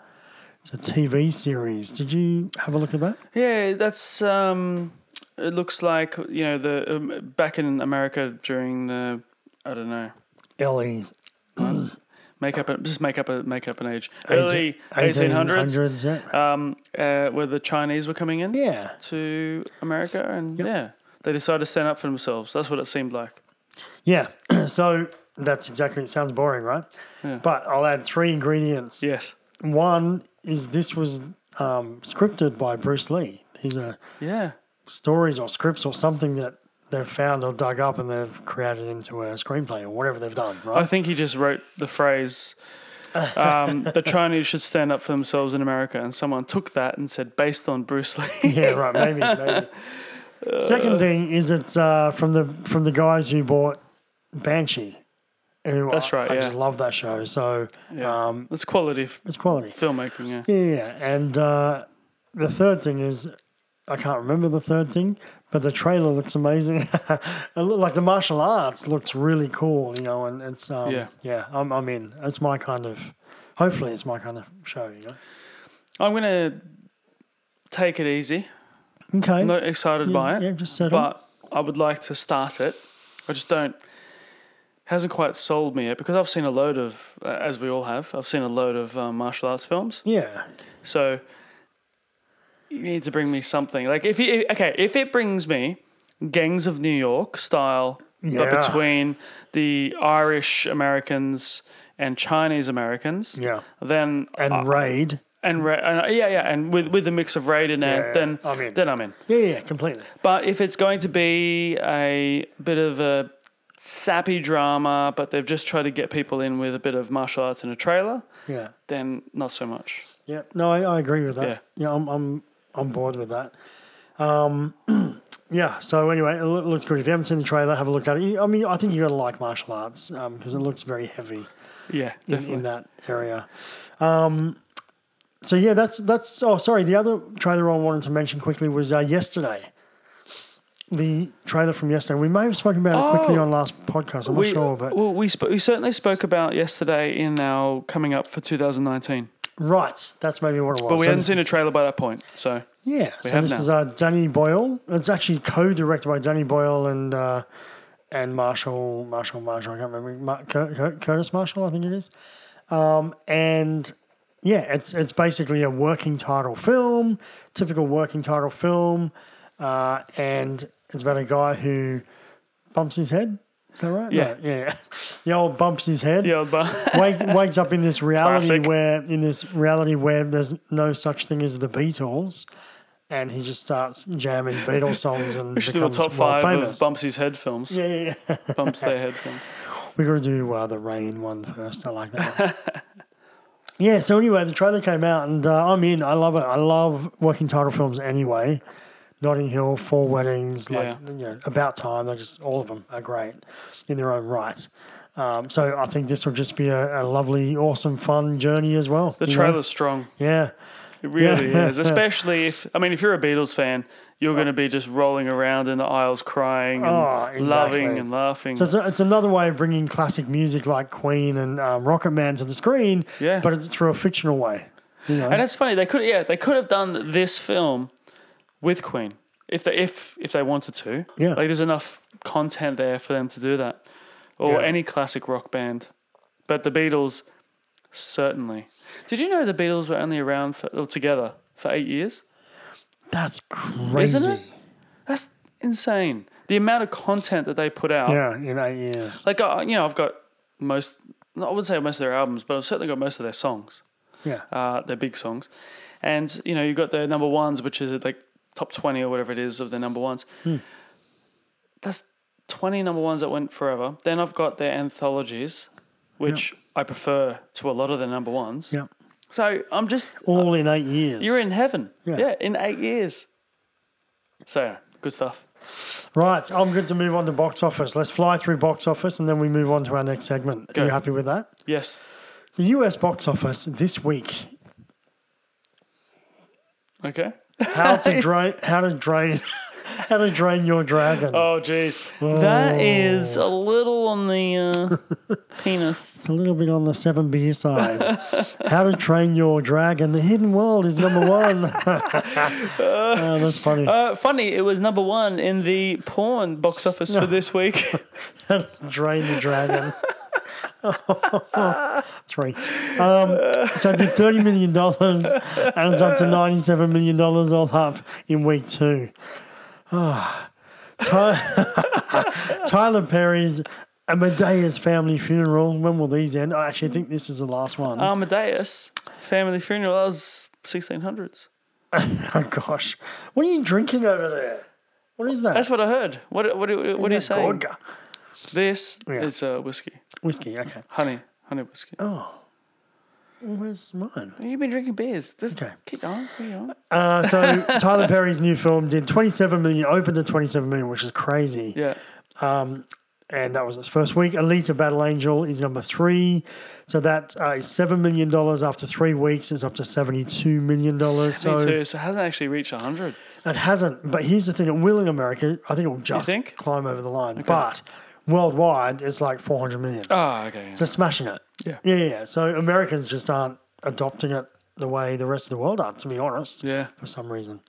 Speaker 7: It's a TV series. Did you have a look at that?
Speaker 6: Yeah, that's. Um, it looks like you know the um, back in America during the I don't know
Speaker 7: Ellie,
Speaker 6: make up a, just make up a make up an age early eighteen
Speaker 7: 1800s,
Speaker 6: hundreds
Speaker 7: yeah.
Speaker 6: um, uh, where the Chinese were coming in
Speaker 7: yeah.
Speaker 6: to America and yeah they decided to stand up for themselves. That's what it seemed like.
Speaker 7: Yeah. *clears throat* so that's exactly, it sounds boring, right? But I'll add three ingredients.
Speaker 6: Yes.
Speaker 7: One is this was um, scripted by Bruce Lee. These are
Speaker 6: Yeah.
Speaker 7: stories or scripts or something that they've found or dug up and they've created into a screenplay or whatever they've done,
Speaker 6: I
Speaker 7: right?
Speaker 6: think he just wrote the phrase,
Speaker 7: *laughs*
Speaker 6: um, the Chinese should stand up for themselves in America. And someone took that and said, based on Bruce Lee. *laughs*
Speaker 7: *laughs* yeah, right. Maybe, maybe. Second thing is it's uh, from the from the guys who bought Banshee. Who
Speaker 6: That's
Speaker 7: I-
Speaker 6: right,
Speaker 7: I
Speaker 6: yeah.
Speaker 7: just love that show. So
Speaker 6: Yeah.
Speaker 7: um,
Speaker 6: That's quality f-
Speaker 7: it's quality.
Speaker 6: filmmaking. Yeah.
Speaker 7: Yeah, and uh, the third thing is I can't remember the third thing, but the trailer looks amazing. *laughs* it look, like the martial arts looks really cool, you know, and it's um,
Speaker 6: Yeah.
Speaker 7: yeah, I'm, I'm in. It's my kind of. Hopefully, it's my kind of show. You know.
Speaker 6: I'm gonna take it easy.
Speaker 7: Okay.
Speaker 6: I'm not excited
Speaker 7: Yeah,
Speaker 6: by it.
Speaker 7: yeah, just settle.
Speaker 6: But I would like to start it. I just don't. Hasn't quite sold me yet because I've seen a load of, uh, as we all have, I've seen a load of um, martial arts films.
Speaker 7: yeah.
Speaker 6: So you need to bring me something. Like if you okay, if it brings me Gangs of New York style,
Speaker 7: Yeah.
Speaker 6: but between the Irish Americans and Chinese Americans,
Speaker 7: Yeah.
Speaker 6: then
Speaker 7: And raid.
Speaker 6: and, ra- and yeah, yeah, and with with a mix of raid in there,
Speaker 7: Yeah,
Speaker 6: then
Speaker 7: I'm in.
Speaker 6: then I'm in.
Speaker 7: Yeah, yeah, completely.
Speaker 6: But if it's going to be a bit of a sappy drama, but they've just tried to get people in with a bit of martial arts in a trailer,
Speaker 7: Yeah.
Speaker 6: then not so much.
Speaker 7: Yeah, no, I, I agree with that.
Speaker 6: Yeah.
Speaker 7: Yeah, I'm, I'm on board with that. Um, *clears throat* yeah, so anyway, it loo- looks good. If you haven't seen the trailer, have a look at it. You- I mean, I think you're going to like martial arts because it looks very heavy
Speaker 6: Yeah,
Speaker 7: in,
Speaker 6: definitely.
Speaker 7: in that area. Um, so yeah, that's that's. Oh, sorry. The other trailer I wanted to mention quickly was uh, yesterday. The trailer from yesterday. We may have spoken about it quickly
Speaker 6: Oh.
Speaker 7: on last podcast. I'm
Speaker 6: we,
Speaker 7: not sure, but
Speaker 6: well, we sp- we certainly spoke about yesterday in our coming up for 2019,
Speaker 7: right, that's maybe what it was.
Speaker 6: but we
Speaker 7: So
Speaker 6: hadn't
Speaker 7: this
Speaker 6: seen
Speaker 7: is-
Speaker 6: a trailer by that point. So
Speaker 7: Yeah, so
Speaker 6: have
Speaker 7: this
Speaker 6: now.
Speaker 7: is uh, Danny Boyle. It's actually co-directed by Danny Boyle and uh, and Marshall Marshall Marshall. I can't remember Mar- Cur- Cur- Curtis Marshall, I think it is. Um, and yeah, it's it's basically a working title film, typical working title film, uh, and it's about a guy who bumps his head. Is that right?
Speaker 6: Yeah.
Speaker 7: No, yeah. *laughs* The old bumps his head
Speaker 6: yeah, *laughs* but
Speaker 7: wake, wakes up in this reality
Speaker 6: Classic.
Speaker 7: where in this reality where there's no such thing as the Beatles, and he just starts jamming Beatles songs and
Speaker 6: we should do a
Speaker 7: becomes
Speaker 6: top five
Speaker 7: world famous.
Speaker 6: of Bumpsy's head films.
Speaker 7: yeah, yeah, yeah.
Speaker 6: Bumps their head
Speaker 7: *laughs*
Speaker 6: films.
Speaker 7: We got to do uh, the rain one first. I like that. one.
Speaker 6: *laughs*
Speaker 7: yeah. So anyway, the trailer came out, and uh, I'm in. I love it. I love working title films anyway. Notting Hill, Four Weddings, like
Speaker 6: Yeah.
Speaker 7: you know, About Time. They just all of them are great in their own right. Um, so I think this will just be a, a lovely, awesome, fun journey as well.
Speaker 6: The
Speaker 7: you know?
Speaker 6: trailer's strong.
Speaker 7: Yeah.
Speaker 6: It really
Speaker 7: Yeah.
Speaker 6: is, especially if I mean, if you're a Beatles fan, you're going to be just rolling around in the aisles, crying and
Speaker 7: Oh, exactly.
Speaker 6: loving and laughing.
Speaker 7: So it's, a, it's another way of bringing classic music like Queen and um, Rocket Man to the screen,
Speaker 6: Yeah.
Speaker 7: but it's through a fictional way.
Speaker 6: and it's funny they could, yeah, they could have done this film with Queen if they if if they wanted to.
Speaker 7: Yeah.
Speaker 6: like there's enough content there for them to do that, or
Speaker 7: Yeah.
Speaker 6: any classic rock band, but the Beatles certainly. Did you know the Beatles were only around for, or together for eight years?
Speaker 7: That's crazy.
Speaker 6: That's insane. The amount of content that they put out.
Speaker 7: Yeah, in eight years.
Speaker 6: Like uh, you know, I've got most. I wouldn't say most of their albums, but I've certainly got most of their songs,
Speaker 7: Yeah.
Speaker 6: uh, their big songs, and you know, you've got their number ones, which is like top twenty or whatever it is of their number ones.
Speaker 7: Hmm.
Speaker 6: That's twenty number ones that went forever. Then I've got their anthologies, which I prefer to a lot of their number ones.
Speaker 7: yeah.
Speaker 6: So I'm just
Speaker 7: All in eight years.
Speaker 6: Uh, you're in heaven.
Speaker 7: Yeah.
Speaker 6: yeah, in eight years. So good stuff.
Speaker 7: Right, I'm good to move on to box office. Let's fly through box office and then we move on to our next segment. Are
Speaker 6: Go.
Speaker 7: you happy with that?
Speaker 6: Yes.
Speaker 7: The US box office this week.
Speaker 6: Okay. *laughs*
Speaker 7: How to drain how to drain how to drain your dragon.
Speaker 6: Oh, jeez. That is a little on the
Speaker 7: *laughs*
Speaker 6: uh, penis.
Speaker 7: It's a little bit on the seven beer side. how to train your dragon. The hidden world is
Speaker 6: *laughs*
Speaker 7: number one. *laughs* oh, that's funny.
Speaker 6: Uh, funny, it was number one in the porn box office for this
Speaker 7: *laughs*
Speaker 6: week.
Speaker 7: Drain the dragon. *laughs* Three. Um, so it did $30 million and it's up to $97 million all up in week two. Ah. Ty- *laughs* Tyler Perry's Amadeus Family Funeral. When will these end? I actually think this is the last one.
Speaker 6: Um, Amadeus, family funeral, that was 1600s.
Speaker 7: oh, gosh. What are you drinking over there? What is that?
Speaker 6: That's what I heard. What, what, what, what are you
Speaker 7: Is that
Speaker 6: saying?
Speaker 7: vodka?
Speaker 6: This
Speaker 7: Yeah. Oh.
Speaker 6: is uh, whiskey.
Speaker 7: Whiskey, okay.
Speaker 6: Honey. Honey whiskey.
Speaker 7: Where's mine?
Speaker 6: You've been drinking beers. This,
Speaker 7: Okay.
Speaker 6: Keep going. Keep going.
Speaker 7: Uh, so Tyler Perry's new film did 27 million, opened to 27 million, which is crazy.
Speaker 6: Yeah.
Speaker 7: and that was its first week. Alita Battle Angel is number three. So that uh, is $7 million after three weeks. It's up to $72 million.
Speaker 6: Me
Speaker 7: So
Speaker 6: too. So it hasn't actually reached 100.
Speaker 7: it hasn't. But here's the thing it will in America. I think it will just
Speaker 6: think?
Speaker 7: climb over the line. But worldwide, it's like 400 million.
Speaker 6: Oh, okay.
Speaker 7: Just smashing it.
Speaker 6: Yeah.
Speaker 7: yeah. Yeah, yeah. So Americans just aren't adopting it the way the rest of the world are, to be honest.
Speaker 6: Yeah.
Speaker 7: For some reason.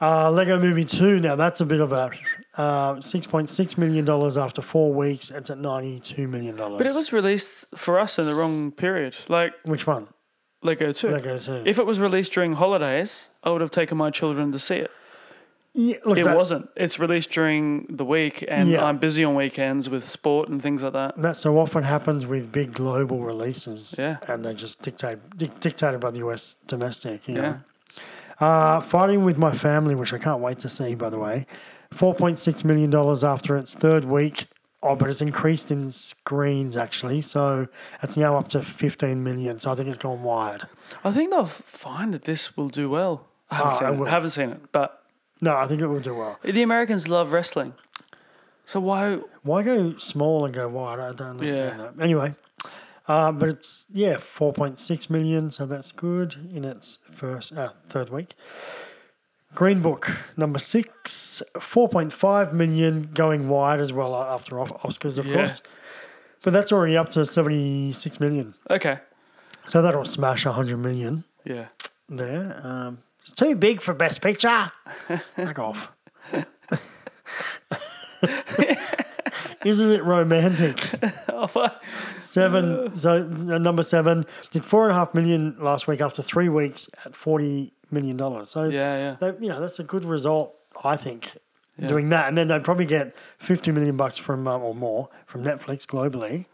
Speaker 7: Uh, Lego Movie 2, now that's a bit of a uh, $6.6 million after four weeks. It's at $92 million.
Speaker 6: But it was released for us in the wrong period, like
Speaker 7: Which one?
Speaker 6: Lego 2.
Speaker 7: Lego 2.
Speaker 6: If it was released during holidays, I would have taken my children to see it.
Speaker 7: Yeah, look,
Speaker 6: It
Speaker 7: that-
Speaker 6: wasn't. It's released during the week, and
Speaker 7: Yeah.
Speaker 6: I'm busy on weekends with sport and things like that.
Speaker 7: That so often happens with big global releases.
Speaker 6: Yeah.
Speaker 7: And they're just dictate, dic- dictated by the US domestic, you
Speaker 6: Yeah.
Speaker 7: know. Uh, Fighting with My Family, which I can't wait to see, by the way. $4.6 million after its third week. Oh, but it's increased in screens, actually. So it's now up to 15 million. So I think it's gone wide.
Speaker 6: I think they'll find that this will do well. I haven't,
Speaker 7: Ah,
Speaker 6: seen,
Speaker 7: I
Speaker 6: it.
Speaker 7: will.
Speaker 6: haven't seen it, but
Speaker 7: No, I think it will do well.
Speaker 6: the Americans love wrestling. So why?
Speaker 7: Why go small and go wide? I don't understand
Speaker 6: Yeah.
Speaker 7: that. Anyway, uh, but it's yeah, four point six million, so that's good in its first uh, third week. Green Book number six, four point five million, going wide as well uh, after Os- Oscars, of
Speaker 6: Yeah.
Speaker 7: course. But that's already up to seventy six million,
Speaker 6: Okay.
Speaker 7: so that'll smash hundred million
Speaker 6: Yeah.
Speaker 7: *laughs* there. Um, it's too big for
Speaker 6: *laughs*
Speaker 7: Best Picture. Back off. *laughs* Isn't it romantic? seven. So uh, number seven did four and a half million last week after three weeks at forty million dollars. So
Speaker 6: Yeah, yeah.
Speaker 7: that, you know that's a good result, I think. Doing that, and then they'd probably get fifty million bucks from um, or more from Netflix globally.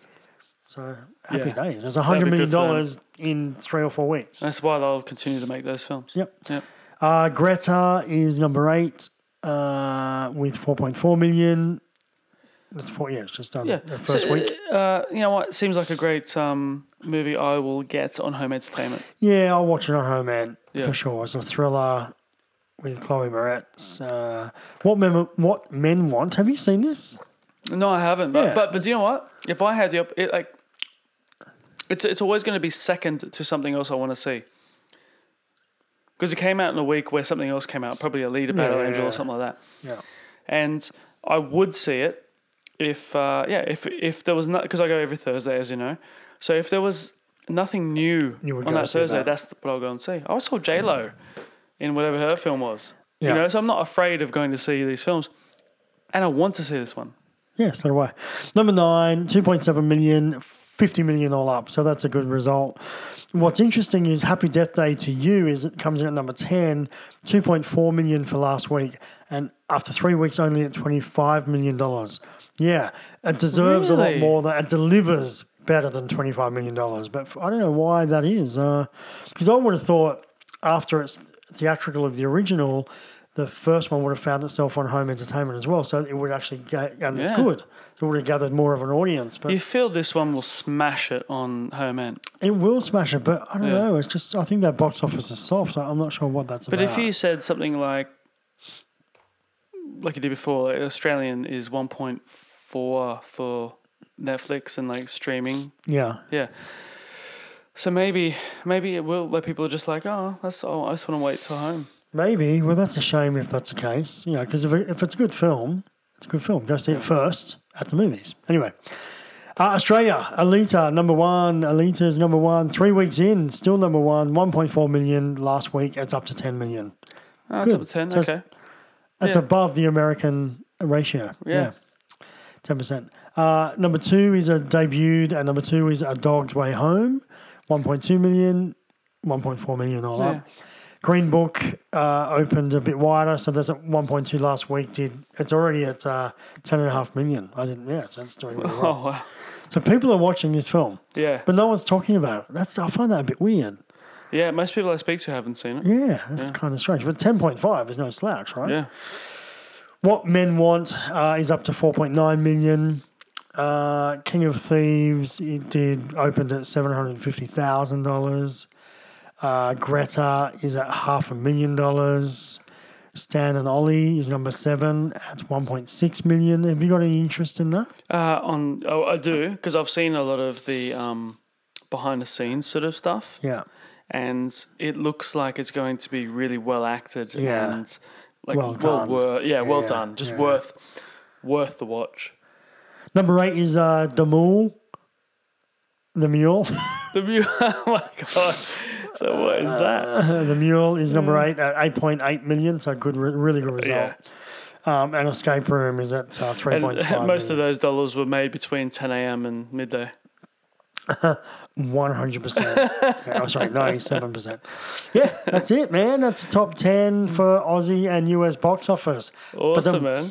Speaker 7: So happy
Speaker 6: Yeah.
Speaker 7: days. There's hundred
Speaker 6: That'd be good
Speaker 7: million
Speaker 6: for them.
Speaker 7: dollars in three or four
Speaker 6: *laughs*
Speaker 7: weeks.
Speaker 6: That's why they'll continue to make those films.
Speaker 7: Yep.
Speaker 6: Yep.
Speaker 7: Uh, Greta is number eight uh, with 4.4 million. That's four. Yeah, it's just done
Speaker 6: Yeah.
Speaker 7: the first
Speaker 6: So,
Speaker 7: week.
Speaker 6: Uh, you know what? Seems like a great um, movie I will get on home entertainment.
Speaker 7: Yeah, I'll watch it at home, man,
Speaker 6: Yeah.
Speaker 7: for sure. It's a thriller with Chloe Moretz. Uh, what men? What men want? Have you seen this?
Speaker 6: No, I haven't. But
Speaker 7: Yeah,
Speaker 6: but, but do you
Speaker 7: it's-
Speaker 6: know what? If I had the op- it, like, it's it's always going to be second to something else I want to see. Because it came out in a week where something else came out, probably a leader battle
Speaker 7: Yeah.
Speaker 6: angel or something like that,
Speaker 7: Yeah.
Speaker 6: and I would see it if uh, yeah if if there was not because I go every Thursday as you know, so if there was nothing new
Speaker 7: You would
Speaker 6: on
Speaker 7: go
Speaker 6: that
Speaker 7: see
Speaker 6: Thursday,
Speaker 7: that.
Speaker 6: that's what I'll go and see. I saw J Lo in whatever her film was,
Speaker 7: Yeah.
Speaker 6: you know, so I'm not afraid of going to see these films, and I want to see this one.
Speaker 7: Yeah, so do I. Number nine, 2.7 million, 50 million all up. So that's a good result. What's interesting is Happy Death Day to You is it comes in at number 10, 2.4 million for last week, and after three weeks only at $25 million. Yeah, it deserves a lot
Speaker 6: Really?
Speaker 7: more. Than, it delivers better than $25 million. But f- I don't know why that is. Because I would have thought after its theatrical of the original, the first one would have found itself on home entertainment as well. So it would actually get, and it's
Speaker 6: Yeah.
Speaker 7: good. It would have gathered more of an audience, but
Speaker 6: You feel this one will smash it on home end.
Speaker 7: it will smash it. But I don't
Speaker 6: Yeah.
Speaker 7: know. It's just, I think that box office is soft. I- I'm not sure what that's
Speaker 6: But
Speaker 7: about.
Speaker 6: if you said something like, like you did before, like Australian is 1.4 for Netflix and like streaming.
Speaker 7: yeah.
Speaker 6: Yeah. So maybe, maybe it will, where people are just like, oh, that's, oh, I just want to wait till home.
Speaker 7: Maybe. Well, that's a shame if that's the case, you know, because if, it- if it's a good film, it's a good film. Go see it first at the movies. Anyway, uh, Australia, Alita, number one. Alita's number one. Three weeks in, still number one. 1.4 million last week. It's up to 10 million.
Speaker 6: Oh, it's
Speaker 7: Good.
Speaker 6: up to 10.
Speaker 7: So it's-
Speaker 6: okay.
Speaker 7: That's
Speaker 6: Yeah.
Speaker 7: above the American ratio.
Speaker 6: Yeah.
Speaker 7: Ten percent. Uh, number two is a debuted, and number two is a dog's way home. 1.2 million, 1.4 million all up. Green Book uh, opened a bit wider, so that's at 1.2 last week. Did it's already at uh, 10.5 million. I didn't. Yeah, so that's doing really
Speaker 6: *laughs*
Speaker 7: well.
Speaker 6: Oh, wow.
Speaker 7: So people are watching this film,
Speaker 6: Yeah.
Speaker 7: but no one's talking about it. That's I find that a bit weird.
Speaker 6: yeah. Most people I speak to haven't seen it.
Speaker 7: Yeah, that's kind of strange. But 10.5 is no slouch, right?
Speaker 6: Yeah.
Speaker 7: What Men Want uh, is up to 4.9 million. Uh, King of Thieves it did opened at seven hundred fifty thousand dollars. Uh, Greta is at half a million dollars. Stan and Ollie is number seven at 1.6 million. Have you got any interest in that?
Speaker 6: Uh, on oh, I do because I've seen a lot of the um, behind the scenes sort of stuff,
Speaker 7: Yeah.
Speaker 6: and it looks like it's going to be really well acted
Speaker 7: Yeah.
Speaker 6: and like
Speaker 7: Well
Speaker 6: well,
Speaker 7: done.
Speaker 6: wor- yeah, well
Speaker 7: Yeah,
Speaker 6: done. Just
Speaker 7: yeah.
Speaker 6: worth worth the watch.
Speaker 7: Number eight is uh, The Mule. The Mule. *laughs*
Speaker 6: The view. *laughs* oh my god! So what
Speaker 7: Uh,
Speaker 6: is that?
Speaker 7: the Mule is number
Speaker 6: Mm.
Speaker 7: eight at 8.8 million. So good, re- really good result. Um, and Escape Room is at uh, 3.5
Speaker 6: And *laughs* most of
Speaker 7: million.
Speaker 6: those dollars were made between 10 a.m. and midday. *laughs*
Speaker 7: 100%. yeah, oh, sorry, 97%. Yeah, that's it, man. That's the top 10 for Aussie and US box office.
Speaker 6: Awesome,
Speaker 7: um, *laughs*
Speaker 6: man.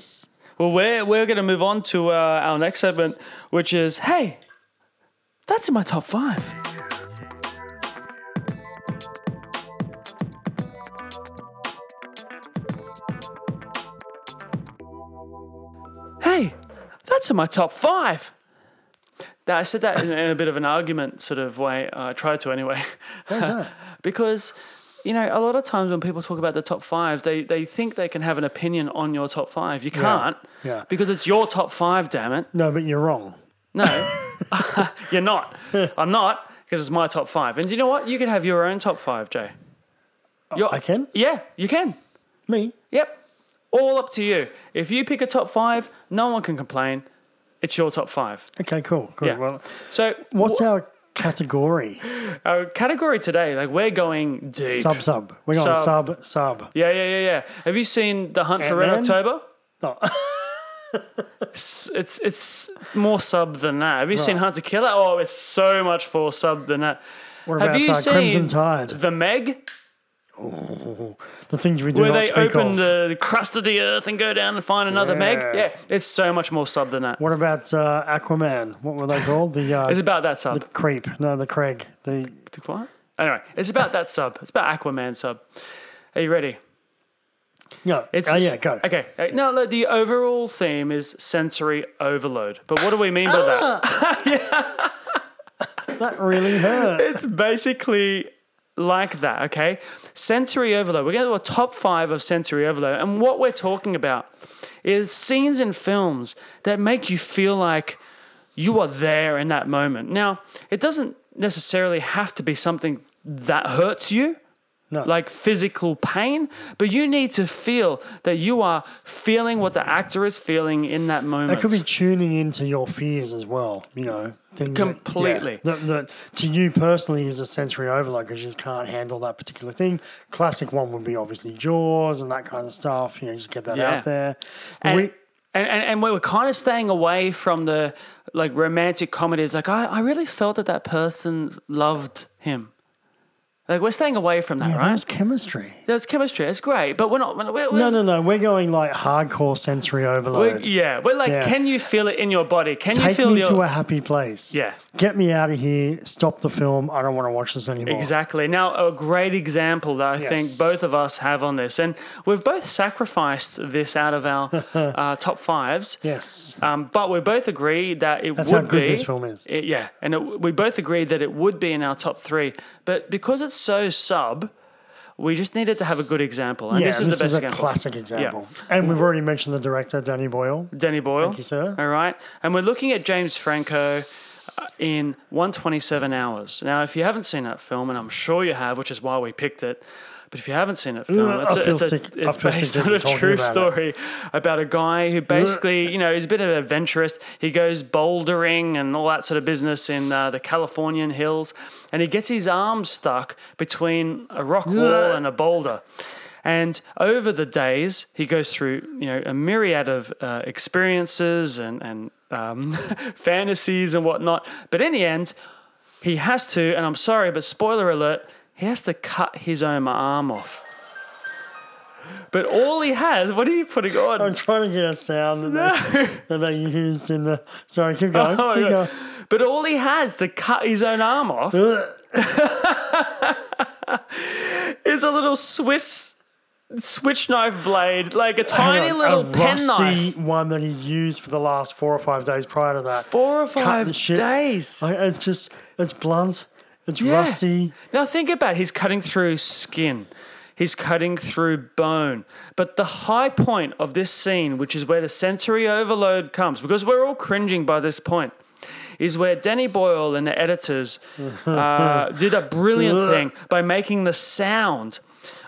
Speaker 6: Well, we're we're gonna move on to uh, our next segment, which is hey, that's in my top five. Hey, that's in my top five. Now, I said that in, in a bit of an argument sort of way. Uh, I tried to anyway. *laughs*
Speaker 7: Where's that?
Speaker 6: because you know a lot of times when people talk about the top fives they, they think they can have an opinion on your top five you can't
Speaker 7: yeah.
Speaker 6: because it's your top five damn it
Speaker 7: No, but you're wrong. *laughs*
Speaker 6: no *laughs* you're not i'm not because it's my top five and you know what you can have your own top five jay Your-
Speaker 7: I can?
Speaker 6: yeah you can
Speaker 7: Me?
Speaker 6: yep all up to you if you pick a top five no one can complain it's your top five
Speaker 7: Okay, cool. Good.
Speaker 6: Yeah.
Speaker 7: Well,
Speaker 6: so
Speaker 7: what's
Speaker 6: wh-
Speaker 7: our category?
Speaker 6: our category today like we're going deep
Speaker 7: Sub sub. We're going
Speaker 6: Sub.
Speaker 7: sub sub.
Speaker 6: yeah yeah yeah yeah have you seen the hunt for red
Speaker 7: Ant-Man?
Speaker 6: october
Speaker 7: No. *laughs*
Speaker 6: it's it's more sub than that. Have you seen Hunter Killer? Oh, it's so much more sub than that.
Speaker 7: What
Speaker 6: Have
Speaker 7: about
Speaker 6: you
Speaker 7: uh,
Speaker 6: seen
Speaker 7: Crimson Tide?
Speaker 6: The Meg,
Speaker 7: The things we do
Speaker 6: where
Speaker 7: not
Speaker 6: they
Speaker 7: speak
Speaker 6: open
Speaker 7: of.
Speaker 6: the crust of the earth and go down and find another Meg.
Speaker 7: Yeah.
Speaker 6: Yeah, it's so much more sub than that.
Speaker 7: what about uh, Aquaman? What were they called? The uh,
Speaker 6: It's about that sub.
Speaker 7: creep. No, the Craig. The
Speaker 6: What? Anyway, it's about that sub. It's about Aquaman sub. Are you ready?
Speaker 7: no.
Speaker 6: It's-
Speaker 7: oh yeah, go.
Speaker 6: Okay. uh, Now look, the overall theme is sensory overload. But what do we mean by that?
Speaker 7: That really hurt.
Speaker 6: It's basically like that, okay? Sensory overload. We're going to do a top five of sensory overload. And what we're talking about is scenes in films that make you feel like you are there in that moment. Now, it doesn't necessarily have to be something that hurts you. Like physical pain, but you need to feel that you are feeling what the actor is feeling in that moment.
Speaker 7: It could be tuning into your fears as well. You know, things that- yeah,
Speaker 6: Completely.
Speaker 7: That, that to you personally is a sensory overload because you just can't handle that particular thing. Classic one would be obviously Jaws and that kind of stuff. You know, just get that
Speaker 6: Yeah.
Speaker 7: out there.
Speaker 6: and,
Speaker 7: we,
Speaker 6: and, and, and we were kind of staying away from the like romantic comedies. Like I, I really felt that that person loved him. Like we're staying away from that,
Speaker 7: yeah, that
Speaker 6: right?
Speaker 7: was chemistry.
Speaker 6: There's chemistry. It's great, but we're not. We're, we're,
Speaker 7: No, no, no. We're going like hardcore sensory
Speaker 6: we're-
Speaker 7: overload.
Speaker 6: yeah, we're like,
Speaker 7: Yeah.
Speaker 6: can you feel it in your body? Can you
Speaker 7: Take
Speaker 6: feel
Speaker 7: me
Speaker 6: your
Speaker 7: to a happy place.
Speaker 6: Yeah.
Speaker 7: Get me out of here. Stop the film. I don't want to watch this anymore.
Speaker 6: Exactly. Now, a great example that I
Speaker 7: Yes.
Speaker 6: think both of us have on this, and we've both sacrificed this out of
Speaker 7: *laughs*
Speaker 6: our uh, top fives.
Speaker 7: Yes.
Speaker 6: Um, but we both agree that it
Speaker 7: That's how
Speaker 6: would
Speaker 7: good
Speaker 6: be.
Speaker 7: this film is.
Speaker 6: It- yeah, and it, we both agree that it would be in our top three. But because it's so sub, we just needed to have a good example, and
Speaker 7: yeah,
Speaker 6: this is the best
Speaker 7: a
Speaker 6: example.
Speaker 7: classic example. And we've already mentioned the director, Danny Boyle.
Speaker 6: Danny Boyle.
Speaker 7: Thank you, sir.
Speaker 6: All right, and we're looking at James Franco uh, in 127 Hours. Now, if you haven't seen that film, and I'm sure you have, which is why we picked it. But if you haven't seen that film,
Speaker 7: Ugh,
Speaker 6: it's,
Speaker 7: Mm, I
Speaker 6: a,
Speaker 7: feel
Speaker 6: it's, a-
Speaker 7: sick- I
Speaker 6: it's
Speaker 7: feel sick
Speaker 6: based
Speaker 7: even
Speaker 6: on a
Speaker 7: talking
Speaker 6: true
Speaker 7: about it.
Speaker 6: story about a guy who basically, you know, is a bit of an adventurist. He goes bouldering and all that sort of business in uh, the Californian hills, and he gets his arm stuck between a rock wall and a boulder. And over the days, he goes through, you know, a myriad of uh, experiences and and um, *laughs* fantasies and whatnot. But in the end, he has to, and I'm sorry, but spoiler alert, he has to cut his own arm off. But all he has, what are you putting on?
Speaker 7: I'm trying to get a sound that,
Speaker 6: *laughs*
Speaker 7: they, that they used in the. Sorry, keep going.
Speaker 6: Oh,
Speaker 7: keep
Speaker 6: yeah.
Speaker 7: going.
Speaker 6: But all he has to cut his own arm off
Speaker 7: Ugh.
Speaker 6: is a little Swiss switch knife blade, like a
Speaker 7: Hang
Speaker 6: tiny
Speaker 7: on,
Speaker 6: little
Speaker 7: a
Speaker 6: pen
Speaker 7: rusty
Speaker 6: knife.
Speaker 7: one that he's used for the last four or five days prior to that.
Speaker 6: Four or
Speaker 7: Cut
Speaker 6: five
Speaker 7: the shit.
Speaker 6: days.
Speaker 7: Like, it's just, it's blunt, it's
Speaker 6: Yeah.
Speaker 7: rusty.
Speaker 6: Now think about it. he's cutting through skin. He's cutting through bone. But the high point of this scene, which is where the sensory overload comes, because we're all cringing by this point, is where Danny Boyle and the editors uh, did a brilliant thing by making the sound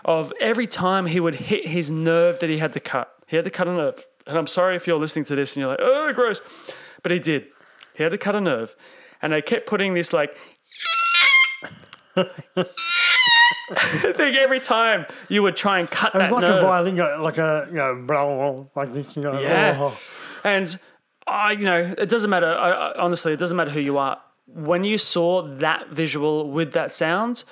Speaker 6: of every time he would hit his nerve that he had to cut. He had to cut a nerve. And I'm sorry if you're listening to this and you're like, oh, gross. But he did. He had to cut a nerve. And they kept putting this like, *laughs* I think every time you would try and cut
Speaker 7: It was
Speaker 6: that
Speaker 7: like
Speaker 6: nerve.
Speaker 7: a violin, go- like a, you know, blah, blah, blah, like this, you know.
Speaker 6: Yeah.
Speaker 7: oh,
Speaker 6: And I, you know, it doesn't matter. I, I, honestly, it doesn't matter who you are. When you saw that visual with that sound,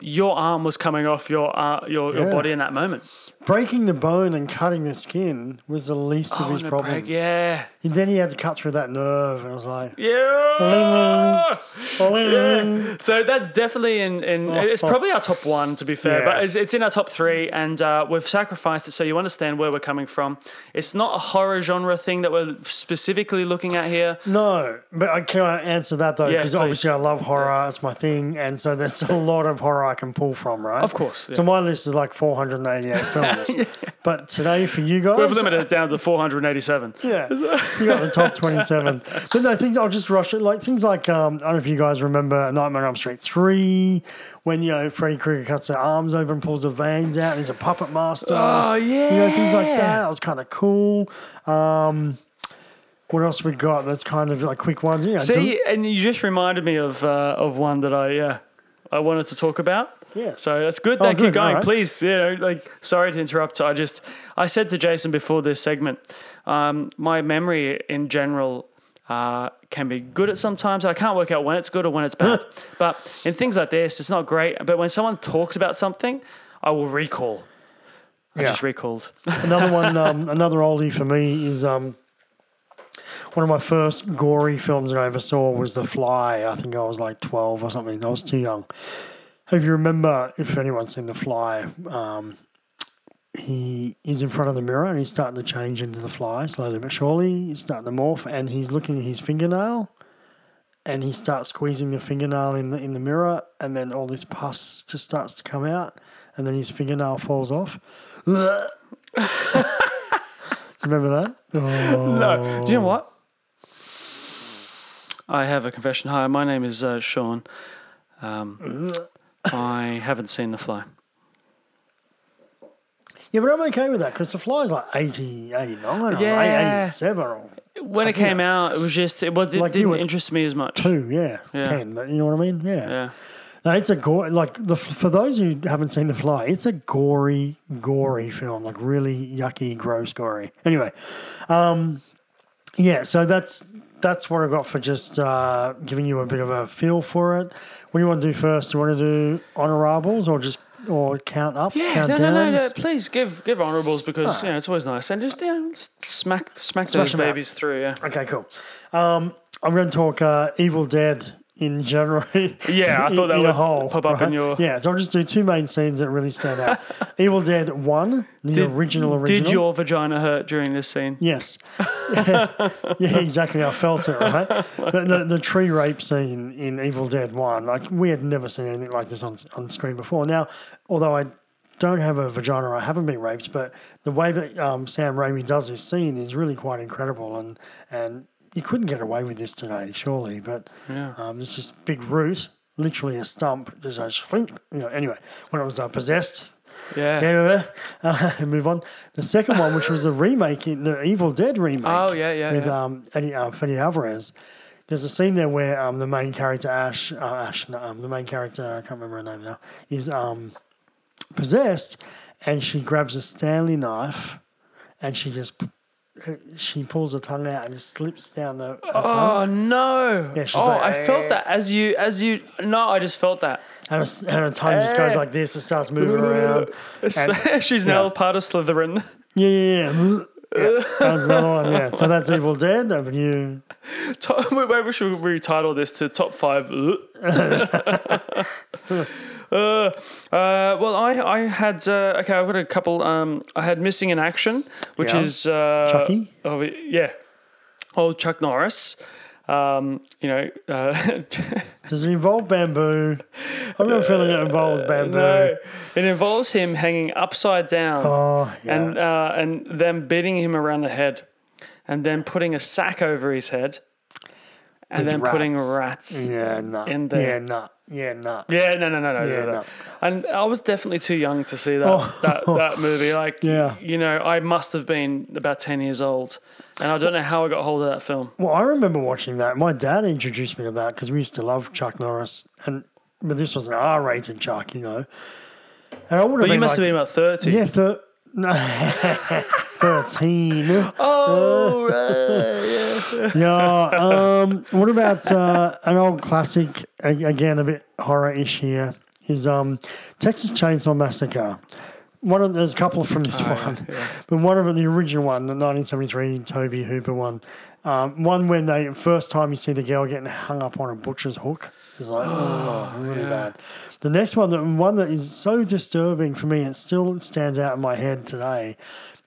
Speaker 6: your arm was coming off your uh, your, your
Speaker 7: Yeah.
Speaker 6: body in that moment.
Speaker 7: breaking the bone and cutting the skin was the least of his
Speaker 6: On a break,
Speaker 7: problems.
Speaker 6: Oh, Yeah.
Speaker 7: And then he had to cut through that nerve, and I was like,
Speaker 6: Yeah.
Speaker 7: "Boing."
Speaker 6: So that's definitely in, in it's probably our top one to be fair,
Speaker 7: Oh, Yeah.
Speaker 6: but it's, it's in our top three, and uh, we've sacrificed it so you understand where we're coming from. It's not a horror genre thing that we're specifically looking at here.
Speaker 7: No, but I can't answer that though,
Speaker 6: Yeah,
Speaker 7: because
Speaker 6: please.
Speaker 7: obviously I love horror. It's my thing. And so
Speaker 6: *laughs*
Speaker 7: there's a lot of horror I can pull from, right?
Speaker 6: Of course, yeah.
Speaker 7: So my list is like 488
Speaker 6: *laughs*
Speaker 7: films. But today for you guys.
Speaker 6: We've limited it down to 487.
Speaker 7: Yeah, you got the top twenty-seven. But no, things I'll just rush it. Like things like um, I don't know if you guys remember Nightmare on Elm Street three, when you know Freddy Krueger cuts her arms open, pulls her veins out, and he's a puppet master.
Speaker 6: Oh,
Speaker 7: you know things like
Speaker 6: yeah.
Speaker 7: that. That was kind of cool. Um, what else we got? That's kind of like quick ones. Yeah,
Speaker 6: See, and you just reminded me of uh, of one that I uh, I wanted to talk about.
Speaker 7: Yes.
Speaker 6: So that's good.
Speaker 7: Oh,
Speaker 6: Thank you,
Speaker 7: good,
Speaker 6: going.
Speaker 7: alright.
Speaker 6: Please, you know, like, sorry to interrupt. I just I said to Jason before this segment, um, my memory in general. Uh, can be good at sometimes. I can't work out when it's good or when it's bad.
Speaker 7: *laughs*
Speaker 6: but in things like this, it's not great. But when someone talks about something, I will recall. I
Speaker 7: Yeah.
Speaker 6: just recalled. *laughs*
Speaker 7: another one, um, another oldie for me is um, one of my first gory films that I ever saw was The Fly. I think I was like 12 or something. I was too young. If you remember, if anyone's seen The Fly, um, he is in front of the mirror and he's starting to change into the fly slowly but surely. He's starting to morph and he's looking at his fingernail and he starts squeezing the fingernail in the, in the mirror and then all this pus just starts to come out and then his fingernail falls off. Remember that? Oh.
Speaker 6: No. Do you know what? I have a confession. Hi, my name is uh, Sean. Um,
Speaker 7: *laughs*
Speaker 6: I haven't seen The Fly.
Speaker 7: Yeah, but I'm okay with that because the fly's like 80, 89
Speaker 6: Yeah.
Speaker 7: or 87 or
Speaker 6: When it came out, it was just it, was, it
Speaker 7: Like you
Speaker 6: didn't
Speaker 7: were-
Speaker 6: interest me as much.
Speaker 7: 2, yeah,
Speaker 6: Yeah.
Speaker 7: 10. But you know what I mean? Yeah.
Speaker 6: Yeah.
Speaker 7: No, it's a gore, like, the, for those who haven't seen The Fly, it's a gory, gory film, like really yucky, gross, gory. Anyway, um, yeah, so that's that's what I got for just uh, giving you a bit of a feel for it. What do you want to do first? Do you want to do honorables or just or count ups,
Speaker 6: Yeah,
Speaker 7: count
Speaker 6: no,
Speaker 7: downs?
Speaker 6: no, no, no, Please give give honourables because you know it's always nice and just you know, s- smack smack those
Speaker 7: Ah. 'em out.
Speaker 6: babies through. Yeah,
Speaker 7: Okay, cool. Um, I'm going to talk uh, Evil Dead in general.
Speaker 6: *laughs* Yeah, I thought that
Speaker 7: *laughs* in a
Speaker 6: would
Speaker 7: whole,
Speaker 6: pop up in
Speaker 7: right?
Speaker 6: your-
Speaker 7: Yeah, so I'll just do two main scenes that really
Speaker 6: *laughs*
Speaker 7: stand out. Evil Dead One, the original original.
Speaker 6: Did your vagina hurt during this scene?
Speaker 7: Yes. *laughs* yeah, exactly. I felt it, right? The, the, the tree rape scene in Evil Dead 1, like, we had never seen anything like this on, on screen before. Now, although I don't have a vagina, I haven't been raped, but the way that um, Sam Raimi does this scene is really quite incredible. And, and you couldn't get away with this today, surely. But um, it's just big root, literally a stump, just a slink. You know, anyway, when it was uh, possessed,
Speaker 6: Yeah.
Speaker 7: yeah, *laughs* yeah, yeah. uh, move on. The second one, which was a remake, in the Evil Dead remake.
Speaker 6: Oh, yeah, yeah,
Speaker 7: With
Speaker 6: yeah.
Speaker 7: um, Eddie, uh, Freddy Alvarez. There's a scene there where um, the main character Ash, uh, Ash, no, um, the main character I can't remember her name now, is um, possessed, and she grabs a Stanley knife, and she just she pulls her tongue out and just slips down the. her tongue.
Speaker 6: Oh no!
Speaker 7: Yeah, she's
Speaker 6: oh,
Speaker 7: like,
Speaker 6: I felt that as you as you. No, I just felt that.
Speaker 7: And her, and her tongue just goes like this and starts moving
Speaker 6: *laughs*
Speaker 7: around. And-
Speaker 6: She's now
Speaker 7: yeah.
Speaker 6: part of Slytherin.
Speaker 7: Yeah, yeah, yeah. *laughs* yeah. That's another one, yeah. So that's Evil Dead. Over to you.
Speaker 6: Top, *laughs* maybe we should retitle this to top five. *laughs* Ugh. uh, uh, well, I I had uh, okay. I've got a couple. Um, I had missing in action, which
Speaker 7: Yeah.
Speaker 6: is uh,
Speaker 7: Chucky?
Speaker 6: Oh yeah, old Chuck Norris. Um, you know, uh, *laughs*
Speaker 7: Does it involve bamboo? I'm not feeling it involves bamboo.
Speaker 6: Uh, No, it involves him hanging upside down
Speaker 7: Oh, yeah.
Speaker 6: and uh, and them beating him around the head, and then putting a sack over his head, and
Speaker 7: With
Speaker 6: then putting
Speaker 7: rats.
Speaker 6: rats.
Speaker 7: yeah, no.
Speaker 6: in there.
Speaker 7: Yeah, no. Yeah, no.
Speaker 6: Yeah, no, no, no, no,
Speaker 7: Yeah,
Speaker 6: no, no.
Speaker 7: no.
Speaker 6: And I was definitely too young to see that
Speaker 7: Oh.
Speaker 6: that, that movie. Like,
Speaker 7: *laughs* Yeah.
Speaker 6: you know, I must have been about ten years old, and I don't know how I got hold of that film.
Speaker 7: Well, I remember watching that. My dad introduced me to that because we used to love Chuck Norris, and but this was an R-rated Chuck, you know. And I would have
Speaker 6: But
Speaker 7: been
Speaker 6: you must have
Speaker 7: like,
Speaker 6: been about thirty.
Speaker 7: Yeah, thir- no, *laughs* 13.
Speaker 6: Oh,
Speaker 7: Yeah. Um, what about uh, an old classic, a- again, a bit horror ish here, is um, Texas Chainsaw Massacre. One of, there's a couple from this one, but one of the original one, the 1973 Toby Hooper one, um, one when they first time you see the girl getting hung up on a butcher's hook. It's like, oh, really bad. The next one, the one that is so disturbing for me, it still stands out in my head today,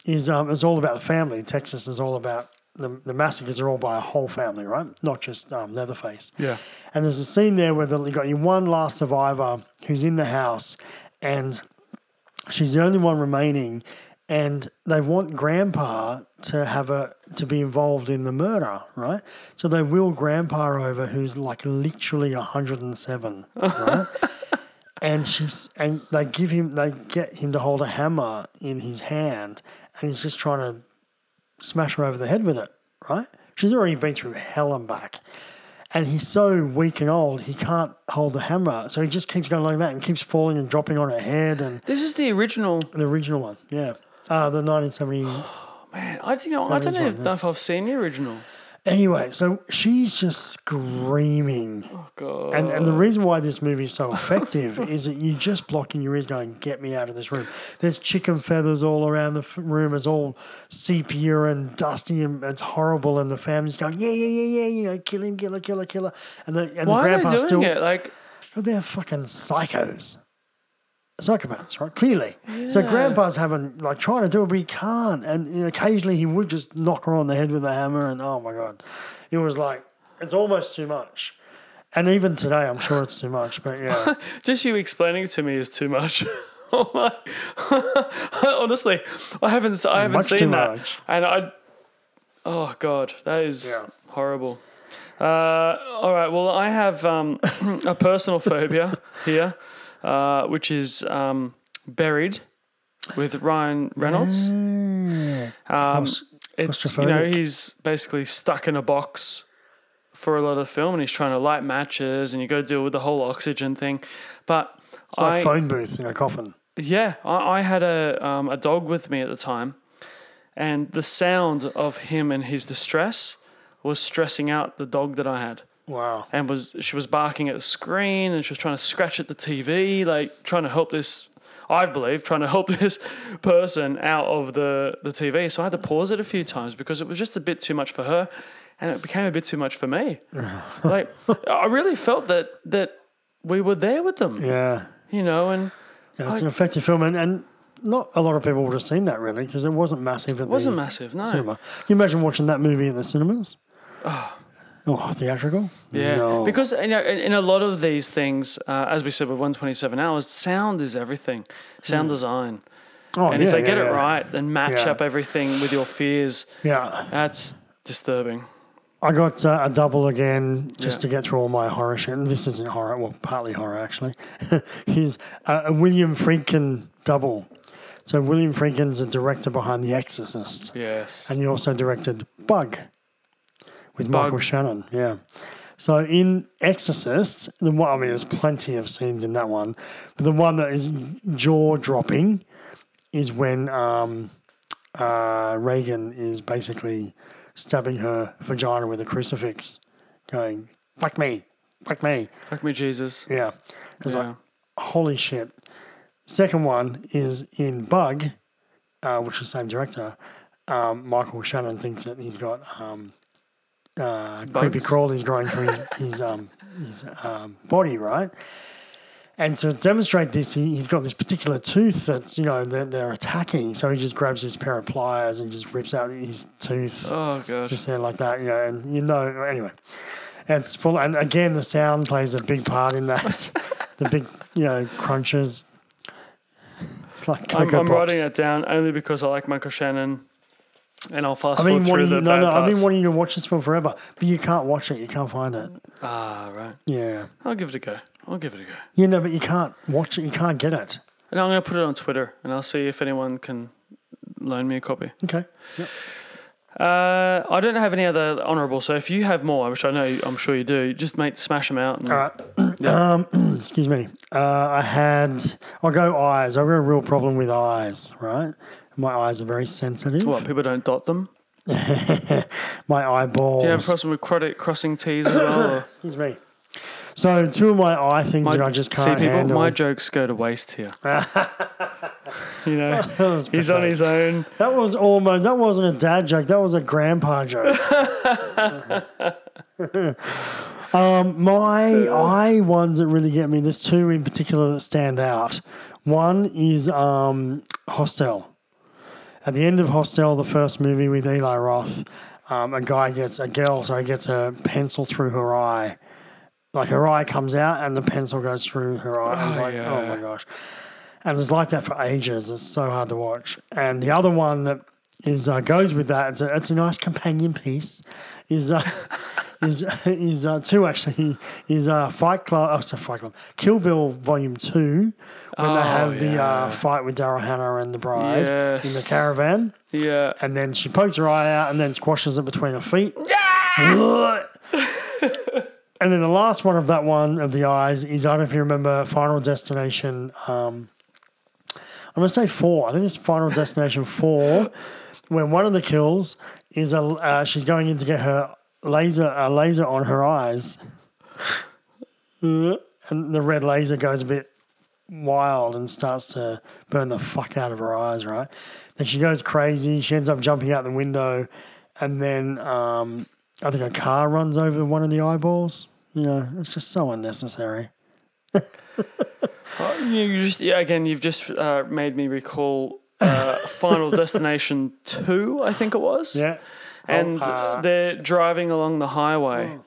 Speaker 7: is um, it's all about the family. Texas is all about the, the massacres are all by a whole family, right? Not just um, Leatherface.
Speaker 6: Yeah.
Speaker 7: And there's a scene there where the, you got your one last survivor who's in the house, and she's the only one remaining, and they want Grandpa to have a to be involved in the murder, right? So they will Grandpa over, who's like literally 107, right? and she's and they give him they get him to hold a hammer in his hand and he's just trying to smash her over the head with it right she's already been through hell and back and he's so weak and old he can't hold the hammer so he just keeps going like that and keeps falling and dropping on her head and
Speaker 6: this is the original.
Speaker 7: the original one yeah uh, the 1970
Speaker 6: Man, I don't know. I don't know
Speaker 7: Seventies
Speaker 6: if,
Speaker 7: one,
Speaker 6: if I've seen the original.
Speaker 7: anyway so she's just screaming
Speaker 6: God.
Speaker 7: And, and the reason why this movie is
Speaker 6: *laughs*
Speaker 7: so effective is that you just block in your ears going, get me out of this room. There's chicken feathers all around the f- room. It's all sepia and dusty and it's horrible. And the family's going, yeah, yeah, yeah, yeah, you know, kill him, killer, killer, killer. And the,
Speaker 6: Why
Speaker 7: and the
Speaker 6: are they
Speaker 7: grandpa's
Speaker 6: doing
Speaker 7: still,
Speaker 6: it? Like,
Speaker 7: but they're fucking psychos. Psychopaths, right? Clearly. So grandpa's having like trying to do it, but he can't. And you know, occasionally he would just knock her on the head with a hammer, and oh my god, it was like it's almost too much. And even today, I'm sure it's too much.
Speaker 6: *laughs*
Speaker 7: But yeah,
Speaker 6: just you explaining it to me is too much. *laughs* Oh my! Honestly, I haven't s- I haven't
Speaker 7: Much too
Speaker 6: seen that,
Speaker 7: much.
Speaker 6: and I. Oh God, that is
Speaker 7: Yeah.
Speaker 6: horrible. Uh, all right, well, I have um, *coughs* a personal phobia here, uh, which is um, buried with Ryan Reynolds. Um,
Speaker 7: Claus-
Speaker 6: it's you know
Speaker 7: claustrophobic.
Speaker 6: he's basically stuck in a box for a lot of the film, and he's trying to light matches, and you got to deal with the whole oxygen thing. But
Speaker 7: it's like
Speaker 6: I,
Speaker 7: phone booth in a coffin.
Speaker 6: yeah, I, I had a um, a dog with me at the time, and the sound of him and his distress was stressing out the dog that I had,
Speaker 7: Wow.
Speaker 6: and was she was barking at the screen and she was trying to scratch at the TV, like trying to help this. I believe trying to help *laughs* this person out of the, the TV. So I had to pause it a few times because it was just a bit too much for her and it became a bit too much for me. like I really felt that that we were there with them.
Speaker 7: Yeah.
Speaker 6: You know, and
Speaker 7: yeah it's an effective film, and, and not a lot of people would have seen that really because it wasn't massive. It
Speaker 6: wasn't massive, no.
Speaker 7: Cinema. Can you imagine watching that movie at the cinemas? Oh, theatrical?
Speaker 6: Yeah,
Speaker 7: No.
Speaker 6: because you know, in, in a lot of these things, uh, as we said with 127 hours, sound is everything. Sound design,
Speaker 7: Oh,
Speaker 6: and if
Speaker 7: yeah,
Speaker 6: they get
Speaker 7: yeah,
Speaker 6: it
Speaker 7: yeah.
Speaker 6: right, then match
Speaker 7: Yeah.
Speaker 6: up everything with your fears.
Speaker 7: Yeah.
Speaker 6: That's disturbing.
Speaker 7: I got uh, a double again just
Speaker 6: Yeah.
Speaker 7: to get through all my horror shit. And this isn't horror, well, partly horror actually. *laughs* He's uh, a William Friedkin double. So, William Friedkin's a director behind The Exorcist.
Speaker 6: Yes.
Speaker 7: and he also directed Bug with
Speaker 6: Bug.
Speaker 7: Michael Shannon. Yeah. So in Exorcist, the one, I mean, there's plenty of scenes in that one, but the one that is jaw dropping is when um, uh, Reagan is basically stabbing her vagina with a crucifix, going "fuck me, fuck me."
Speaker 6: Fuck me, Jesus.
Speaker 7: Yeah. It's
Speaker 6: Yeah.
Speaker 7: like holy shit. Second one is in Bug, uh, which is the same director. Um, Michael Shannon thinks that he's got um, uh, creepy
Speaker 6: Bugs?
Speaker 7: crawlies growing through his, his, um, his um, body, right? And to demonstrate this, he, he's got this particular tooth that's, you know, they're, they're attacking. So he just grabs his pair of pliers and just rips out his tooth
Speaker 6: Oh god.
Speaker 7: just there like that, you know, and you know, anyway. It's full, and again, the sound plays a big part in
Speaker 6: *laughs*
Speaker 7: that. the big, you know, crunches. It's like
Speaker 6: I'm,
Speaker 7: Cocoa
Speaker 6: I'm
Speaker 7: Pops.
Speaker 6: writing it down only because I like Michael Shannon, and I'll fast
Speaker 7: I've been
Speaker 6: forward through
Speaker 7: wanting,
Speaker 6: the
Speaker 7: no,
Speaker 6: bad
Speaker 7: no, I've
Speaker 6: parts.
Speaker 7: been wanting to watch this film forever, but you can't watch it. You can't find it.
Speaker 6: ah, right.
Speaker 7: Yeah,
Speaker 6: I'll give it a go. I'll give it a go.
Speaker 7: you know, but you can't watch it. You can't get it.
Speaker 6: And I'm going to put it on Twitter, and I'll see if anyone can loan me a copy.
Speaker 7: Okay.
Speaker 6: Uh, I don't have any other honourable, so if you have more, which I know you- I'm sure you do, just mate, smash them out. And,
Speaker 7: All right. *clears throat* Um, excuse me. Uh, I had. I'll go eyes. I've got a real problem with eyes. Right. My eyes are very sensitive.
Speaker 6: What people don't dot them.
Speaker 7: My eyeballs.
Speaker 6: Do you have a problem with credit crossing T's as well? Or
Speaker 7: Excuse me. So two of my eye things
Speaker 6: my-
Speaker 7: that I just can't
Speaker 6: see people.
Speaker 7: handle. *laughs*
Speaker 6: My jokes go to waste here. you
Speaker 7: *laughs*
Speaker 6: know,
Speaker 7: That was
Speaker 6: he's on
Speaker 7: pathetic.
Speaker 6: his own.
Speaker 7: That was almost. That wasn't a dad joke. That was a
Speaker 6: *laughs*
Speaker 7: grandpa joke. *laughs* um, my eye ones that really get me. There's two in particular that stand out. One is um, Hostel. At the end of Hostel, the first movie with Eli Roth, um, a guy gets a girl, so he gets a pencil through her eye. Like her eye comes out and the pencil goes through her eye. I was
Speaker 6: Oh,
Speaker 7: like,
Speaker 6: yeah.
Speaker 7: oh my gosh. And it's like that for ages. It's so hard to watch. And the other one that is uh, goes with that. It's a, it's a nice companion piece. Is uh, *laughs* is *laughs* is uh, two actually *laughs* is uh, Fight Club. Oh, sorry, Fight Club. Kill Bill Volume Two when
Speaker 6: Oh,
Speaker 7: they have the uh,
Speaker 6: yeah.
Speaker 7: fight with Daryl Hannah and the bride in the
Speaker 6: Yes.
Speaker 7: caravan,
Speaker 6: Yeah.
Speaker 7: and then she pokes her eye out and then squashes it between her feet. and then the last one of that one of the eyes is I don't know if you remember Final Destination. Um, I'm gonna say four. I think it's Final Destination four, when one of the kills is a uh, she's going in to get her laser a laser on her eyes, and the red laser goes a bit wild and starts to burn the fuck out of her eyes, right? Then she goes crazy. She ends up jumping out the window, and then um, I think a car runs over one of the eyeballs. You know, it's just so unnecessary.
Speaker 6: You you just yeah, again, you've just uh, made me recall uh,
Speaker 7: *laughs*
Speaker 6: Final Destination Two, I think it was.
Speaker 7: Yeah.
Speaker 6: and
Speaker 7: Oh, Hmm. uh,
Speaker 6: they're driving along the highway,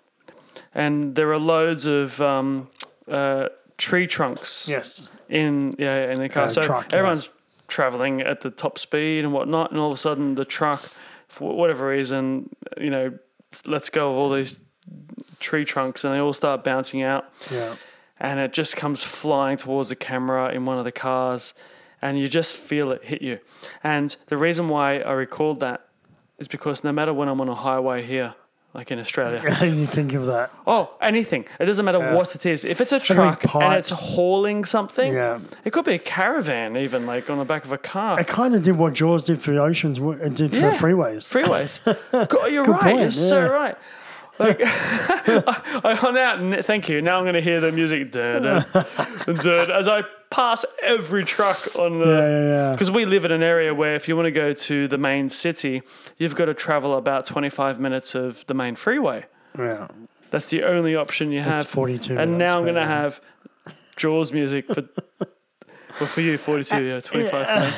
Speaker 6: and there are loads of um, uh, tree trunks.
Speaker 7: Yes.
Speaker 6: in yeah in the car.
Speaker 7: Uh,
Speaker 6: so
Speaker 7: truck, yeah.
Speaker 6: everyone's traveling at the top speed and whatnot, and all of a sudden the truck, for whatever reason, you know, lets go of all these tree trunks, and they all start bouncing out,
Speaker 7: Yeah.
Speaker 6: and it just comes flying towards the camera in one of the cars, and you just feel it hit you. And the reason why I recalled that is because no matter when I'm on a highway here. Like in Australia.
Speaker 7: *laughs* you think of that?
Speaker 6: Oh, anything. It doesn't matter what it is. If it's a truck and
Speaker 7: pipes.
Speaker 6: it's hauling something,
Speaker 7: Yeah.
Speaker 6: it could be a caravan, even like on the back of a car.
Speaker 7: It kind of did what Jaws did for the oceans. what It did for
Speaker 6: Oh. Yeah.
Speaker 7: freeways.
Speaker 6: *laughs*
Speaker 7: *laughs*
Speaker 6: Freeways. God, you're right.
Speaker 7: point,
Speaker 6: you're
Speaker 7: yeah.
Speaker 6: so right. Like, *laughs* I, I, now, thank you. Now I'm going to hear the music dun,
Speaker 7: *laughs*
Speaker 6: dun, dun, as I pass every truck on the.
Speaker 7: yeah, yeah.
Speaker 6: Because we live in an area where if you want to go to the main city, you've got to travel about 25 minutes of the main freeway.
Speaker 7: Yeah.
Speaker 6: That's the only option you have.
Speaker 7: 42
Speaker 6: And
Speaker 7: minutes,
Speaker 6: now I'm
Speaker 7: but
Speaker 6: going to
Speaker 7: yeah.
Speaker 6: have Jaws music for. Well, for you, 42, yeah, 25.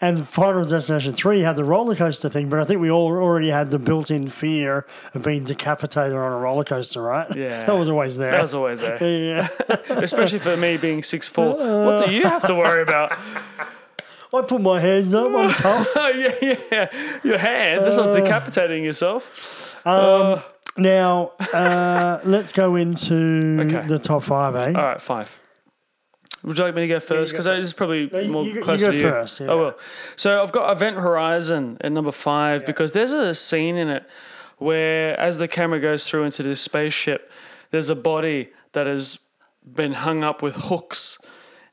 Speaker 7: And Final Destination 3 had the roller coaster thing, but I think we all already had the built in fear of being decapitated on a roller coaster, right?
Speaker 6: Yeah.
Speaker 7: That was always
Speaker 6: *laughs*
Speaker 7: there.
Speaker 6: That was always eh? there.
Speaker 7: yeah. *laughs*
Speaker 6: especially for me being six four. What do you have to worry about?
Speaker 7: I put my hands up. I'm tough.
Speaker 6: *laughs* Oh yeah, yeah, your hands. That's not decapitating yourself.
Speaker 7: Now, uh, let's go into
Speaker 6: Okay.
Speaker 7: the top five, eh?
Speaker 6: All right, five. Would you like me to go first?
Speaker 7: go
Speaker 6: Because that is probably
Speaker 7: you-
Speaker 6: more
Speaker 7: you go- you
Speaker 6: close
Speaker 7: go
Speaker 6: to you.
Speaker 7: first, yeah.
Speaker 6: I will. So I've got Event Horizon at number five because there's a scene in it where, as the camera goes through into this spaceship, there's a body that has been hung up with hooks,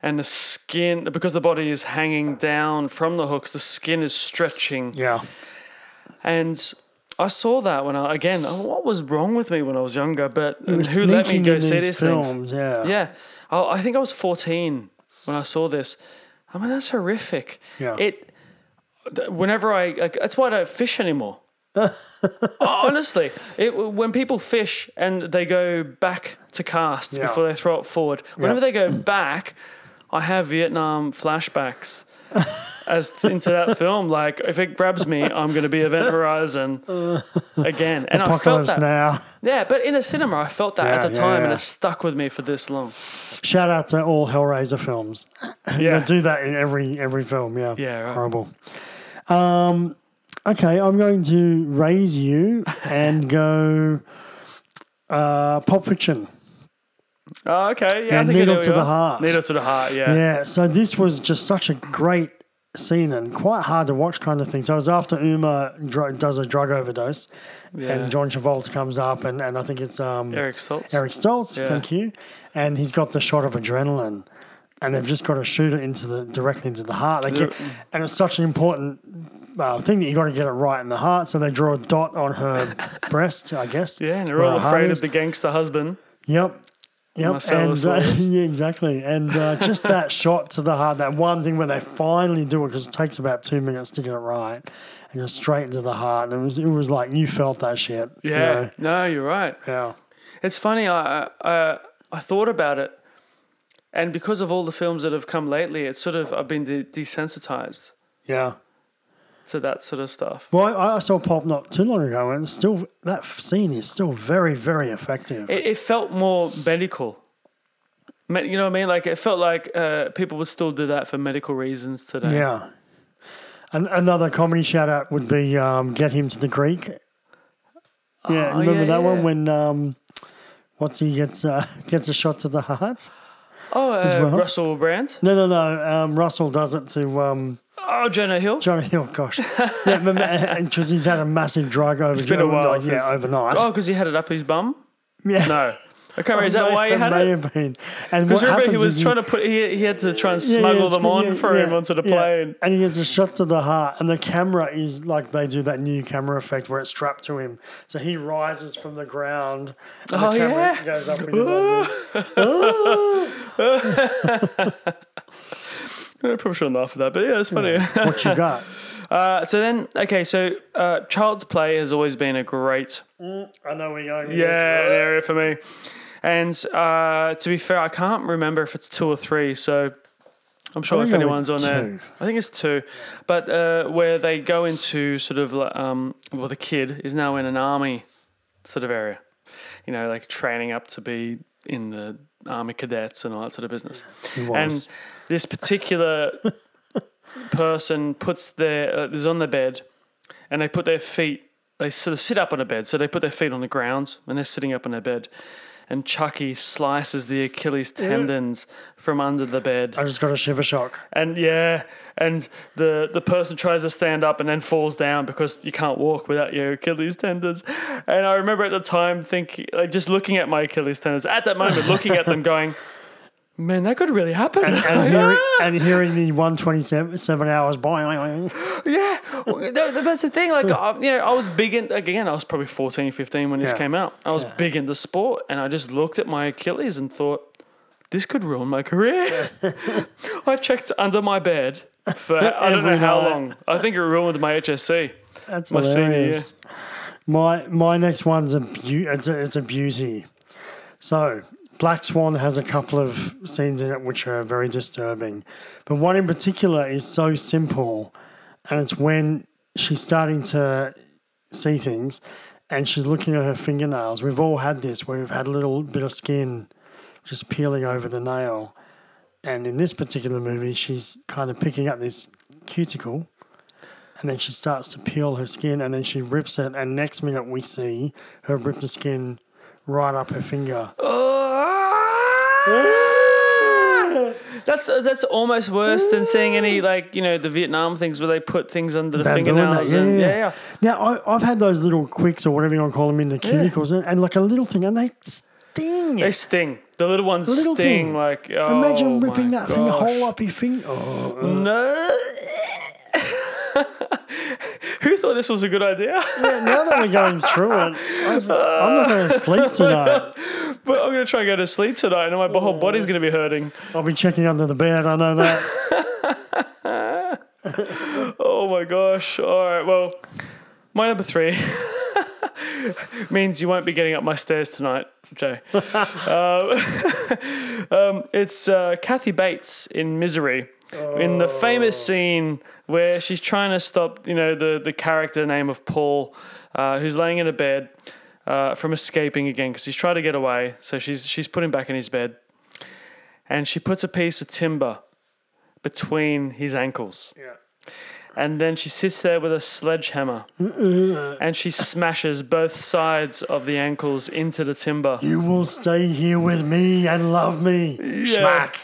Speaker 6: and the skin because the body is hanging down from the hooks, the skin is stretching.
Speaker 7: Yeah.
Speaker 6: And I saw that when I again, oh, what was wrong with me when I was younger? But and who let me
Speaker 7: Sneaking
Speaker 6: go
Speaker 7: in
Speaker 6: see
Speaker 7: these
Speaker 6: these things?
Speaker 7: films, yeah.
Speaker 6: Yeah, I, I think I was fourteen when I saw this. I mean, that's horrific.
Speaker 7: Yeah.
Speaker 6: It. th- Whenever I, like, that's why I don't fish
Speaker 7: *laughs*
Speaker 6: anymore. Honestly, it, when people fish and they go back to cast
Speaker 7: Yeah. *laughs*
Speaker 6: before they throw it forward, whenever they go back, I have Vietnam flashbacks. as into that film. Like, if it grabs me, I'm going to be Event Horizon
Speaker 7: *laughs*
Speaker 6: again. And I felt
Speaker 7: Apocalypse
Speaker 6: that.
Speaker 7: Now.
Speaker 6: Yeah, but in the cinema, I felt that
Speaker 7: Yeah,
Speaker 6: at the
Speaker 7: yeah,
Speaker 6: time, and
Speaker 7: yeah.
Speaker 6: it stuck with me for this long.
Speaker 7: Shout out to all Hellraiser films.
Speaker 6: Yeah,
Speaker 7: They do that in every every film. Yeah.
Speaker 6: Yeah, right.
Speaker 7: Horrible. Um, okay, I'm going to raise you and go uh, Pulp Fiction.
Speaker 6: Oh, okay. Yeah,
Speaker 7: Yeah,
Speaker 6: I think I
Speaker 7: needle
Speaker 6: know
Speaker 7: to
Speaker 6: you
Speaker 7: the
Speaker 6: are.
Speaker 7: heart.
Speaker 6: Needle to the heart. Yeah.
Speaker 7: Yeah, so this was just such a great scene and quite hard to watch kind of thing. So it was after Uma dr- does a drug overdose,
Speaker 6: Yeah.
Speaker 7: and John Travolta comes up, and, and I think it's um,
Speaker 6: Eric Stoltz.
Speaker 7: Eric Stoltz,
Speaker 6: Yeah.
Speaker 7: thank you, and he's got the shot of adrenaline, and they've just got to shoot it into the directly into the heart. They get, and it's such an important. Uh, thing that you got to get it right in the heart, so they draw a dot on her *laughs* breast, I guess.
Speaker 6: Yeah, and they're
Speaker 7: where
Speaker 6: all
Speaker 7: her heart
Speaker 6: afraid
Speaker 7: is.
Speaker 6: of the gangster husband.
Speaker 7: Yep. Yep.
Speaker 6: Marcelo
Speaker 7: And, uh,
Speaker 6: Suarez.
Speaker 7: *laughs* yeah, exactly. And uh, just
Speaker 6: *laughs*
Speaker 7: that shot to the heart, that one thing where they finally do it because it takes about two minutes to get it right and just straight into the heart. And it was, it was like you felt that shit. you
Speaker 6: Yeah.
Speaker 7: know?
Speaker 6: No, you're right.
Speaker 7: Yeah.
Speaker 6: It's funny. I, I I thought about it, and because of all the films that have come lately, it's sort of I've been de- desensitized
Speaker 7: Yeah.
Speaker 6: to that sort of stuff.
Speaker 7: Well, I, I saw Pop not too long ago and it's still, that f- scene is still very, very effective.
Speaker 6: It, it felt more medical. Me- You know what I mean? Like it felt like uh, people would still do that for medical reasons today.
Speaker 7: yeah. And another comedy shout out would be um, Get Him to the Greek. Yeah.
Speaker 6: Oh,
Speaker 7: remember
Speaker 6: yeah,
Speaker 7: that
Speaker 6: yeah.
Speaker 7: one when. Um, What's he gets uh, *laughs* gets a shot to the heart?
Speaker 6: Oh, uh,
Speaker 7: well.
Speaker 6: Russell Brand.
Speaker 7: No, no, no. Um, Russell does it to um,
Speaker 6: Oh, Jonah Hill.
Speaker 7: Johnny Hill. Gosh, yeah, *laughs* because he's had a massive drug overdose.
Speaker 6: been a while
Speaker 7: Like,
Speaker 6: since-
Speaker 7: yeah, overnight.
Speaker 6: Oh, because he had it up his bum.
Speaker 7: yeah.
Speaker 6: No. I can't remember. Is
Speaker 7: *laughs*
Speaker 6: that why he
Speaker 7: It
Speaker 6: had
Speaker 7: may
Speaker 6: it?
Speaker 7: have been. And
Speaker 6: Because
Speaker 7: what
Speaker 6: remember, he
Speaker 7: happens
Speaker 6: was
Speaker 7: is
Speaker 6: trying to put he, he had to try and
Speaker 7: *laughs* yeah, yeah,
Speaker 6: smuggle them
Speaker 7: it's-
Speaker 6: on
Speaker 7: yeah,
Speaker 6: for him
Speaker 7: yeah,
Speaker 6: onto the
Speaker 7: yeah.
Speaker 6: plane.
Speaker 7: and he gets a shot to the heart. And the camera is like they do that new camera effect where it's strapped to him, so he rises from the ground. And
Speaker 6: Oh,
Speaker 7: the camera
Speaker 6: yeah.
Speaker 7: goes up. With him like this.
Speaker 6: I probably shouldn't laugh at that, but yeah, it's funny.
Speaker 7: what you got?
Speaker 6: *laughs* Uh, so then, okay, so uh, Child's Play has always been a great
Speaker 7: I know we're going. with
Speaker 6: yeah
Speaker 7: this.
Speaker 6: an area for me. And uh, to be fair, I can't remember if it's two or three, so I'm sure
Speaker 7: think
Speaker 6: if
Speaker 7: I went
Speaker 6: anyone's on
Speaker 7: two.
Speaker 6: there, I think it's two. But uh, where they go into sort of like, um, well, the kid is now in an army sort of area, you know, like training up to be in the army cadets and all that sort of business.
Speaker 7: was.
Speaker 6: And this
Speaker 7: *laughs*
Speaker 6: particular person puts their uh, is on the bed, and they put their feet. They sort of sit up on a bed, so they put their feet on the ground, and they're sitting up on their bed. And Chucky slices the Achilles tendons from under the bed,
Speaker 7: I just got a shiver shock.
Speaker 6: and yeah, and the the person tries to stand up and then falls down because you can't walk without your Achilles tendons. And I remember at the time thinking, like, just looking at my Achilles tendons at that moment, looking at them, *laughs* going, "Man, that could really happen."
Speaker 7: and, hearing, and hearing the 127 seven hours boing, boing, boing.
Speaker 6: Yeah, Well, th- th- that's the thing.
Speaker 7: *laughs*
Speaker 6: Like, I, you know, I was big in again. I was probably 14, 15 when this
Speaker 7: Yeah.
Speaker 6: came out. I was big into sport, and I just looked at my Achilles and thought, "This could ruin my career." *laughs* I checked under my bed for
Speaker 7: *laughs*
Speaker 6: I don't know
Speaker 7: Every
Speaker 6: how
Speaker 7: night.
Speaker 6: long. I think it ruined my HSC.
Speaker 7: *laughs* that's
Speaker 6: My senior
Speaker 7: hilarious my my next one's a beauty it's a, it's a beauty so black swan has a couple of scenes in it which are very disturbing but one in particular is so simple and it's when she's starting to see things and she's looking at her fingernails we've all had this where we've had a little bit of skin just peeling over the nail and in this particular movie she's kind of picking up this cuticle and then she starts to peel her skin and then she rips it and next minute we see her rip the skin right up her finger
Speaker 6: Oh, That's that's almost worse than seeing
Speaker 7: *laughs*
Speaker 6: any like you know the Vietnam things where they put things under the
Speaker 7: They're doing that,
Speaker 6: fingernails. and, yeah, yeah.
Speaker 7: now I, i've had those little quicks or whatever you want to call them in the cuticles and, and like a little thing and they sting
Speaker 6: They sting. The little ones
Speaker 7: Little
Speaker 6: sting.
Speaker 7: thing.
Speaker 6: Like oh
Speaker 7: imagine
Speaker 6: my
Speaker 7: ripping that thing
Speaker 6: gosh.
Speaker 7: whole up your finger oh, uh,
Speaker 6: No. *laughs* Who thought this was a good idea? *laughs*
Speaker 7: now that we're going through it I've, i'm not going to
Speaker 6: *laughs*
Speaker 7: sleep tonight
Speaker 6: but I'm gonna try and go to sleep tonight, and my whole body's gonna be hurting.
Speaker 7: i'll be checking under the bed i know that
Speaker 6: Oh my gosh! All right, well, my number three *laughs* means you won't be getting up my stairs tonight, Jay. *laughs* um, um, it's uh, Kathy Bates in Misery. in the famous scene where she's trying to stop, you know, the the character name of Paul, uh, who's laying in a bed uh, from escaping again because he's tried to get away. So she's she's put him back in his bed, and she puts a piece of timber between his ankles. Yeah. And then she sits there with a sledgehammer, and she smashes both sides of the ankles into the timber.
Speaker 7: You will stay here with me and love me. Smack.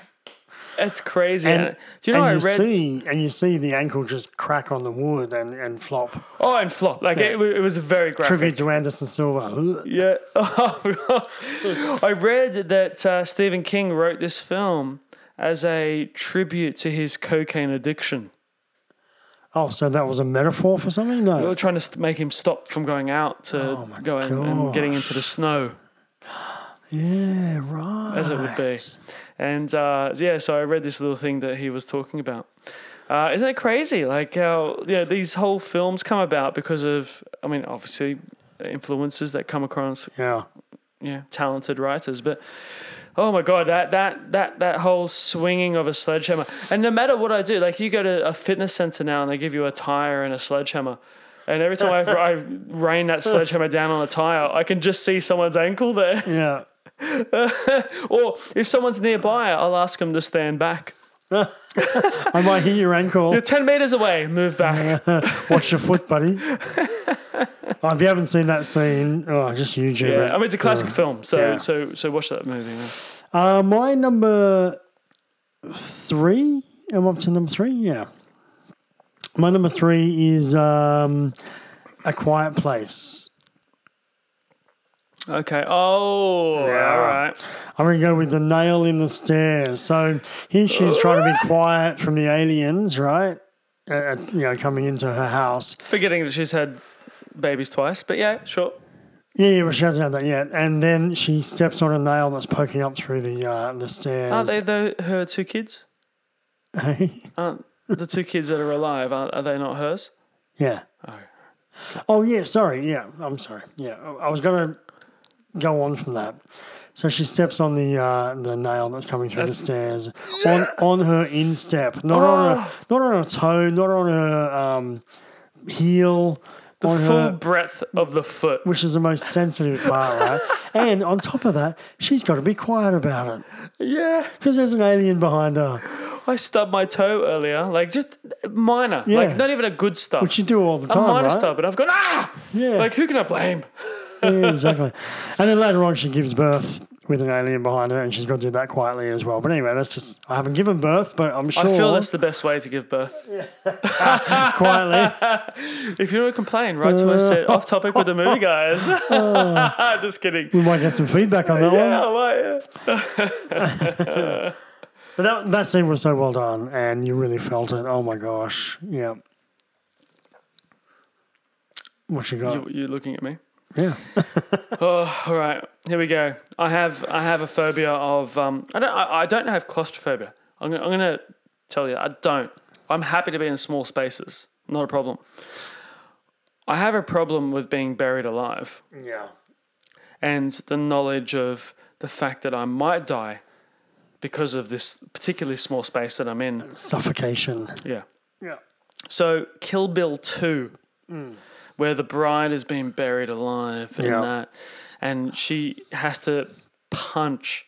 Speaker 6: It's crazy.
Speaker 7: And,
Speaker 6: And, do you know
Speaker 7: and
Speaker 6: I
Speaker 7: you
Speaker 6: read?
Speaker 7: see and you see the ankle just crack on the wood and, and flop.
Speaker 6: oh, and flop. Like it, it was very graphic.
Speaker 7: Tribute to Anderson Silva.
Speaker 6: Yeah. *laughs* I read that uh, Stephen King wrote this film as a tribute to his cocaine addiction.
Speaker 7: Oh, so that was a metaphor for something? No.
Speaker 6: They were trying to st- make him stop from going out to
Speaker 7: Oh
Speaker 6: go in and getting into the snow,
Speaker 7: Yeah, right.
Speaker 6: as it would be. And uh, yeah, so I read this little thing that he was talking about. Uh, isn't it crazy? Like how you know, these whole films come about because of, I mean, obviously influences that come across
Speaker 7: Yeah.
Speaker 6: yeah, talented writers. But oh my god, that that that that whole swinging of a sledgehammer. And no matter what I do, like you go to a fitness center now and they give you a tire and a sledgehammer. And every time I, I rain that sledgehammer down on a tire, I can just see someone's ankle there.
Speaker 7: Yeah.
Speaker 6: Or if someone's nearby, I'll ask them to stand back.
Speaker 7: I might hit your ankle.
Speaker 6: You're 10 meters away, move back.
Speaker 7: Watch your
Speaker 6: *laughs*
Speaker 7: foot, buddy. oh, if you haven't seen that scene, oh, just YouTube it.
Speaker 6: Yeah. I mean, it's a classic
Speaker 7: Yeah.
Speaker 6: film, so
Speaker 7: Yeah.
Speaker 6: so so watch that movie. yeah.
Speaker 7: Uh, my number three. I'm up to number three. Yeah. My number three is um, a quiet place.
Speaker 6: Okay. Oh, all right.
Speaker 7: I'm gonna go with the nail in the stairs. So here she's trying to be quiet from the aliens, right? Uh, uh, you know, coming into her house.
Speaker 6: Forgetting that she's had babies twice, but yeah, sure.
Speaker 7: Yeah, yeah, but she hasn't had that yet. And then she steps on a nail that's poking up through the uh, the stairs.
Speaker 6: Aren't they Oh, the, her two
Speaker 7: *laughs*
Speaker 6: kids? aren't the two kids that are alive? Aren't, are they not hers?
Speaker 7: Yeah. Oh, yeah, sorry. Yeah, I'm sorry. Yeah, I I was going to go on from that. So she steps on the uh, the nail that's coming through the stairs on on her instep, not on
Speaker 6: Ah.
Speaker 7: a not on a toe, not on her um, heel, on
Speaker 6: Full
Speaker 7: her,
Speaker 6: breadth of the foot.
Speaker 7: which is the most sensitive
Speaker 6: *laughs*
Speaker 7: part, right? and on top of that, she's got to be quiet about it
Speaker 6: Yeah.
Speaker 7: because there's an alien behind her,
Speaker 6: I stubbed my toe earlier, like just minor,
Speaker 7: Yeah.
Speaker 6: like not even a good stub.
Speaker 7: which you do all the
Speaker 6: a
Speaker 7: time,
Speaker 6: minor
Speaker 7: right?
Speaker 6: stub, and I've gone ah.
Speaker 7: Yeah.
Speaker 6: Like who can I blame?
Speaker 7: yeah, exactly. And then later on, she gives birth with an alien behind her, and she's got to do that quietly as well. But anyway, that's just I haven't given birth, but I'm sure
Speaker 6: I feel *laughs* that's the best way to give birth.
Speaker 7: quietly.
Speaker 6: If you want to complain, write to
Speaker 7: Uh.
Speaker 6: us at off topic with the
Speaker 7: *laughs*
Speaker 6: movie guys. *laughs* just kidding.
Speaker 7: we might get some feedback on that
Speaker 6: Yeah,
Speaker 7: one.
Speaker 6: right, yeah.
Speaker 7: But that, that scene was so well done, and you really felt it. Oh my gosh, yeah. What you got?
Speaker 6: You, you're looking at me. *laughs* Oh,
Speaker 7: yeah,
Speaker 6: All right, here we go. I have I have a phobia of um. I don't I, I don't have claustrophobia. I'm gonna, I'm gonna tell you I don't. I'm happy to be in small spaces. Not a problem. I have a problem with being buried alive
Speaker 7: yeah.
Speaker 6: and the knowledge of the fact that I might die because of this particularly small space that I'm in.
Speaker 7: Suffocation.
Speaker 6: Yeah.
Speaker 7: Yeah.
Speaker 6: So Kill Bill two, where the bride is being buried alive and
Speaker 7: Yeah.
Speaker 6: that, and she has to punch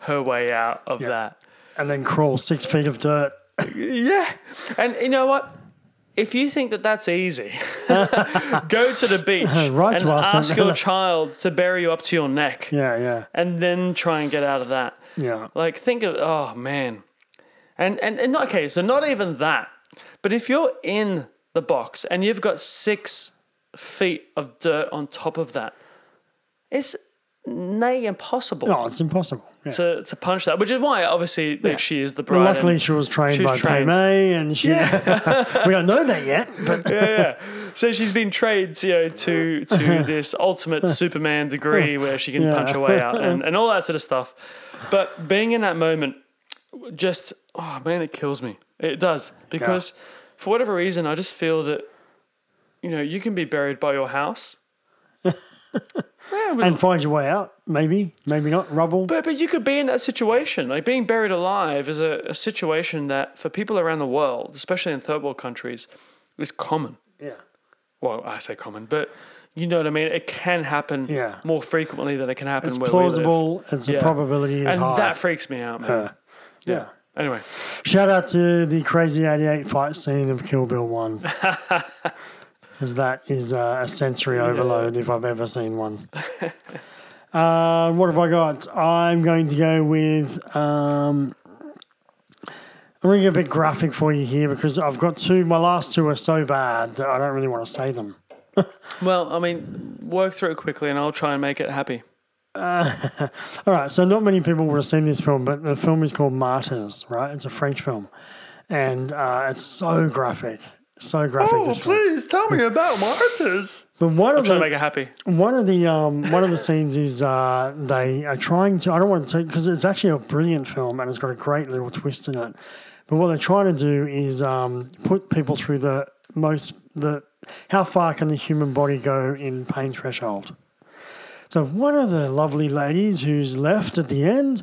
Speaker 6: her way out of that.
Speaker 7: And then crawl six feet of dirt.
Speaker 6: Yeah, and you know what? If you think that that's easy, *laughs* go to the beach
Speaker 7: *laughs* Right
Speaker 6: and
Speaker 7: to us,
Speaker 6: ask
Speaker 7: and-
Speaker 6: your child to bury you up to your neck,
Speaker 7: Yeah, yeah,
Speaker 6: and then try and get out of that.
Speaker 7: yeah.
Speaker 6: Like think of oh man. And and and not- okay, so not even that. But if you're in the box and you've got six feet of dirt on top of that, it's nay impossible
Speaker 7: No, it's impossible. Yeah.
Speaker 6: to, to punch that. Which is why obviously like, she is the bride.
Speaker 7: Well,
Speaker 6: and-
Speaker 7: luckily, she was trained
Speaker 6: She was
Speaker 7: by
Speaker 6: trained.
Speaker 7: Pei and she. *laughs* we don't know that yet, but
Speaker 6: so she's been trained, you know, to to this ultimate Superman degree where she can punch her way out and, and all that sort of stuff. But being in that moment, just oh man, it kills me. It does because for whatever reason, I just feel that you know you can be buried by your house,
Speaker 7: and find your way out. Maybe, maybe not. Rubble.
Speaker 6: But, but you could be in that situation. Like being buried alive is a, a situation that for people around the world, especially in third world countries, is common.
Speaker 7: yeah.
Speaker 6: Well, I say common, but you know what I mean. It can happen
Speaker 7: Yeah.
Speaker 6: more frequently than it can happen.
Speaker 7: It's
Speaker 6: where We
Speaker 7: plausible.
Speaker 6: live.
Speaker 7: It's a probability is
Speaker 6: and
Speaker 7: high.
Speaker 6: that freaks me out, man.
Speaker 7: Yeah.
Speaker 6: yeah. Anyway,
Speaker 7: Shout out to the crazy 88 fight scene of Kill Bill 1.
Speaker 6: *laughs*
Speaker 7: Because that is uh, a sensory overload if I've ever seen one. *laughs* uh, what have I got? I'm going to go with. Um, I'm going to get a bit graphic for you here because I've got two. My last two are so bad that I don't really want to say them.
Speaker 6: well, I mean, work through it quickly, and I'll try and make it happy.
Speaker 7: All right, so not many people would have seen this film, but the film is called Martyrs, right? It's a French film. And uh, it's so graphic. So graphic.
Speaker 6: Oh,
Speaker 7: this film.
Speaker 6: tell me about martyrs.
Speaker 7: But one of
Speaker 6: Try to
Speaker 7: the
Speaker 6: make it happy.
Speaker 7: one of the um, one of the scenes is uh, they are trying to. I don't want to take because it's actually a brilliant film and it's got a great little twist in it. But what they're trying to do is um, put people through the most the how far can the human body go in pain threshold. So one of the lovely ladies who's left at the end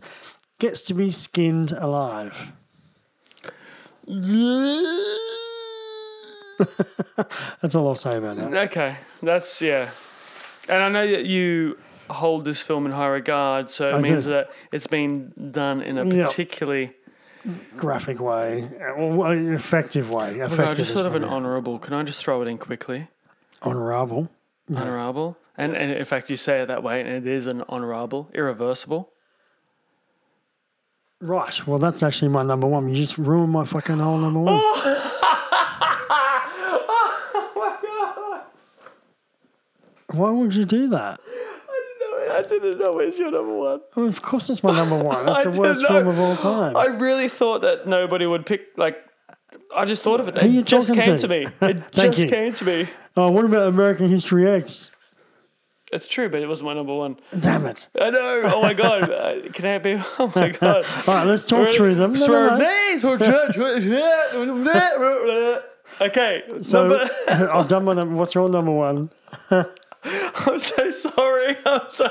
Speaker 7: gets to be skinned alive. *laughs* That's all I'll say about that.
Speaker 6: Okay, that's yeah. And I know that you hold this film in high regard, so it
Speaker 7: I
Speaker 6: means
Speaker 7: do.
Speaker 6: that it's been done in a
Speaker 7: Yeah.
Speaker 6: particularly
Speaker 7: graphic way, uh, well, an effective way. Effective
Speaker 6: No, just
Speaker 7: is
Speaker 6: sort of an
Speaker 7: probably
Speaker 6: honourable. Can I just throw it in quickly?
Speaker 7: honorable.
Speaker 6: Honourable, and and in fact, you say it that way, and it is an honourable, irreversible.
Speaker 7: Right. Well, that's actually my number one. You just ruined my fucking whole number one.
Speaker 6: Oh! *laughs*
Speaker 7: Why would you do that?
Speaker 6: I didn't know it's your number one.
Speaker 7: Oh, of course, it's my number
Speaker 6: *laughs*
Speaker 7: one. That's the
Speaker 6: didn't
Speaker 7: worst
Speaker 6: know.
Speaker 7: film of all time.
Speaker 6: I really thought that nobody would pick like. I just thought of it. It
Speaker 7: you
Speaker 6: just
Speaker 7: talking
Speaker 6: came to,
Speaker 7: to? *laughs*
Speaker 6: me. It
Speaker 7: Thank
Speaker 6: just
Speaker 7: you.
Speaker 6: came to me.
Speaker 7: Oh, what about American History X?
Speaker 6: It's true, but it was my number one.
Speaker 7: Damn it!
Speaker 6: I know. Oh my
Speaker 7: *laughs*
Speaker 6: god. Uh, Can I be? *laughs* Oh my god.
Speaker 7: All right, let's talk through them. No, no, no.
Speaker 6: okay.
Speaker 7: So
Speaker 6: number, *laughs*
Speaker 7: *laughs* I've done my number. What's your number one?
Speaker 6: I'm so sorry. *laughs* I'm so.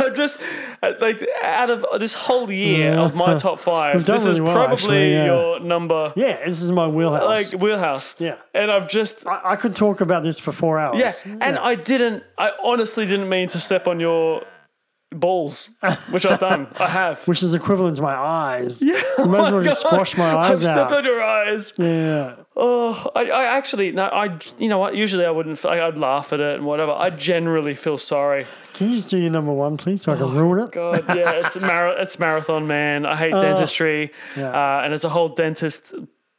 Speaker 6: I'm just uh, like out of this whole year of my top five.
Speaker 7: We've done
Speaker 6: This is
Speaker 7: really well,
Speaker 6: probably
Speaker 7: actually, yeah.
Speaker 6: your number
Speaker 7: Yeah, this is my wheelhouse.
Speaker 6: like wheelhouse.
Speaker 7: Yeah.
Speaker 6: And I've just
Speaker 7: I, I could talk about this for four hours.
Speaker 6: yeah. And I didn't. I honestly didn't mean to step on your balls, which I've done. I
Speaker 7: *laughs*
Speaker 6: have.
Speaker 7: which is equivalent to my eyes. Yeah, you might as well
Speaker 6: *laughs*
Speaker 7: just squash my
Speaker 6: Oh, I've
Speaker 7: eyes
Speaker 6: stepped on
Speaker 7: out.
Speaker 6: your eyes.
Speaker 7: Yeah,
Speaker 6: Oh, I, I actually no. I you know what? Usually I wouldn't. I, I'd laugh at it and whatever. I generally feel sorry.
Speaker 7: can you just do your number one, please, so I can ruin it?
Speaker 6: Oh, God, yeah, it's mar- it's marathon, man. I hate dentistry,
Speaker 7: Oh, yeah.
Speaker 6: uh, and it's a whole dentist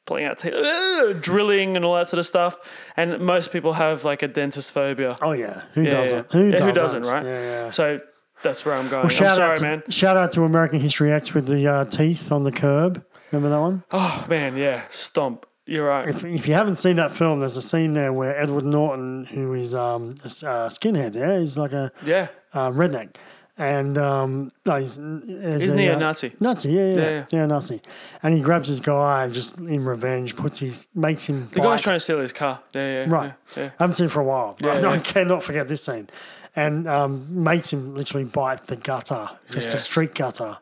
Speaker 6: pulling out teeth, Ugh, drilling, and all that sort of stuff. And most people have like a dentist phobia.
Speaker 7: *laughs* Oh yeah, who
Speaker 6: Yeah,
Speaker 7: doesn't?
Speaker 6: yeah.
Speaker 7: Who,
Speaker 6: Yeah,
Speaker 7: doesn't?
Speaker 6: right?
Speaker 7: Yeah, yeah.
Speaker 6: So that's where I'm going. I'm
Speaker 7: shout
Speaker 6: sorry,
Speaker 7: out to,
Speaker 6: man.
Speaker 7: Shout out to American History X with the uh, teeth on the curb. Remember that one?
Speaker 6: Oh man, yeah, stomp. You're right.
Speaker 7: If, if you haven't seen that film, there's a scene there where Edward Norton, who is um, a s- uh, skinhead, yeah, he's like a
Speaker 6: Yeah,
Speaker 7: uh, redneck. And um, no, he's, he's
Speaker 6: Isn't
Speaker 7: a,
Speaker 6: he a
Speaker 7: uh,
Speaker 6: Nazi?
Speaker 7: Nazi, yeah, yeah,
Speaker 6: Yeah,
Speaker 7: yeah,
Speaker 6: yeah.
Speaker 7: Nazi. And he grabs his guy and just in revenge puts his makes him.
Speaker 6: the guy's
Speaker 7: bite.
Speaker 6: trying to steal his car. Yeah, yeah, yeah,
Speaker 7: Right.
Speaker 6: Yeah,
Speaker 7: I haven't seen it for a while.
Speaker 6: Yeah,
Speaker 7: *laughs* I,
Speaker 6: yeah.
Speaker 7: I cannot forget this scene. And um, makes him literally bite the gutter, just a
Speaker 6: Yes.
Speaker 7: street gutter.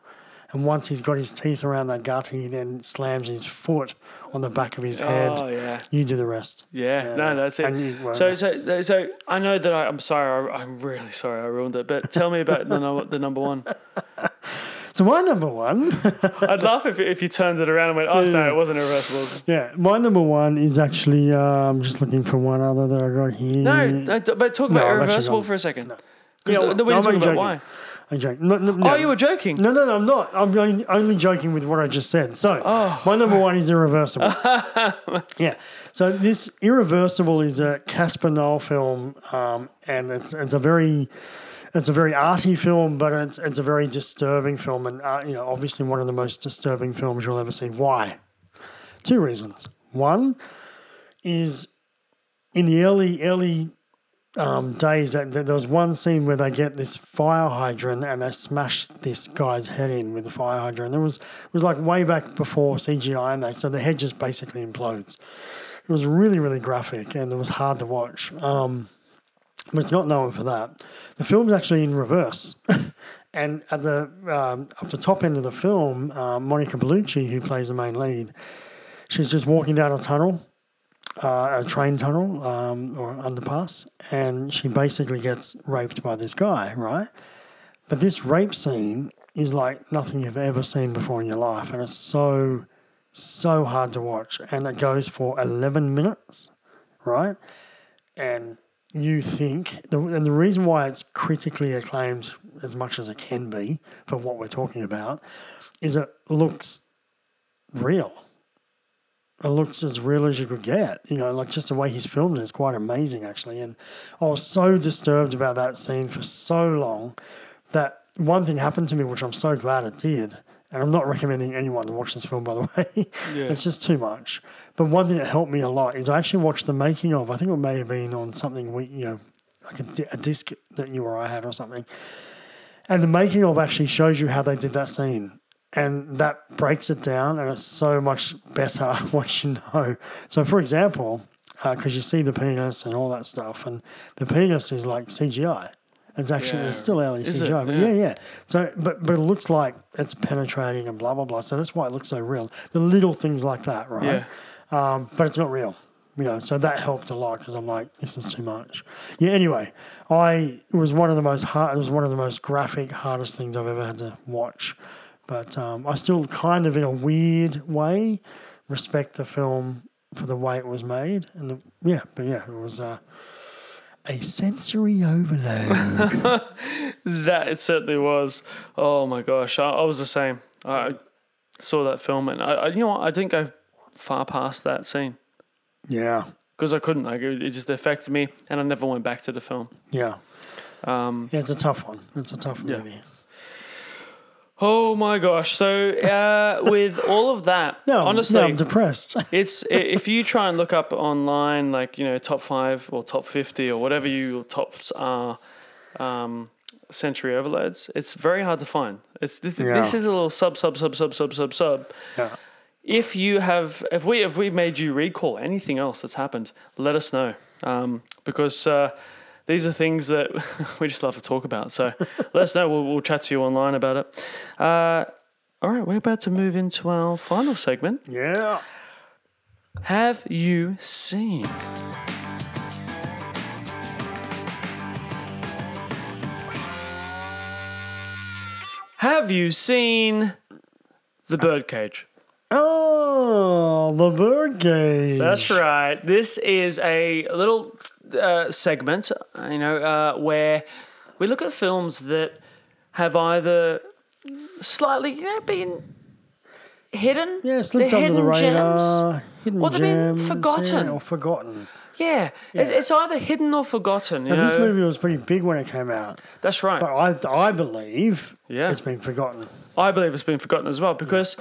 Speaker 7: And once he's got his teeth around that gutter, he then slams his foot on the back of his head.
Speaker 6: Oh yeah.
Speaker 7: You do the rest.
Speaker 6: Yeah, no, that's it.
Speaker 7: And you won't.
Speaker 6: so, so, so I know that I, I'm sorry. I, I'm really sorry I ruined it. But tell me about the, no, *laughs* the number one.
Speaker 7: So my number one,
Speaker 6: I'd laugh if, if you turned it around and went, "Oh no, it wasn't irreversible."
Speaker 7: yeah, my number one is actually. Uh, I'm just looking for one other that I got here.
Speaker 6: No, no, d- but talk about
Speaker 7: No, I'm actually
Speaker 6: irreversible
Speaker 7: wrong.
Speaker 6: for a second. No.
Speaker 7: Yeah, well,
Speaker 6: then we didn't
Speaker 7: no, I'm
Speaker 6: talk
Speaker 7: only
Speaker 6: about
Speaker 7: joking.
Speaker 6: why.
Speaker 7: I'm joking. No, no, no.
Speaker 6: Oh, you were joking.
Speaker 7: No, no, no, I'm not. I'm only, only joking with what I just said. So, my number one is Irreversible. yeah. So, this Irreversible is a Casper Noel film, um, and it's it's a very it's a very arty film, but it's it's a very disturbing film, and uh, you know, obviously one of the most disturbing films you'll ever see. Why? Two reasons. One is in the early early um, days that that there was one scene where they get this fire hydrant and they smash this guy's head in with the fire hydrant. It was it was like way back before CGI and that, so the head just basically implodes. It was really really graphic and it was hard to watch. Um, but it's not known for that. The film's actually in reverse. *laughs* and at the um, up the top end of the film, uh, Monica Bellucci, who plays the main lead, she's just walking down a tunnel, uh, a train tunnel um, or underpass, and she basically gets raped by this guy, right? But this rape scene is like nothing you've ever seen before in your life, and it's so so hard to watch, and it goes for eleven minutes, right? and you think, the, and the reason why it's critically acclaimed as much as it can be for what we're talking about is it looks real. It looks as real as you could get. You know, like just the way he's filmed it is quite amazing, actually. And I was so disturbed about that scene for so long that one thing happened to me, which I'm so glad it did. And I'm not recommending anyone to watch this film, by the *laughs* way. It's just too much. But one thing that helped me a lot is I actually watched the making of. I think it may have been on something we, you know, like a, di- a disc that you or I had or something. And the making of actually shows you how they did that scene. And that breaks it down, and it's so much better *laughs* once you know. So, for example, because you see the penis and all that stuff, and the penis is like CGI. It's actually it's still early
Speaker 6: it?
Speaker 7: CGI. but
Speaker 6: Yeah.
Speaker 7: yeah, yeah. So, but but it looks like it's penetrating and blah blah blah. So that's why it looks so real. The little things like that, right? Um, but it's not real, you know. So that helped a lot because I'm like, this is too much. Yeah. Anyway, I it was one of the most hard. It was one of the most graphic, hardest things I've ever had to watch. But um, I still kind of, in a weird way, respect the film for the way it was made. And the, yeah, but yeah, it was uh, a sensory overload.
Speaker 6: That it certainly was. Oh my gosh, I, I was the same. I saw that film, and I, I you know what? I didn't go far past that scene
Speaker 7: yeah.
Speaker 6: because I couldn't. Like it, it just affected me, and I never went back to the film.
Speaker 7: Yeah. Um, yeah, it's a tough one. It's a tough movie.
Speaker 6: Oh my gosh! So uh, with all of that,
Speaker 7: *laughs* No, honestly,
Speaker 6: honestly,
Speaker 7: no, I'm depressed.
Speaker 6: it's i- if you try and look up online, like you know, top five or top fifty or whatever your tops are, um, sensory overloads. It's very hard to find. It's this, this
Speaker 7: Yeah.
Speaker 6: is a little sub sub sub sub sub sub sub.
Speaker 7: yeah.
Speaker 6: If you have, if we if we made you recall anything else that's happened, let us know um, because. Uh, these are things that *laughs* we just love to talk about. So *laughs* let us know. We'll, we'll chat to you online about it. Uh, all right, we're about to move into our final segment.
Speaker 7: Yeah.
Speaker 6: Have you seen? Have you seen the birdcage?
Speaker 7: Oh, the bird game.
Speaker 6: That's right. This is a little uh, segment, you know, uh, where we look at films that have either slightly, you know, been hidden,
Speaker 7: Yeah,
Speaker 6: they're
Speaker 7: slipped under the
Speaker 6: hidden gems.
Speaker 7: radar. Hidden
Speaker 6: What do you mean,
Speaker 7: gems,
Speaker 6: forgotten?
Speaker 7: yeah, or forgotten.
Speaker 6: Yeah, It's, it's either hidden or forgotten. You
Speaker 7: And
Speaker 6: know?
Speaker 7: this movie was pretty big when it came out,
Speaker 6: That's right.
Speaker 7: but I, I believe
Speaker 6: Yeah.
Speaker 7: it's been forgotten.
Speaker 6: I believe it's been forgotten as well because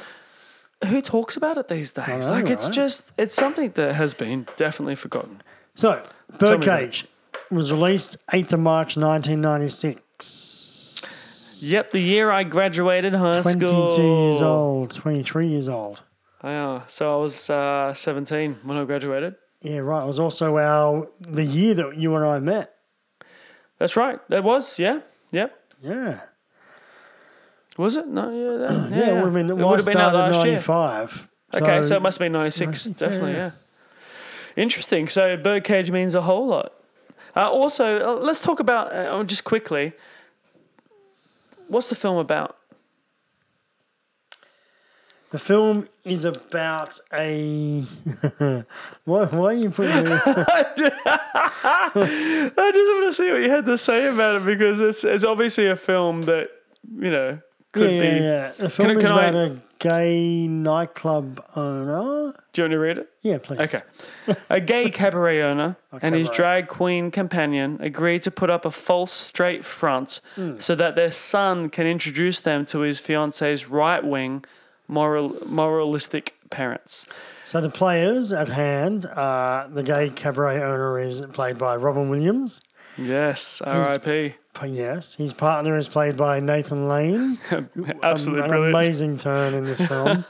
Speaker 6: who talks about it these days?
Speaker 7: know,
Speaker 6: like it's
Speaker 7: right?
Speaker 6: just it's something that has been definitely forgotten.
Speaker 7: So,
Speaker 6: me about
Speaker 7: Birdcage was released 8th of March 1996.
Speaker 6: Yep, the year I graduated high
Speaker 7: 22
Speaker 6: school.
Speaker 7: years old, 23 years old.
Speaker 6: Yeah, so I was uh, 17 when I graduated.
Speaker 7: Yeah, right. It was also our the year that you and I met.
Speaker 6: That's right. That was yeah, yep.
Speaker 7: Yeah.
Speaker 6: Was it? No, yeah,
Speaker 7: *clears throat*
Speaker 6: that, yeah.
Speaker 7: Yeah, it
Speaker 6: yeah.
Speaker 7: would have been, well, I
Speaker 6: would've
Speaker 7: started
Speaker 6: out
Speaker 7: in
Speaker 6: last year.
Speaker 7: 95.
Speaker 6: Okay, so, it must be 96,
Speaker 7: 96,
Speaker 6: definitely,
Speaker 7: yeah, yeah.
Speaker 6: yeah. Interesting. So birdcage means a whole lot. Uh, also, uh, let's talk about uh, oh, just quickly. What's the film about?
Speaker 7: The film is about a. *laughs* why, why are you putting me.
Speaker 6: I just want to see what you had to say about it because it's it's obviously a film that you know *laughs* could
Speaker 7: yeah,
Speaker 6: be.
Speaker 7: yeah, yeah. The film is
Speaker 6: can I-
Speaker 7: about a gay nightclub owner.
Speaker 6: Do you want me to read it?
Speaker 7: Yeah, please.
Speaker 6: Okay. A
Speaker 7: *laughs*
Speaker 6: gay cabaret owner and his
Speaker 7: cabaret.
Speaker 6: drag queen companion agree to put up a false straight front
Speaker 7: Hmm.
Speaker 6: so that their son can introduce them to his fiance's right wing moral moralistic parents.
Speaker 7: So the players at hand, uh, the gay cabaret owner is played by Robin Williams.
Speaker 6: Yes, R.I.P.
Speaker 7: P- Yes, his partner is played by Nathan
Speaker 6: *laughs*
Speaker 7: Lane. Um,
Speaker 6: Absolutely
Speaker 7: an
Speaker 6: brilliant.
Speaker 7: amazing turn in this
Speaker 6: *laughs*
Speaker 7: film.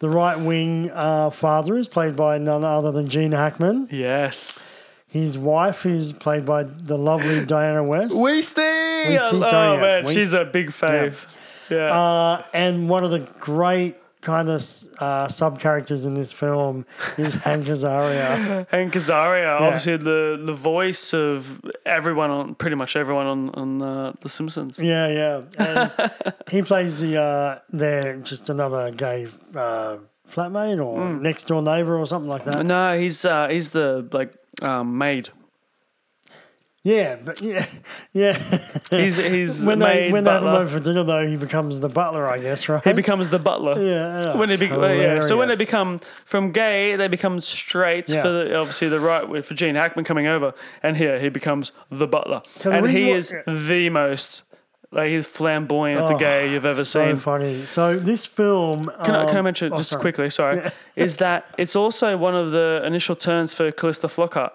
Speaker 7: the right wing uh, father is played by none other than Gene Hackman.
Speaker 6: Yes.
Speaker 7: His wife is played by the lovely Diana West.
Speaker 6: Weasty!
Speaker 7: Weasty, sorry,
Speaker 6: oh,
Speaker 7: yeah,
Speaker 6: man, she's
Speaker 7: Weast.
Speaker 6: a big fave. Yeah.
Speaker 7: Uh, and one of the great kind of uh, sub characters in this film
Speaker 6: *laughs*
Speaker 7: is Hank Azaria.
Speaker 6: Hank Azaria, obviously the, the voice of everyone on pretty much everyone on on uh, The Simpsons.
Speaker 7: Yeah, yeah.
Speaker 6: *laughs*
Speaker 7: And he plays the uh, their just another gay uh, flatmate or
Speaker 6: Hmm.
Speaker 7: next door neighbor or something like that.
Speaker 6: No, he's uh, he's the like um, maid.
Speaker 7: Yeah, but yeah, *laughs* yeah.
Speaker 6: He's he's
Speaker 7: when
Speaker 6: maid
Speaker 7: they when they have him
Speaker 6: butler.
Speaker 7: over for dinner though, he becomes the butler, I guess, right?
Speaker 6: he becomes the butler.
Speaker 7: yeah. oh,
Speaker 6: when they
Speaker 7: it's
Speaker 6: be- yeah, so when they
Speaker 7: hilarious.
Speaker 6: become from gay, they become straight
Speaker 7: Yeah.
Speaker 6: for the, obviously the right way for Gene Hackman coming over, and here he becomes the butler,
Speaker 7: So the
Speaker 6: and
Speaker 7: reason
Speaker 6: he
Speaker 7: why-
Speaker 6: is the most like he's flamboyant, the
Speaker 7: Oh,
Speaker 6: gay you've ever
Speaker 7: so
Speaker 6: seen.
Speaker 7: funny. So this film.
Speaker 6: Can, I, can I
Speaker 7: um,
Speaker 6: mention
Speaker 7: oh,
Speaker 6: just
Speaker 7: sorry.
Speaker 6: quickly? Sorry,
Speaker 7: *laughs*
Speaker 6: is that it's also one of the initial turns for Callista Flockhart.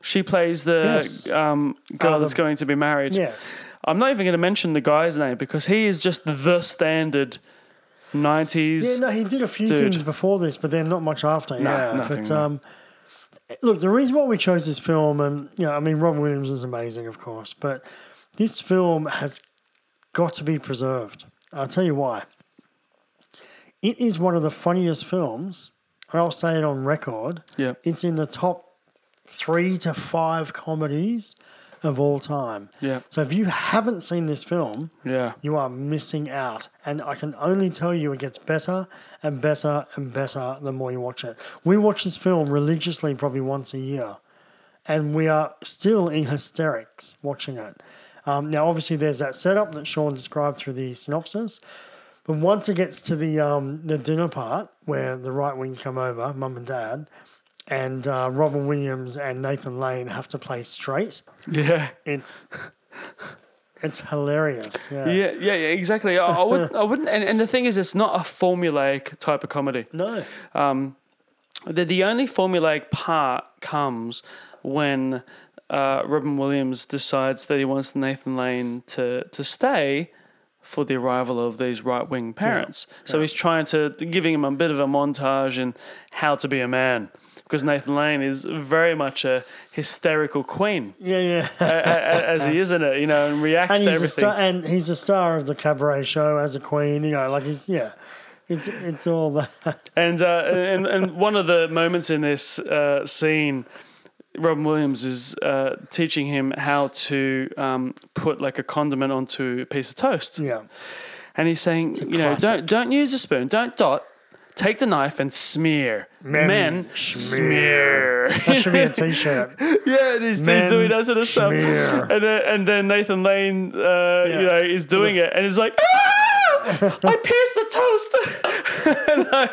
Speaker 6: She plays the
Speaker 7: Yes.
Speaker 6: um, girl
Speaker 7: Uh, the-
Speaker 6: that's going to be married.
Speaker 7: Yes.
Speaker 6: I'm not even going to mention the guy's name because he is just the standard 90s.
Speaker 7: Yeah, no, he did a few
Speaker 6: Dude.
Speaker 7: things before this, but then not much after. yeah,
Speaker 6: nothing,
Speaker 7: but
Speaker 6: no.
Speaker 7: um, look, the reason why we chose this film, and you know, I mean, Robin Williams is amazing, of course, but this film has got to be preserved. I'll tell you why. It is one of the funniest films, and I'll say it on record.
Speaker 6: Yeah.
Speaker 7: it's in the top three to five comedies of all time.
Speaker 6: Yeah.
Speaker 7: So if you haven't seen this film,
Speaker 6: Yeah.
Speaker 7: you are missing out. And I can only tell you it gets better and better and better the more you watch it. We watch this film religiously probably once a year, and we are still in hysterics watching it. Um, now, obviously, there's that setup that Sean described through the synopsis. But once it gets to the um, the dinner part where the right wings come over, mum and dad, and uh, Robin Williams and Nathan Lane have to play straight,
Speaker 6: Yeah.
Speaker 7: it's *laughs* it's hilarious.
Speaker 6: Yeah, yeah, yeah, exactly. I, I would, I wouldn't, and, and the thing is, it's not a formulaic type of comedy.
Speaker 7: No.
Speaker 6: The, the only formulaic part comes when uh, Robin Williams decides that he wants Nathan Lane to to stay for the arrival of these right wing parents. So he's trying to giving him a bit of a montage in how to be a man. Because Nathan Lane is very much a hysterical queen,
Speaker 7: Yeah, yeah.
Speaker 6: *laughs* a- a- as he is in it, you know, and reacts
Speaker 7: and
Speaker 6: to
Speaker 7: he's a
Speaker 6: everything.
Speaker 7: star, and he's a star of the cabaret show as a queen. You know, like he's yeah, it's it's all that. *laughs*
Speaker 6: And, uh, and and one of the moments in this uh, scene, Robin Williams is uh, teaching him how to um, put like a condiment onto a piece of toast,
Speaker 7: yeah,
Speaker 6: and he's saying, you know, don't
Speaker 7: classic.
Speaker 6: don't use a spoon, don't dot. Take the knife and smear. Men, smear.
Speaker 7: that
Speaker 6: *laughs*
Speaker 7: should be a t-shirt.
Speaker 6: yeah, and he's, he's
Speaker 7: Men
Speaker 6: doing that sort of stuff.
Speaker 7: smear.
Speaker 6: And then, and then Nathan Lane, uh, you know, is doing it, and he's like, "Ah! I pierced the toast. *laughs* And, like,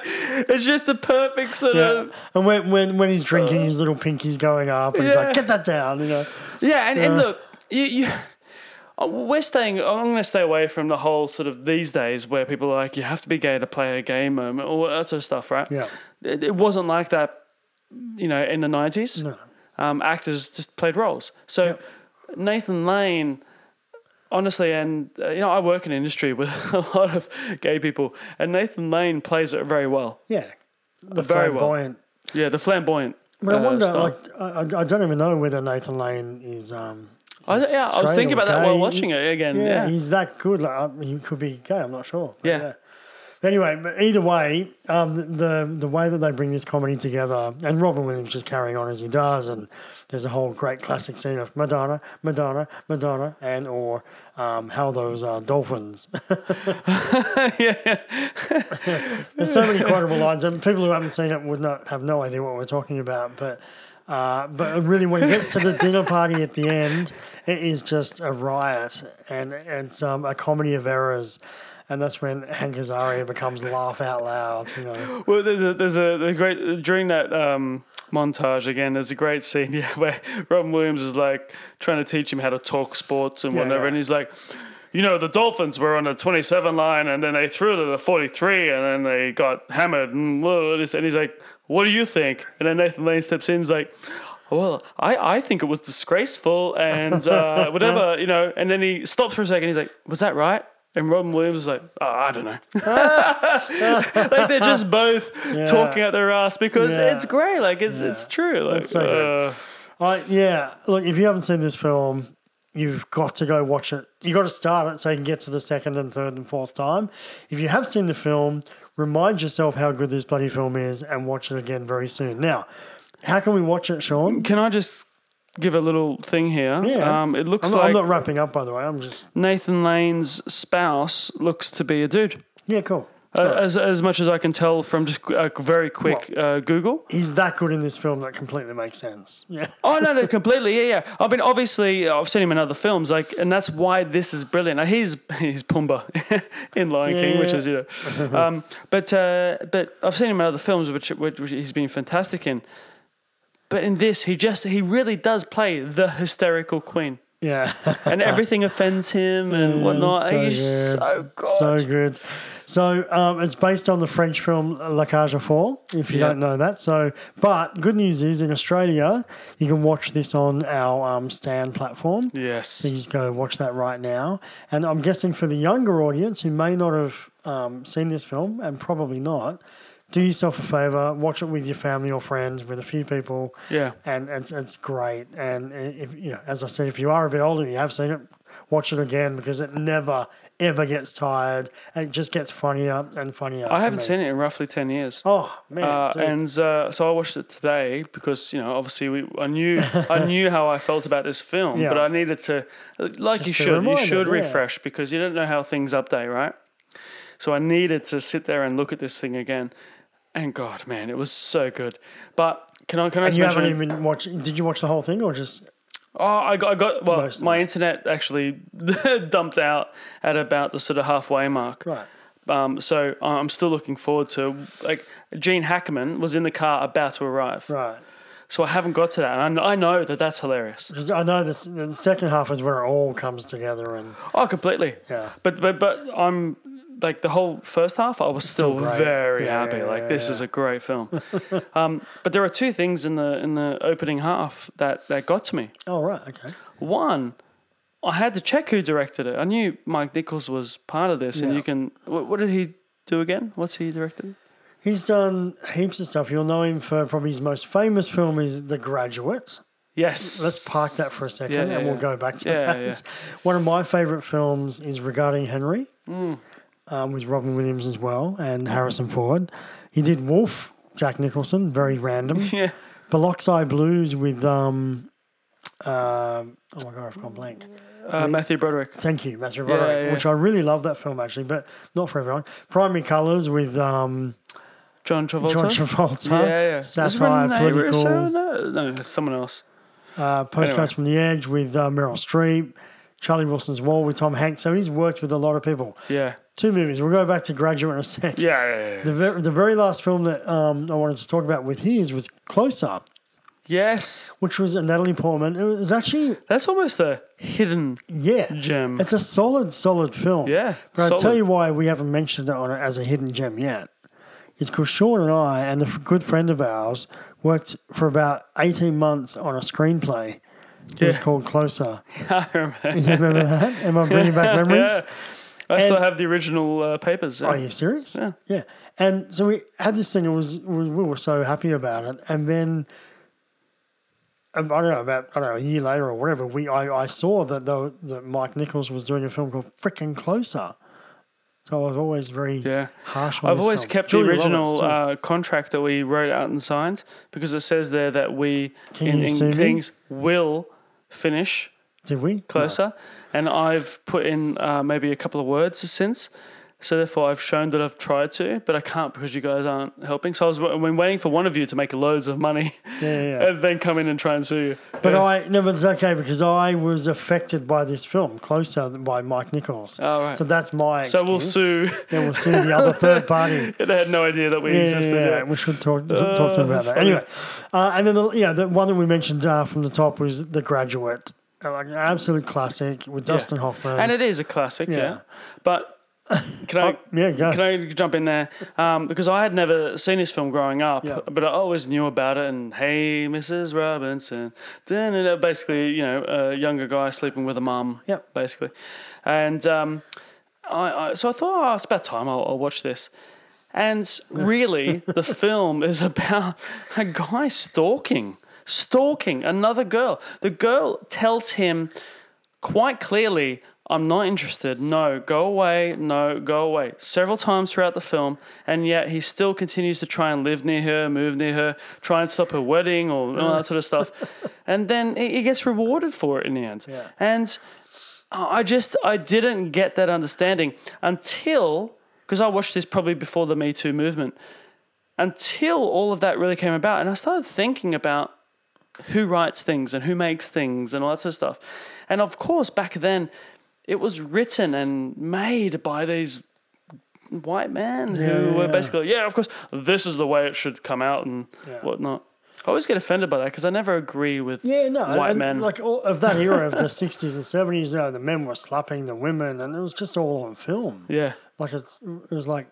Speaker 6: it's just the perfect sort
Speaker 7: Yeah.
Speaker 6: of
Speaker 7: And when when when he's drinking, his little pinky's going up, and he's
Speaker 6: yeah.
Speaker 7: like, "Get that down," you know.
Speaker 6: Yeah, and, and look, you, you *laughs* uh, we're staying. I'm going to stay away from the whole sort of these days where people are like you have to be gay to play a gay moment, all that sort of stuff, right?
Speaker 7: Yeah.
Speaker 6: it, it wasn't like that, you know, in the '90s.
Speaker 7: No.
Speaker 6: um, actors just played roles. So Nathan Lane. Honestly, and uh, you know, I work in an industry with *laughs* a lot of gay people, and Nathan Lane plays it very well.
Speaker 7: Yeah, the
Speaker 6: Very well.
Speaker 7: flamboyant.
Speaker 6: Yeah, the flamboyant.
Speaker 7: But I
Speaker 6: uh,
Speaker 7: wonder,
Speaker 6: style.
Speaker 7: like, I, I- I don't even know whether Nathan Lane is. Um,
Speaker 6: I,
Speaker 7: is
Speaker 6: yeah, I was
Speaker 7: straight
Speaker 6: thinking
Speaker 7: or
Speaker 6: about that while
Speaker 7: gay.
Speaker 6: watching it again.
Speaker 7: yeah,
Speaker 6: Yeah,
Speaker 7: he's that good. Like, um, he could be gay. I'm not sure. But
Speaker 6: Yeah.
Speaker 7: Anyway, but either way, um, the, the the way that they bring this comedy together, and Robin Williams just carrying on as he does, and there's a whole great classic scene of Madonna, Madonna, Madonna, and or um, how those uh, dolphins.
Speaker 6: *laughs* yeah.
Speaker 7: There's so many quotable lines, and people who haven't seen it would not have no idea what we're talking about. But uh, but really, when it gets to the dinner party at the end, it is just a riot, and it's um, a comedy of errors. And that's when Hank Azaria becomes laugh out loud. You know,
Speaker 6: Well, there's a, there's a, the great during that um, montage again. There's a great scene *laughs* yeah, where Robin Williams is like trying to teach him how to talk sports and
Speaker 7: Yeah,
Speaker 6: whatever,
Speaker 7: yeah.
Speaker 6: and he's like. You know, the Dolphins were on the 27 line and then they threw it at the 43 and then they got hammered. And, blah, this- and he's like, What do you think? And then Nathan Lane steps in. He's like, Well, I, I think it was disgraceful and
Speaker 7: *laughs*
Speaker 6: uh, whatever, you know. And then he stops for a second. He's like, Was that right? And Robin Williams is like, oh, I don't know. like they're
Speaker 7: *laughs*
Speaker 6: just both talking out their ass because
Speaker 7: Yeah.
Speaker 6: it's great. Like it's it's true. Like
Speaker 7: so good.
Speaker 6: uh,
Speaker 7: I yeah. Look, if you haven't seen this film, you've got to go watch it. You got to start it so you can get to the second and third and fourth time. If you have seen the film, remind yourself how good this bloody film is and watch it again very soon. Now, how can we watch it, Sean?
Speaker 6: Can I just give a little thing here?
Speaker 7: Yeah.
Speaker 6: Um, it looks
Speaker 7: I'm, not-
Speaker 6: like
Speaker 7: I'm not wrapping up, by the way. I'm just
Speaker 6: Nathan Lane's spouse looks to be a dude.
Speaker 7: yeah, cool.
Speaker 6: Uh, as, as much as I can tell from just a very quick uh, Google.
Speaker 7: He's that good in this film that completely makes sense. *laughs* Yeah.
Speaker 6: Oh no, no, completely. Yeah, yeah. I mean, obviously, I've seen him in other films, like, and that's why this is brilliant. Like, he's he's Pumbaa *laughs* in Lion King, which
Speaker 7: Yeah.
Speaker 6: is you know, um, but uh, but I've seen him in other films, which, which which he's been fantastic in. But in this, he just he really does play the hysterical queen,
Speaker 7: Yeah. *laughs*
Speaker 6: and everything offends him and whatnot.
Speaker 7: so
Speaker 6: he's
Speaker 7: good.
Speaker 6: so good.
Speaker 7: So good. So um, it's based on the French film La Cage aux Folles, if you
Speaker 6: Yeah.
Speaker 7: don't know that. So, but good news is in Australia, you can watch this on our um, Stan platform.
Speaker 6: yes.
Speaker 7: Please go watch that right now. And I'm guessing for the younger audience who may not have um, seen this film, and probably not, do yourself a favor, watch it with your family or friends, with a few people.
Speaker 6: Yeah.
Speaker 7: And it's, it's great. And if, you know, as I said, if you are a bit older, you have seen it, watch it again because it never, ever gets tired. It just gets funnier and funnier.
Speaker 6: I haven't seen it in roughly ten years.
Speaker 7: Oh, man.
Speaker 6: Uh,
Speaker 7: dude.
Speaker 6: and uh, so I watched it today because you know obviously we, I knew
Speaker 7: *laughs*
Speaker 6: I knew how I felt about this film,
Speaker 7: Yeah.
Speaker 6: but I needed to like you
Speaker 7: Just to
Speaker 6: should you
Speaker 7: remind it,
Speaker 6: should
Speaker 7: yeah.
Speaker 6: refresh because you don't know how things update, right? So I needed to sit there and look at this thing again, and God, man, it was so good. But can I can I
Speaker 7: And
Speaker 6: just
Speaker 7: you haven't
Speaker 6: mention?
Speaker 7: even watched, did you watch the whole thing or just,
Speaker 6: oh, I got, I got well,
Speaker 7: Most of
Speaker 6: my internet actually *laughs* dumped out at about the sort of halfway mark.
Speaker 7: right.
Speaker 6: Um, so I'm still looking forward to like Gene Hackman was in the car about to arrive.
Speaker 7: Right.
Speaker 6: So I haven't got to that, and I kn- I know that that's hilarious.
Speaker 7: Because I know this, the second half is where it all comes together and
Speaker 6: Oh, completely.
Speaker 7: Yeah.
Speaker 6: But but but I'm like the whole first half, I was still,
Speaker 7: great.
Speaker 6: very
Speaker 7: Yeah,
Speaker 6: happy.
Speaker 7: yeah,
Speaker 6: like
Speaker 7: yeah,
Speaker 6: this
Speaker 7: yeah.
Speaker 6: is a great film. *laughs* um, but there are two things in the in the opening half that that got to me.
Speaker 7: Oh right, okay.
Speaker 6: One, I had to check who directed it. I knew Mike Nichols was part of this, and
Speaker 7: Yeah.
Speaker 6: you can. What, what did he do again? What's he directed?
Speaker 7: He's done heaps of stuff. You'll know him for probably his most famous film is The Graduate.
Speaker 6: Yes. uh,
Speaker 7: Let's park that for a second,
Speaker 6: Yeah, yeah,
Speaker 7: and we'll
Speaker 6: yeah.
Speaker 7: go back to
Speaker 6: Yeah,
Speaker 7: that.
Speaker 6: yeah.
Speaker 7: *laughs* One of my favorite films is Regarding Henry,
Speaker 6: Mm.
Speaker 7: um, with Robin Williams as well and Harrison Ford. He did Wolf, Jack Nicholson, very random.
Speaker 6: *laughs* Yeah.
Speaker 7: Biloxi Blues with um, um oh my god, I've gone blank.
Speaker 6: Uh, Matthew Broderick.
Speaker 7: Thank you, Matthew
Speaker 6: Yeah,
Speaker 7: Broderick,
Speaker 6: yeah.
Speaker 7: which I really love that film actually, but not for everyone. Primary Colors with um,
Speaker 6: John Travolta.
Speaker 7: John Travolta.
Speaker 6: Yeah, yeah. Was it
Speaker 7: Satire,
Speaker 6: Renee
Speaker 7: political.
Speaker 6: Russo? No, no, it's someone else.
Speaker 7: Uh, Postcards
Speaker 6: Anyway.
Speaker 7: from the Edge with uh, Meryl Streep. Charlie Wilson's Wall with Tom Hanks. So he's worked with a lot of people.
Speaker 6: Yeah.
Speaker 7: Two movies. We'll go back to Graduate in a sec.
Speaker 6: Yeah, yeah, yeah, yeah.
Speaker 7: The, ver- the very last film that um, I wanted to talk about with his was Close Up,
Speaker 6: Yes,
Speaker 7: which was a Natalie Portman. It was actually,
Speaker 6: that's almost a hidden.
Speaker 7: yeah.
Speaker 6: Gem.
Speaker 7: It's a solid, solid film.
Speaker 6: Yeah,
Speaker 7: But I'll tell
Speaker 6: solid.
Speaker 7: you why we haven't mentioned it on it as a hidden gem yet. It's because Sean and I and a f- good friend of ours worked for about 18 months on a screenplay. It was
Speaker 6: Yeah.
Speaker 7: called Closer.
Speaker 6: *laughs* I remember.
Speaker 7: You remember that? Am I bringing back memories?
Speaker 6: *laughs* Yeah. I still
Speaker 7: And- Oh,
Speaker 6: have the original uh, papers.
Speaker 7: Are you serious?
Speaker 6: Yeah.
Speaker 7: Yeah. And so we had this thing. It was we we were so happy about it, and then um, I don't know about I don't know a year later or whatever. We I, I saw that though that Mike Nichols was doing a film called Frickin' Closer. So I was always very
Speaker 6: Yeah.
Speaker 7: harsh on.
Speaker 6: I've
Speaker 7: this
Speaker 6: always
Speaker 7: film.
Speaker 6: kept
Speaker 7: Julia
Speaker 6: the
Speaker 7: Roberts,
Speaker 6: original
Speaker 7: too.
Speaker 6: uh, contract that we wrote out and signed because it says there that we
Speaker 7: Can
Speaker 6: in,
Speaker 7: you sue
Speaker 6: in
Speaker 7: me?
Speaker 6: Kings will finish
Speaker 7: Did we
Speaker 6: closer, and I've put in uh, maybe a couple of words since. So therefore, I've shown that I've tried to, but I can't because you guys aren't helping. So I was I've been waiting for one of you to make loads of money,
Speaker 7: Yeah, yeah, yeah.
Speaker 6: *laughs* and then come in and try and sue you.
Speaker 7: But
Speaker 6: Yeah.
Speaker 7: I no, but it's okay because I was affected by this film closer than by Mike Nichols.
Speaker 6: Oh, right.
Speaker 7: So that's my.
Speaker 6: So we'll
Speaker 7: excuse.
Speaker 6: sue.
Speaker 7: Yeah, we'll sue
Speaker 6: *laughs*
Speaker 7: the other third party.
Speaker 6: they had no idea that we existed. yeah.
Speaker 7: We should talk, talk to them
Speaker 6: that's
Speaker 7: about that.
Speaker 6: funny.
Speaker 7: Anyway, uh, and then the, yeah, the one that we mentioned uh, from the top was The Graduate, Uh, like an absolute classic with Dustin Hoffman.
Speaker 6: And it is a classic, yeah.
Speaker 7: Um, Yeah. Oh,
Speaker 6: But can I
Speaker 7: yeah, go.
Speaker 6: can I jump in there? Um, because I had never seen this film growing up,
Speaker 7: Yeah.
Speaker 6: but I always knew about it. And hey, Mrs. Robinson, Da-na-na. basically, you know, a younger guy sleeping with a mum,
Speaker 7: Yeah.
Speaker 6: basically. And um, I, I so I thought, oh, it's about time I'll, I'll watch this.
Speaker 7: *laughs*
Speaker 6: And really, the film is about a guy stalking stalking another girl. The girl tells him quite clearly, I'm not interested. No, go away. No, go away. Several times throughout the film, and yet he still continues to try and live near her, move near her, try and stop her wedding, or all that sort of
Speaker 7: *laughs*
Speaker 6: stuff. and then he he gets rewarded for it in the end.
Speaker 7: Yeah.
Speaker 6: And I just I didn't get that understanding until because I watched this probably before the Me Too movement. Until all of that really came about, and I started thinking about who writes things and who makes things and all that sort of stuff. And of course, back then, it was written and made by these white men who were
Speaker 7: yeah.
Speaker 6: basically, yeah, of course, this is the way it should come out and whatnot. I always get offended by that because I never agree with
Speaker 7: Yeah, no,
Speaker 6: white
Speaker 7: and,
Speaker 6: men.
Speaker 7: like all of that era of the *laughs* sixties and seventies. You know, the men were slapping the women, and it was just all on film.
Speaker 6: yeah,
Speaker 7: like it's, it was like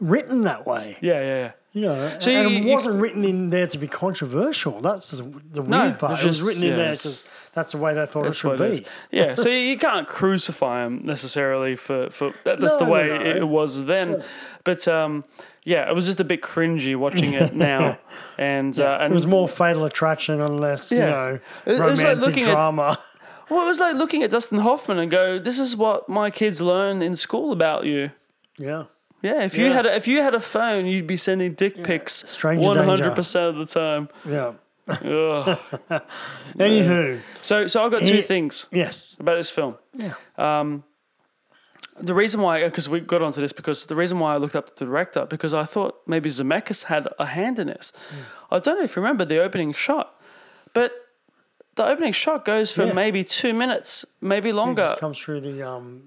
Speaker 7: written that way.
Speaker 6: yeah, yeah, yeah.
Speaker 7: You know,
Speaker 6: So
Speaker 7: and
Speaker 6: you-
Speaker 7: it
Speaker 6: you-
Speaker 7: wasn't written in there to be controversial. That's the the weird
Speaker 6: No,
Speaker 7: part.
Speaker 6: it's
Speaker 7: it was
Speaker 6: just-
Speaker 7: written
Speaker 6: yeah,
Speaker 7: in there
Speaker 6: it's-
Speaker 7: because that's the way they thought it
Speaker 6: That's
Speaker 7: should
Speaker 6: what it is.
Speaker 7: be.
Speaker 6: Yeah,
Speaker 7: *laughs*
Speaker 6: so you can't crucify him necessarily for for that, that's
Speaker 7: No,
Speaker 6: the
Speaker 7: no,
Speaker 6: way
Speaker 7: no.
Speaker 6: it was then. But um, yeah, it was just a bit cringy watching
Speaker 7: *laughs*
Speaker 6: it now, and uh, and
Speaker 7: It was more fatal attraction and less,
Speaker 6: Yeah. It-
Speaker 7: you
Speaker 6: it
Speaker 7: know,
Speaker 6: was like
Speaker 7: romantic
Speaker 6: looking at-
Speaker 7: drama.
Speaker 6: Well, it was like looking at Dustin Hoffman and go, "This is what my kids learn in school about you."
Speaker 7: yeah.
Speaker 6: Yeah, if you
Speaker 7: Yeah.
Speaker 6: had a, if you had a phone, you'd be sending dick pics
Speaker 7: Stranger danger.
Speaker 6: percent of the time.
Speaker 7: Yeah.
Speaker 6: Ugh.
Speaker 7: *laughs* Anywho,
Speaker 6: so, so I've got two
Speaker 7: Here-
Speaker 6: things.
Speaker 7: yes.
Speaker 6: about this film. Yeah. Um, the reason why, because we got onto this, because the reason why I looked up the director, because I thought maybe Zemeckis had a hand in this. I don't know if you remember the opening shot, but the opening shot goes for
Speaker 7: Yeah.
Speaker 6: maybe two minutes, maybe
Speaker 7: It
Speaker 6: longer.
Speaker 7: just comes through the um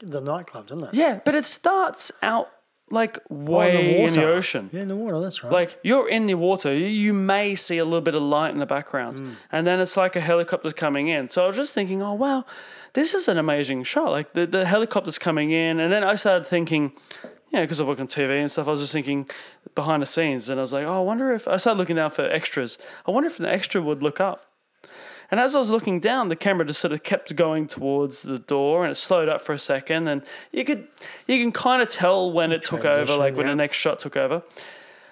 Speaker 7: the nightclub, doesn't it?
Speaker 6: yeah, but it starts out like
Speaker 7: Oh, in
Speaker 6: way in the
Speaker 7: water.
Speaker 6: ocean.
Speaker 7: Yeah, in the water, that's right.
Speaker 6: Like you're in the water, you- you may see a little bit of light in the background,
Speaker 7: Mm.
Speaker 6: and then it's like a helicopter's coming in. So I was just thinking, oh wow, this is an amazing shot. Like the, the helicopter's coming in, and then I started thinking, yeah, because I work on TV and stuff. I was just thinking behind the scenes, and I was like, oh, I wonder if I started looking down for extras. I wonder if an extra would look up. And as I was looking down, the camera just sort of kept going towards the door, and it slowed up for a second. And you could, you can kind of tell when it took over,
Speaker 7: Transition,
Speaker 6: like when
Speaker 7: yeah.
Speaker 6: the next shot took over.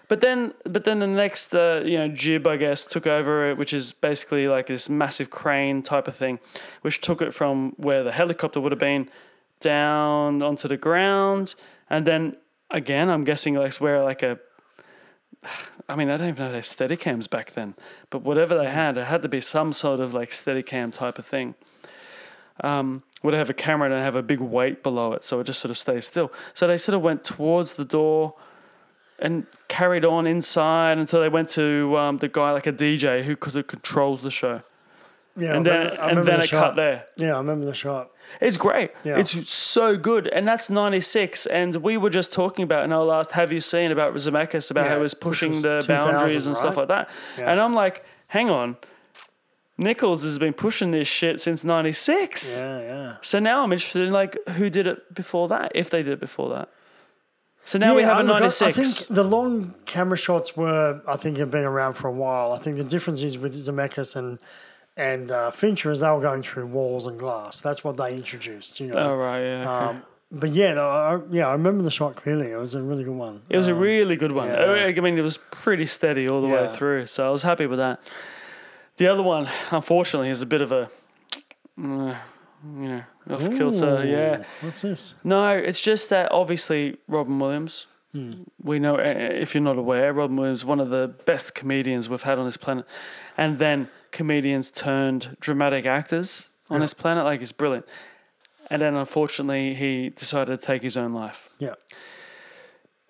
Speaker 6: But then, but then the next, uh, you know, jib I guess took over, which is basically like this massive crane type of thing, which took it from where the helicopter would have been down onto the ground, and then again, I'm guessing like where like a, *sighs* I mean, I don't even know their Steadicams back then, but whatever they had, it had to be some sort of like Steadicam type of thing Um, would have a camera and have a big weight below it, so it just sort of stays still. So they sort of went towards the door and carried on inside until they went to um, the guy like a DJ who because it controls the show,
Speaker 7: yeah,
Speaker 6: and
Speaker 7: I
Speaker 6: then
Speaker 7: remember- I
Speaker 6: and
Speaker 7: remember
Speaker 6: then
Speaker 7: the
Speaker 6: it
Speaker 7: shot.
Speaker 6: cut there.
Speaker 7: Yeah, I remember the shot.
Speaker 6: It's great.
Speaker 7: Yeah.
Speaker 6: It's so good, and that's '96. And we were just talking about in our last "Have You Seen" about Zemeckis about
Speaker 7: Yeah,
Speaker 6: how he was
Speaker 7: which
Speaker 6: pushing
Speaker 7: was
Speaker 6: the boundaries
Speaker 7: 2000,
Speaker 6: and stuff like
Speaker 7: right?
Speaker 6: that.
Speaker 7: Yeah.
Speaker 6: And I'm like, hang on, Nichols has been pushing this shit since '96.
Speaker 7: Yeah, yeah.
Speaker 6: So now I'm interested in like who did it before that, if they did it before that. So now we
Speaker 7: Yeah,
Speaker 6: have a
Speaker 7: I- look, I-
Speaker 6: '96.
Speaker 7: I think the long camera shots were, I think, have been around for a while. I think the difference is with Zemeckis and and uh, Fincher is they were going through walls and glass. That's what they introduced, you know.
Speaker 6: oh right, yeah. okay.
Speaker 7: Um, but yeah, no, I, yeah, I remember the shot clearly. It was a really good one.
Speaker 6: it was a really good one.
Speaker 7: Um, yeah.
Speaker 6: I mean, it was pretty steady all the way
Speaker 7: Yeah.
Speaker 6: through, so I was happy with that. The other one, unfortunately, is a bit of a, uh, you know, off kilter. Yeah.
Speaker 7: What's this?
Speaker 6: No, it's just that obviously Robin Williams.
Speaker 7: Hmm.
Speaker 6: We know uh, if you're not aware, Robin Williams is one of the best comedians we've had on this planet, and then comedians turned dramatic actors on this planet. Like he's brilliant, and then unfortunately he decided to take his own life.
Speaker 7: Yeah,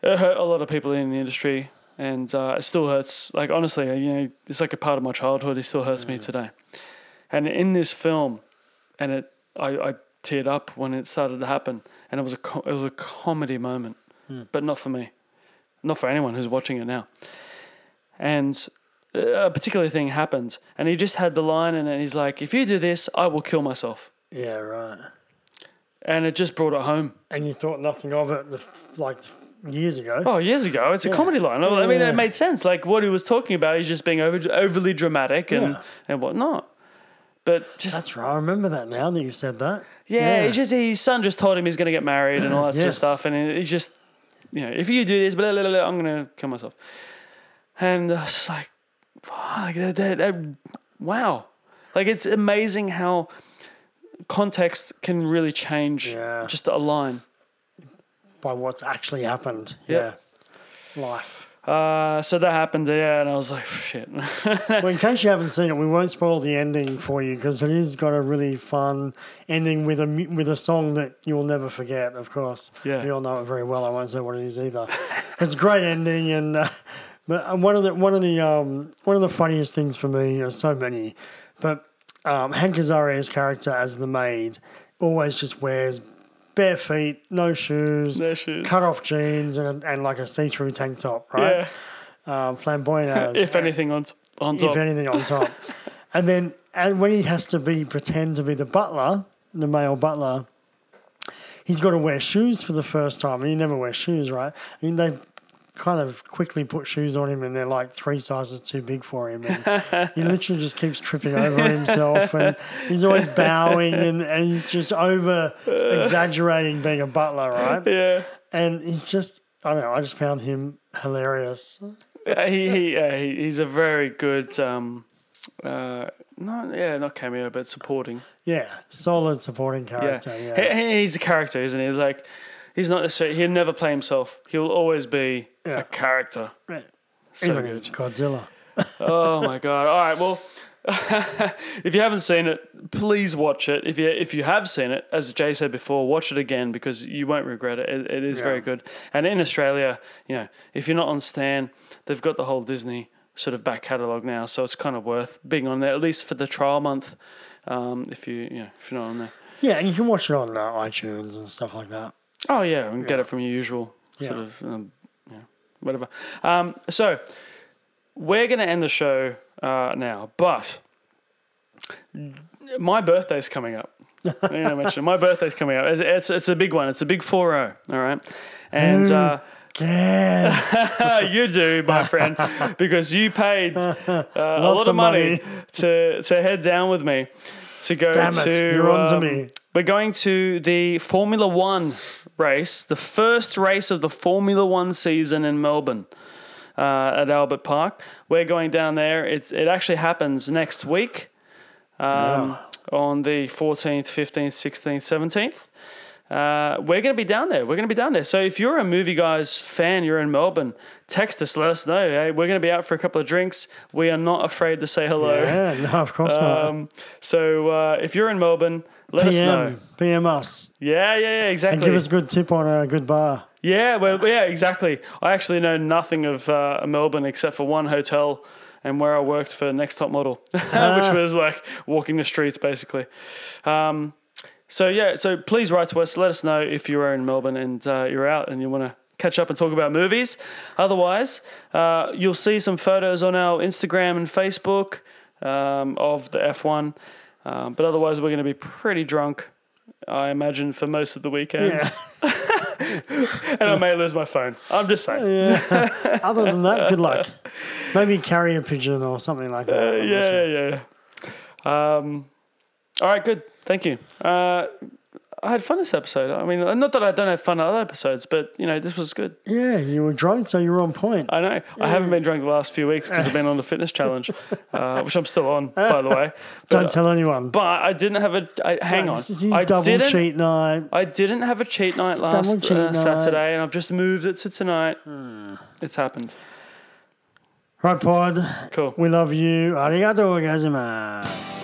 Speaker 6: It hurt a lot of people in the industry, and uh, it still hurts. Like honestly, you know, it's like a part of my childhood. It still hurts me today. And in this film, and it, I, I teared up when it started to happen, and it was a co- it was a comedy moment, but not for me, not for anyone who's watching it now. And uh, a particular thing happened, and he just had the line, and he's like, "If you do this, I will kill myself,"
Speaker 7: yeah, right.
Speaker 6: and it just brought it home.
Speaker 7: And you thought nothing of it, the, f- like years ago.
Speaker 6: Oh, years ago. It's a comedy line. I mean,
Speaker 7: yeah.
Speaker 6: it made sense. Like what he was talking about, he's just being over, overly dramatic and,
Speaker 7: Yeah.
Speaker 6: and whatnot. But just
Speaker 7: That's right. I remember that now that you said that.
Speaker 6: yeah, he just his son just told him he's gonna get married and all that sort of
Speaker 7: Yes.
Speaker 6: stuff, and he's just you know if you do this, blah, blah, blah, blah, I'm gonna kill myself. And I was just like, fuck, that, that, that- wow. Like it's amazing how context can really change
Speaker 7: Yeah.
Speaker 6: just a line.
Speaker 7: by what's actually happened.
Speaker 6: Yeah.
Speaker 7: Yeah. Life.
Speaker 6: Uh, so that happened, yeah, and I was like, shit. *laughs*
Speaker 7: well, in case you haven't seen it, we won't spoil the ending for you because it is got a really fun ending with a mu- with a song that you will never forget. Of course,
Speaker 6: Yeah.
Speaker 7: we all know it very well. I won't say what it is either. it's a great ending, and uh, but uh, one of the one of the um, one of the funniest things for me are so many, but um, Hank Azaria's character as the maid always just wears. Bare feet, no shoes,
Speaker 6: No shoes.
Speaker 7: cut off jeans, and, and like a see through tank top,
Speaker 6: yeah.
Speaker 7: right?
Speaker 6: *laughs*
Speaker 7: Um, flamboyant as.
Speaker 6: If anything on, on top.
Speaker 7: If anything,
Speaker 6: *laughs*
Speaker 7: on top. and then and when he has to be pretend to be the butler, the male butler, he's got to wear shoes for the first time. And he never wears shoes, right? I mean, they kind of quickly put shoes on him and they're like three sizes too big for him. And
Speaker 6: *laughs*
Speaker 7: he literally just keeps tripping over himself and he's
Speaker 6: *laughs*
Speaker 7: always bowing and, and he's just over exaggerating being a butler, right?
Speaker 6: yeah.
Speaker 7: And he's just, I don't know, I just found him hilarious.
Speaker 6: Uh, he he, uh, he he's a very good um uh not yeah not cameo but supporting
Speaker 7: Yeah, solid supporting
Speaker 6: yeah,
Speaker 7: character. Yeah,
Speaker 6: He- he- he's a character isn't he he's like he's not necessarily he'll never play himself he'll always be
Speaker 7: Yeah.
Speaker 6: a character so
Speaker 7: Even in
Speaker 6: good
Speaker 7: Godzilla.
Speaker 6: oh my god all right well *laughs* if you haven't seen it please watch it if you if you have seen it as Jay said before watch it again because you won't regret it it, it is very good and in Australia you know if you're not on Stan they've got the whole Disney sort of back catalogue now so it's kind of worth being on there at least for the trial month um, if you you know if you're not on there
Speaker 7: Yeah, and you can watch it on uh, iTunes and stuff like that.
Speaker 6: Oh yeah, and get it from your usual sort
Speaker 7: Yeah.
Speaker 6: of um, yeah, whatever. Um, so we're gonna end the show uh, now, but my birthday's coming up. I'm gonna mention my birthday's coming up. It's it's, it's a big one. It's a big four zero. All right, and. Uh,
Speaker 7: *laughs* Yes,
Speaker 6: *laughs* you do, my friend, because you paid uh, a lot
Speaker 7: Lots
Speaker 6: of,
Speaker 7: of
Speaker 6: money,
Speaker 7: money.
Speaker 6: to to head down with me to go
Speaker 7: Damn it,
Speaker 6: to. um,
Speaker 7: you're onto me.
Speaker 6: We're going to the Formula One race, the first race of the Formula One season in Melbourne. Uh, at Albert Park, we're going down there. It's it actually happens next week, um, on the fourteenth, fifteenth, sixteenth, seventeenth uh, we're going to be down there. We're going to be down there. So if you're a movie guys fan, you're in Melbourne, text us, let us know. Hey, we're going to be out for a couple of drinks. We are not afraid to say hello.
Speaker 7: yeah, no, of course not.
Speaker 6: Um, so uh, if you're in Melbourne, let us know.
Speaker 7: PM, PM us,
Speaker 6: Yeah, yeah, yeah, exactly.
Speaker 7: and give us a good tip on a good bar.
Speaker 6: Yeah, well, yeah, exactly. I actually know nothing of uh, Melbourne except for one hotel and where I worked for Next Top Model, *laughs* which was like walking the streets basically. Um, so yeah, so please write to us. Let us know if you are in Melbourne and uh, you're out and you want to catch up and talk about movies. Otherwise, uh, you'll see some photos on our Instagram and Facebook um, of the F1. Um, but otherwise, we're going to be pretty drunk, I imagine, for most of the weekend
Speaker 7: Yeah.
Speaker 6: and I may lose my phone. I'm just saying.
Speaker 7: *laughs* Other than that,
Speaker 6: *laughs*
Speaker 7: good luck. Maybe carry a pigeon or something like that. I'm
Speaker 6: Uh,
Speaker 7: not
Speaker 6: Yeah,
Speaker 7: sure.
Speaker 6: yeah, yeah. Um, all right, good. Thank you. Uh, I had fun this episode. I mean, not that I don't have fun on other episodes, but you know, this was good.
Speaker 7: yeah. You were drunk, so you were on point.
Speaker 6: I know I haven't been drunk the last few weeks because I've been on the fitness
Speaker 7: *laughs*
Speaker 6: challenge, uh, which I'm still on, by the way.
Speaker 7: Don't
Speaker 6: But,
Speaker 7: tell anyone.
Speaker 6: uh, but I didn't have a. I, hang on.
Speaker 7: this is his
Speaker 6: I
Speaker 7: double
Speaker 6: didn't,
Speaker 7: cheat night.
Speaker 6: I didn't have a cheat night
Speaker 7: double
Speaker 6: last
Speaker 7: cheat
Speaker 6: uh,
Speaker 7: night. Hmm.
Speaker 6: Saturday, and I've just moved it to tonight. It's happened.
Speaker 7: Right, pod.
Speaker 6: Cool.
Speaker 7: We love you. Arigato gozaimasu.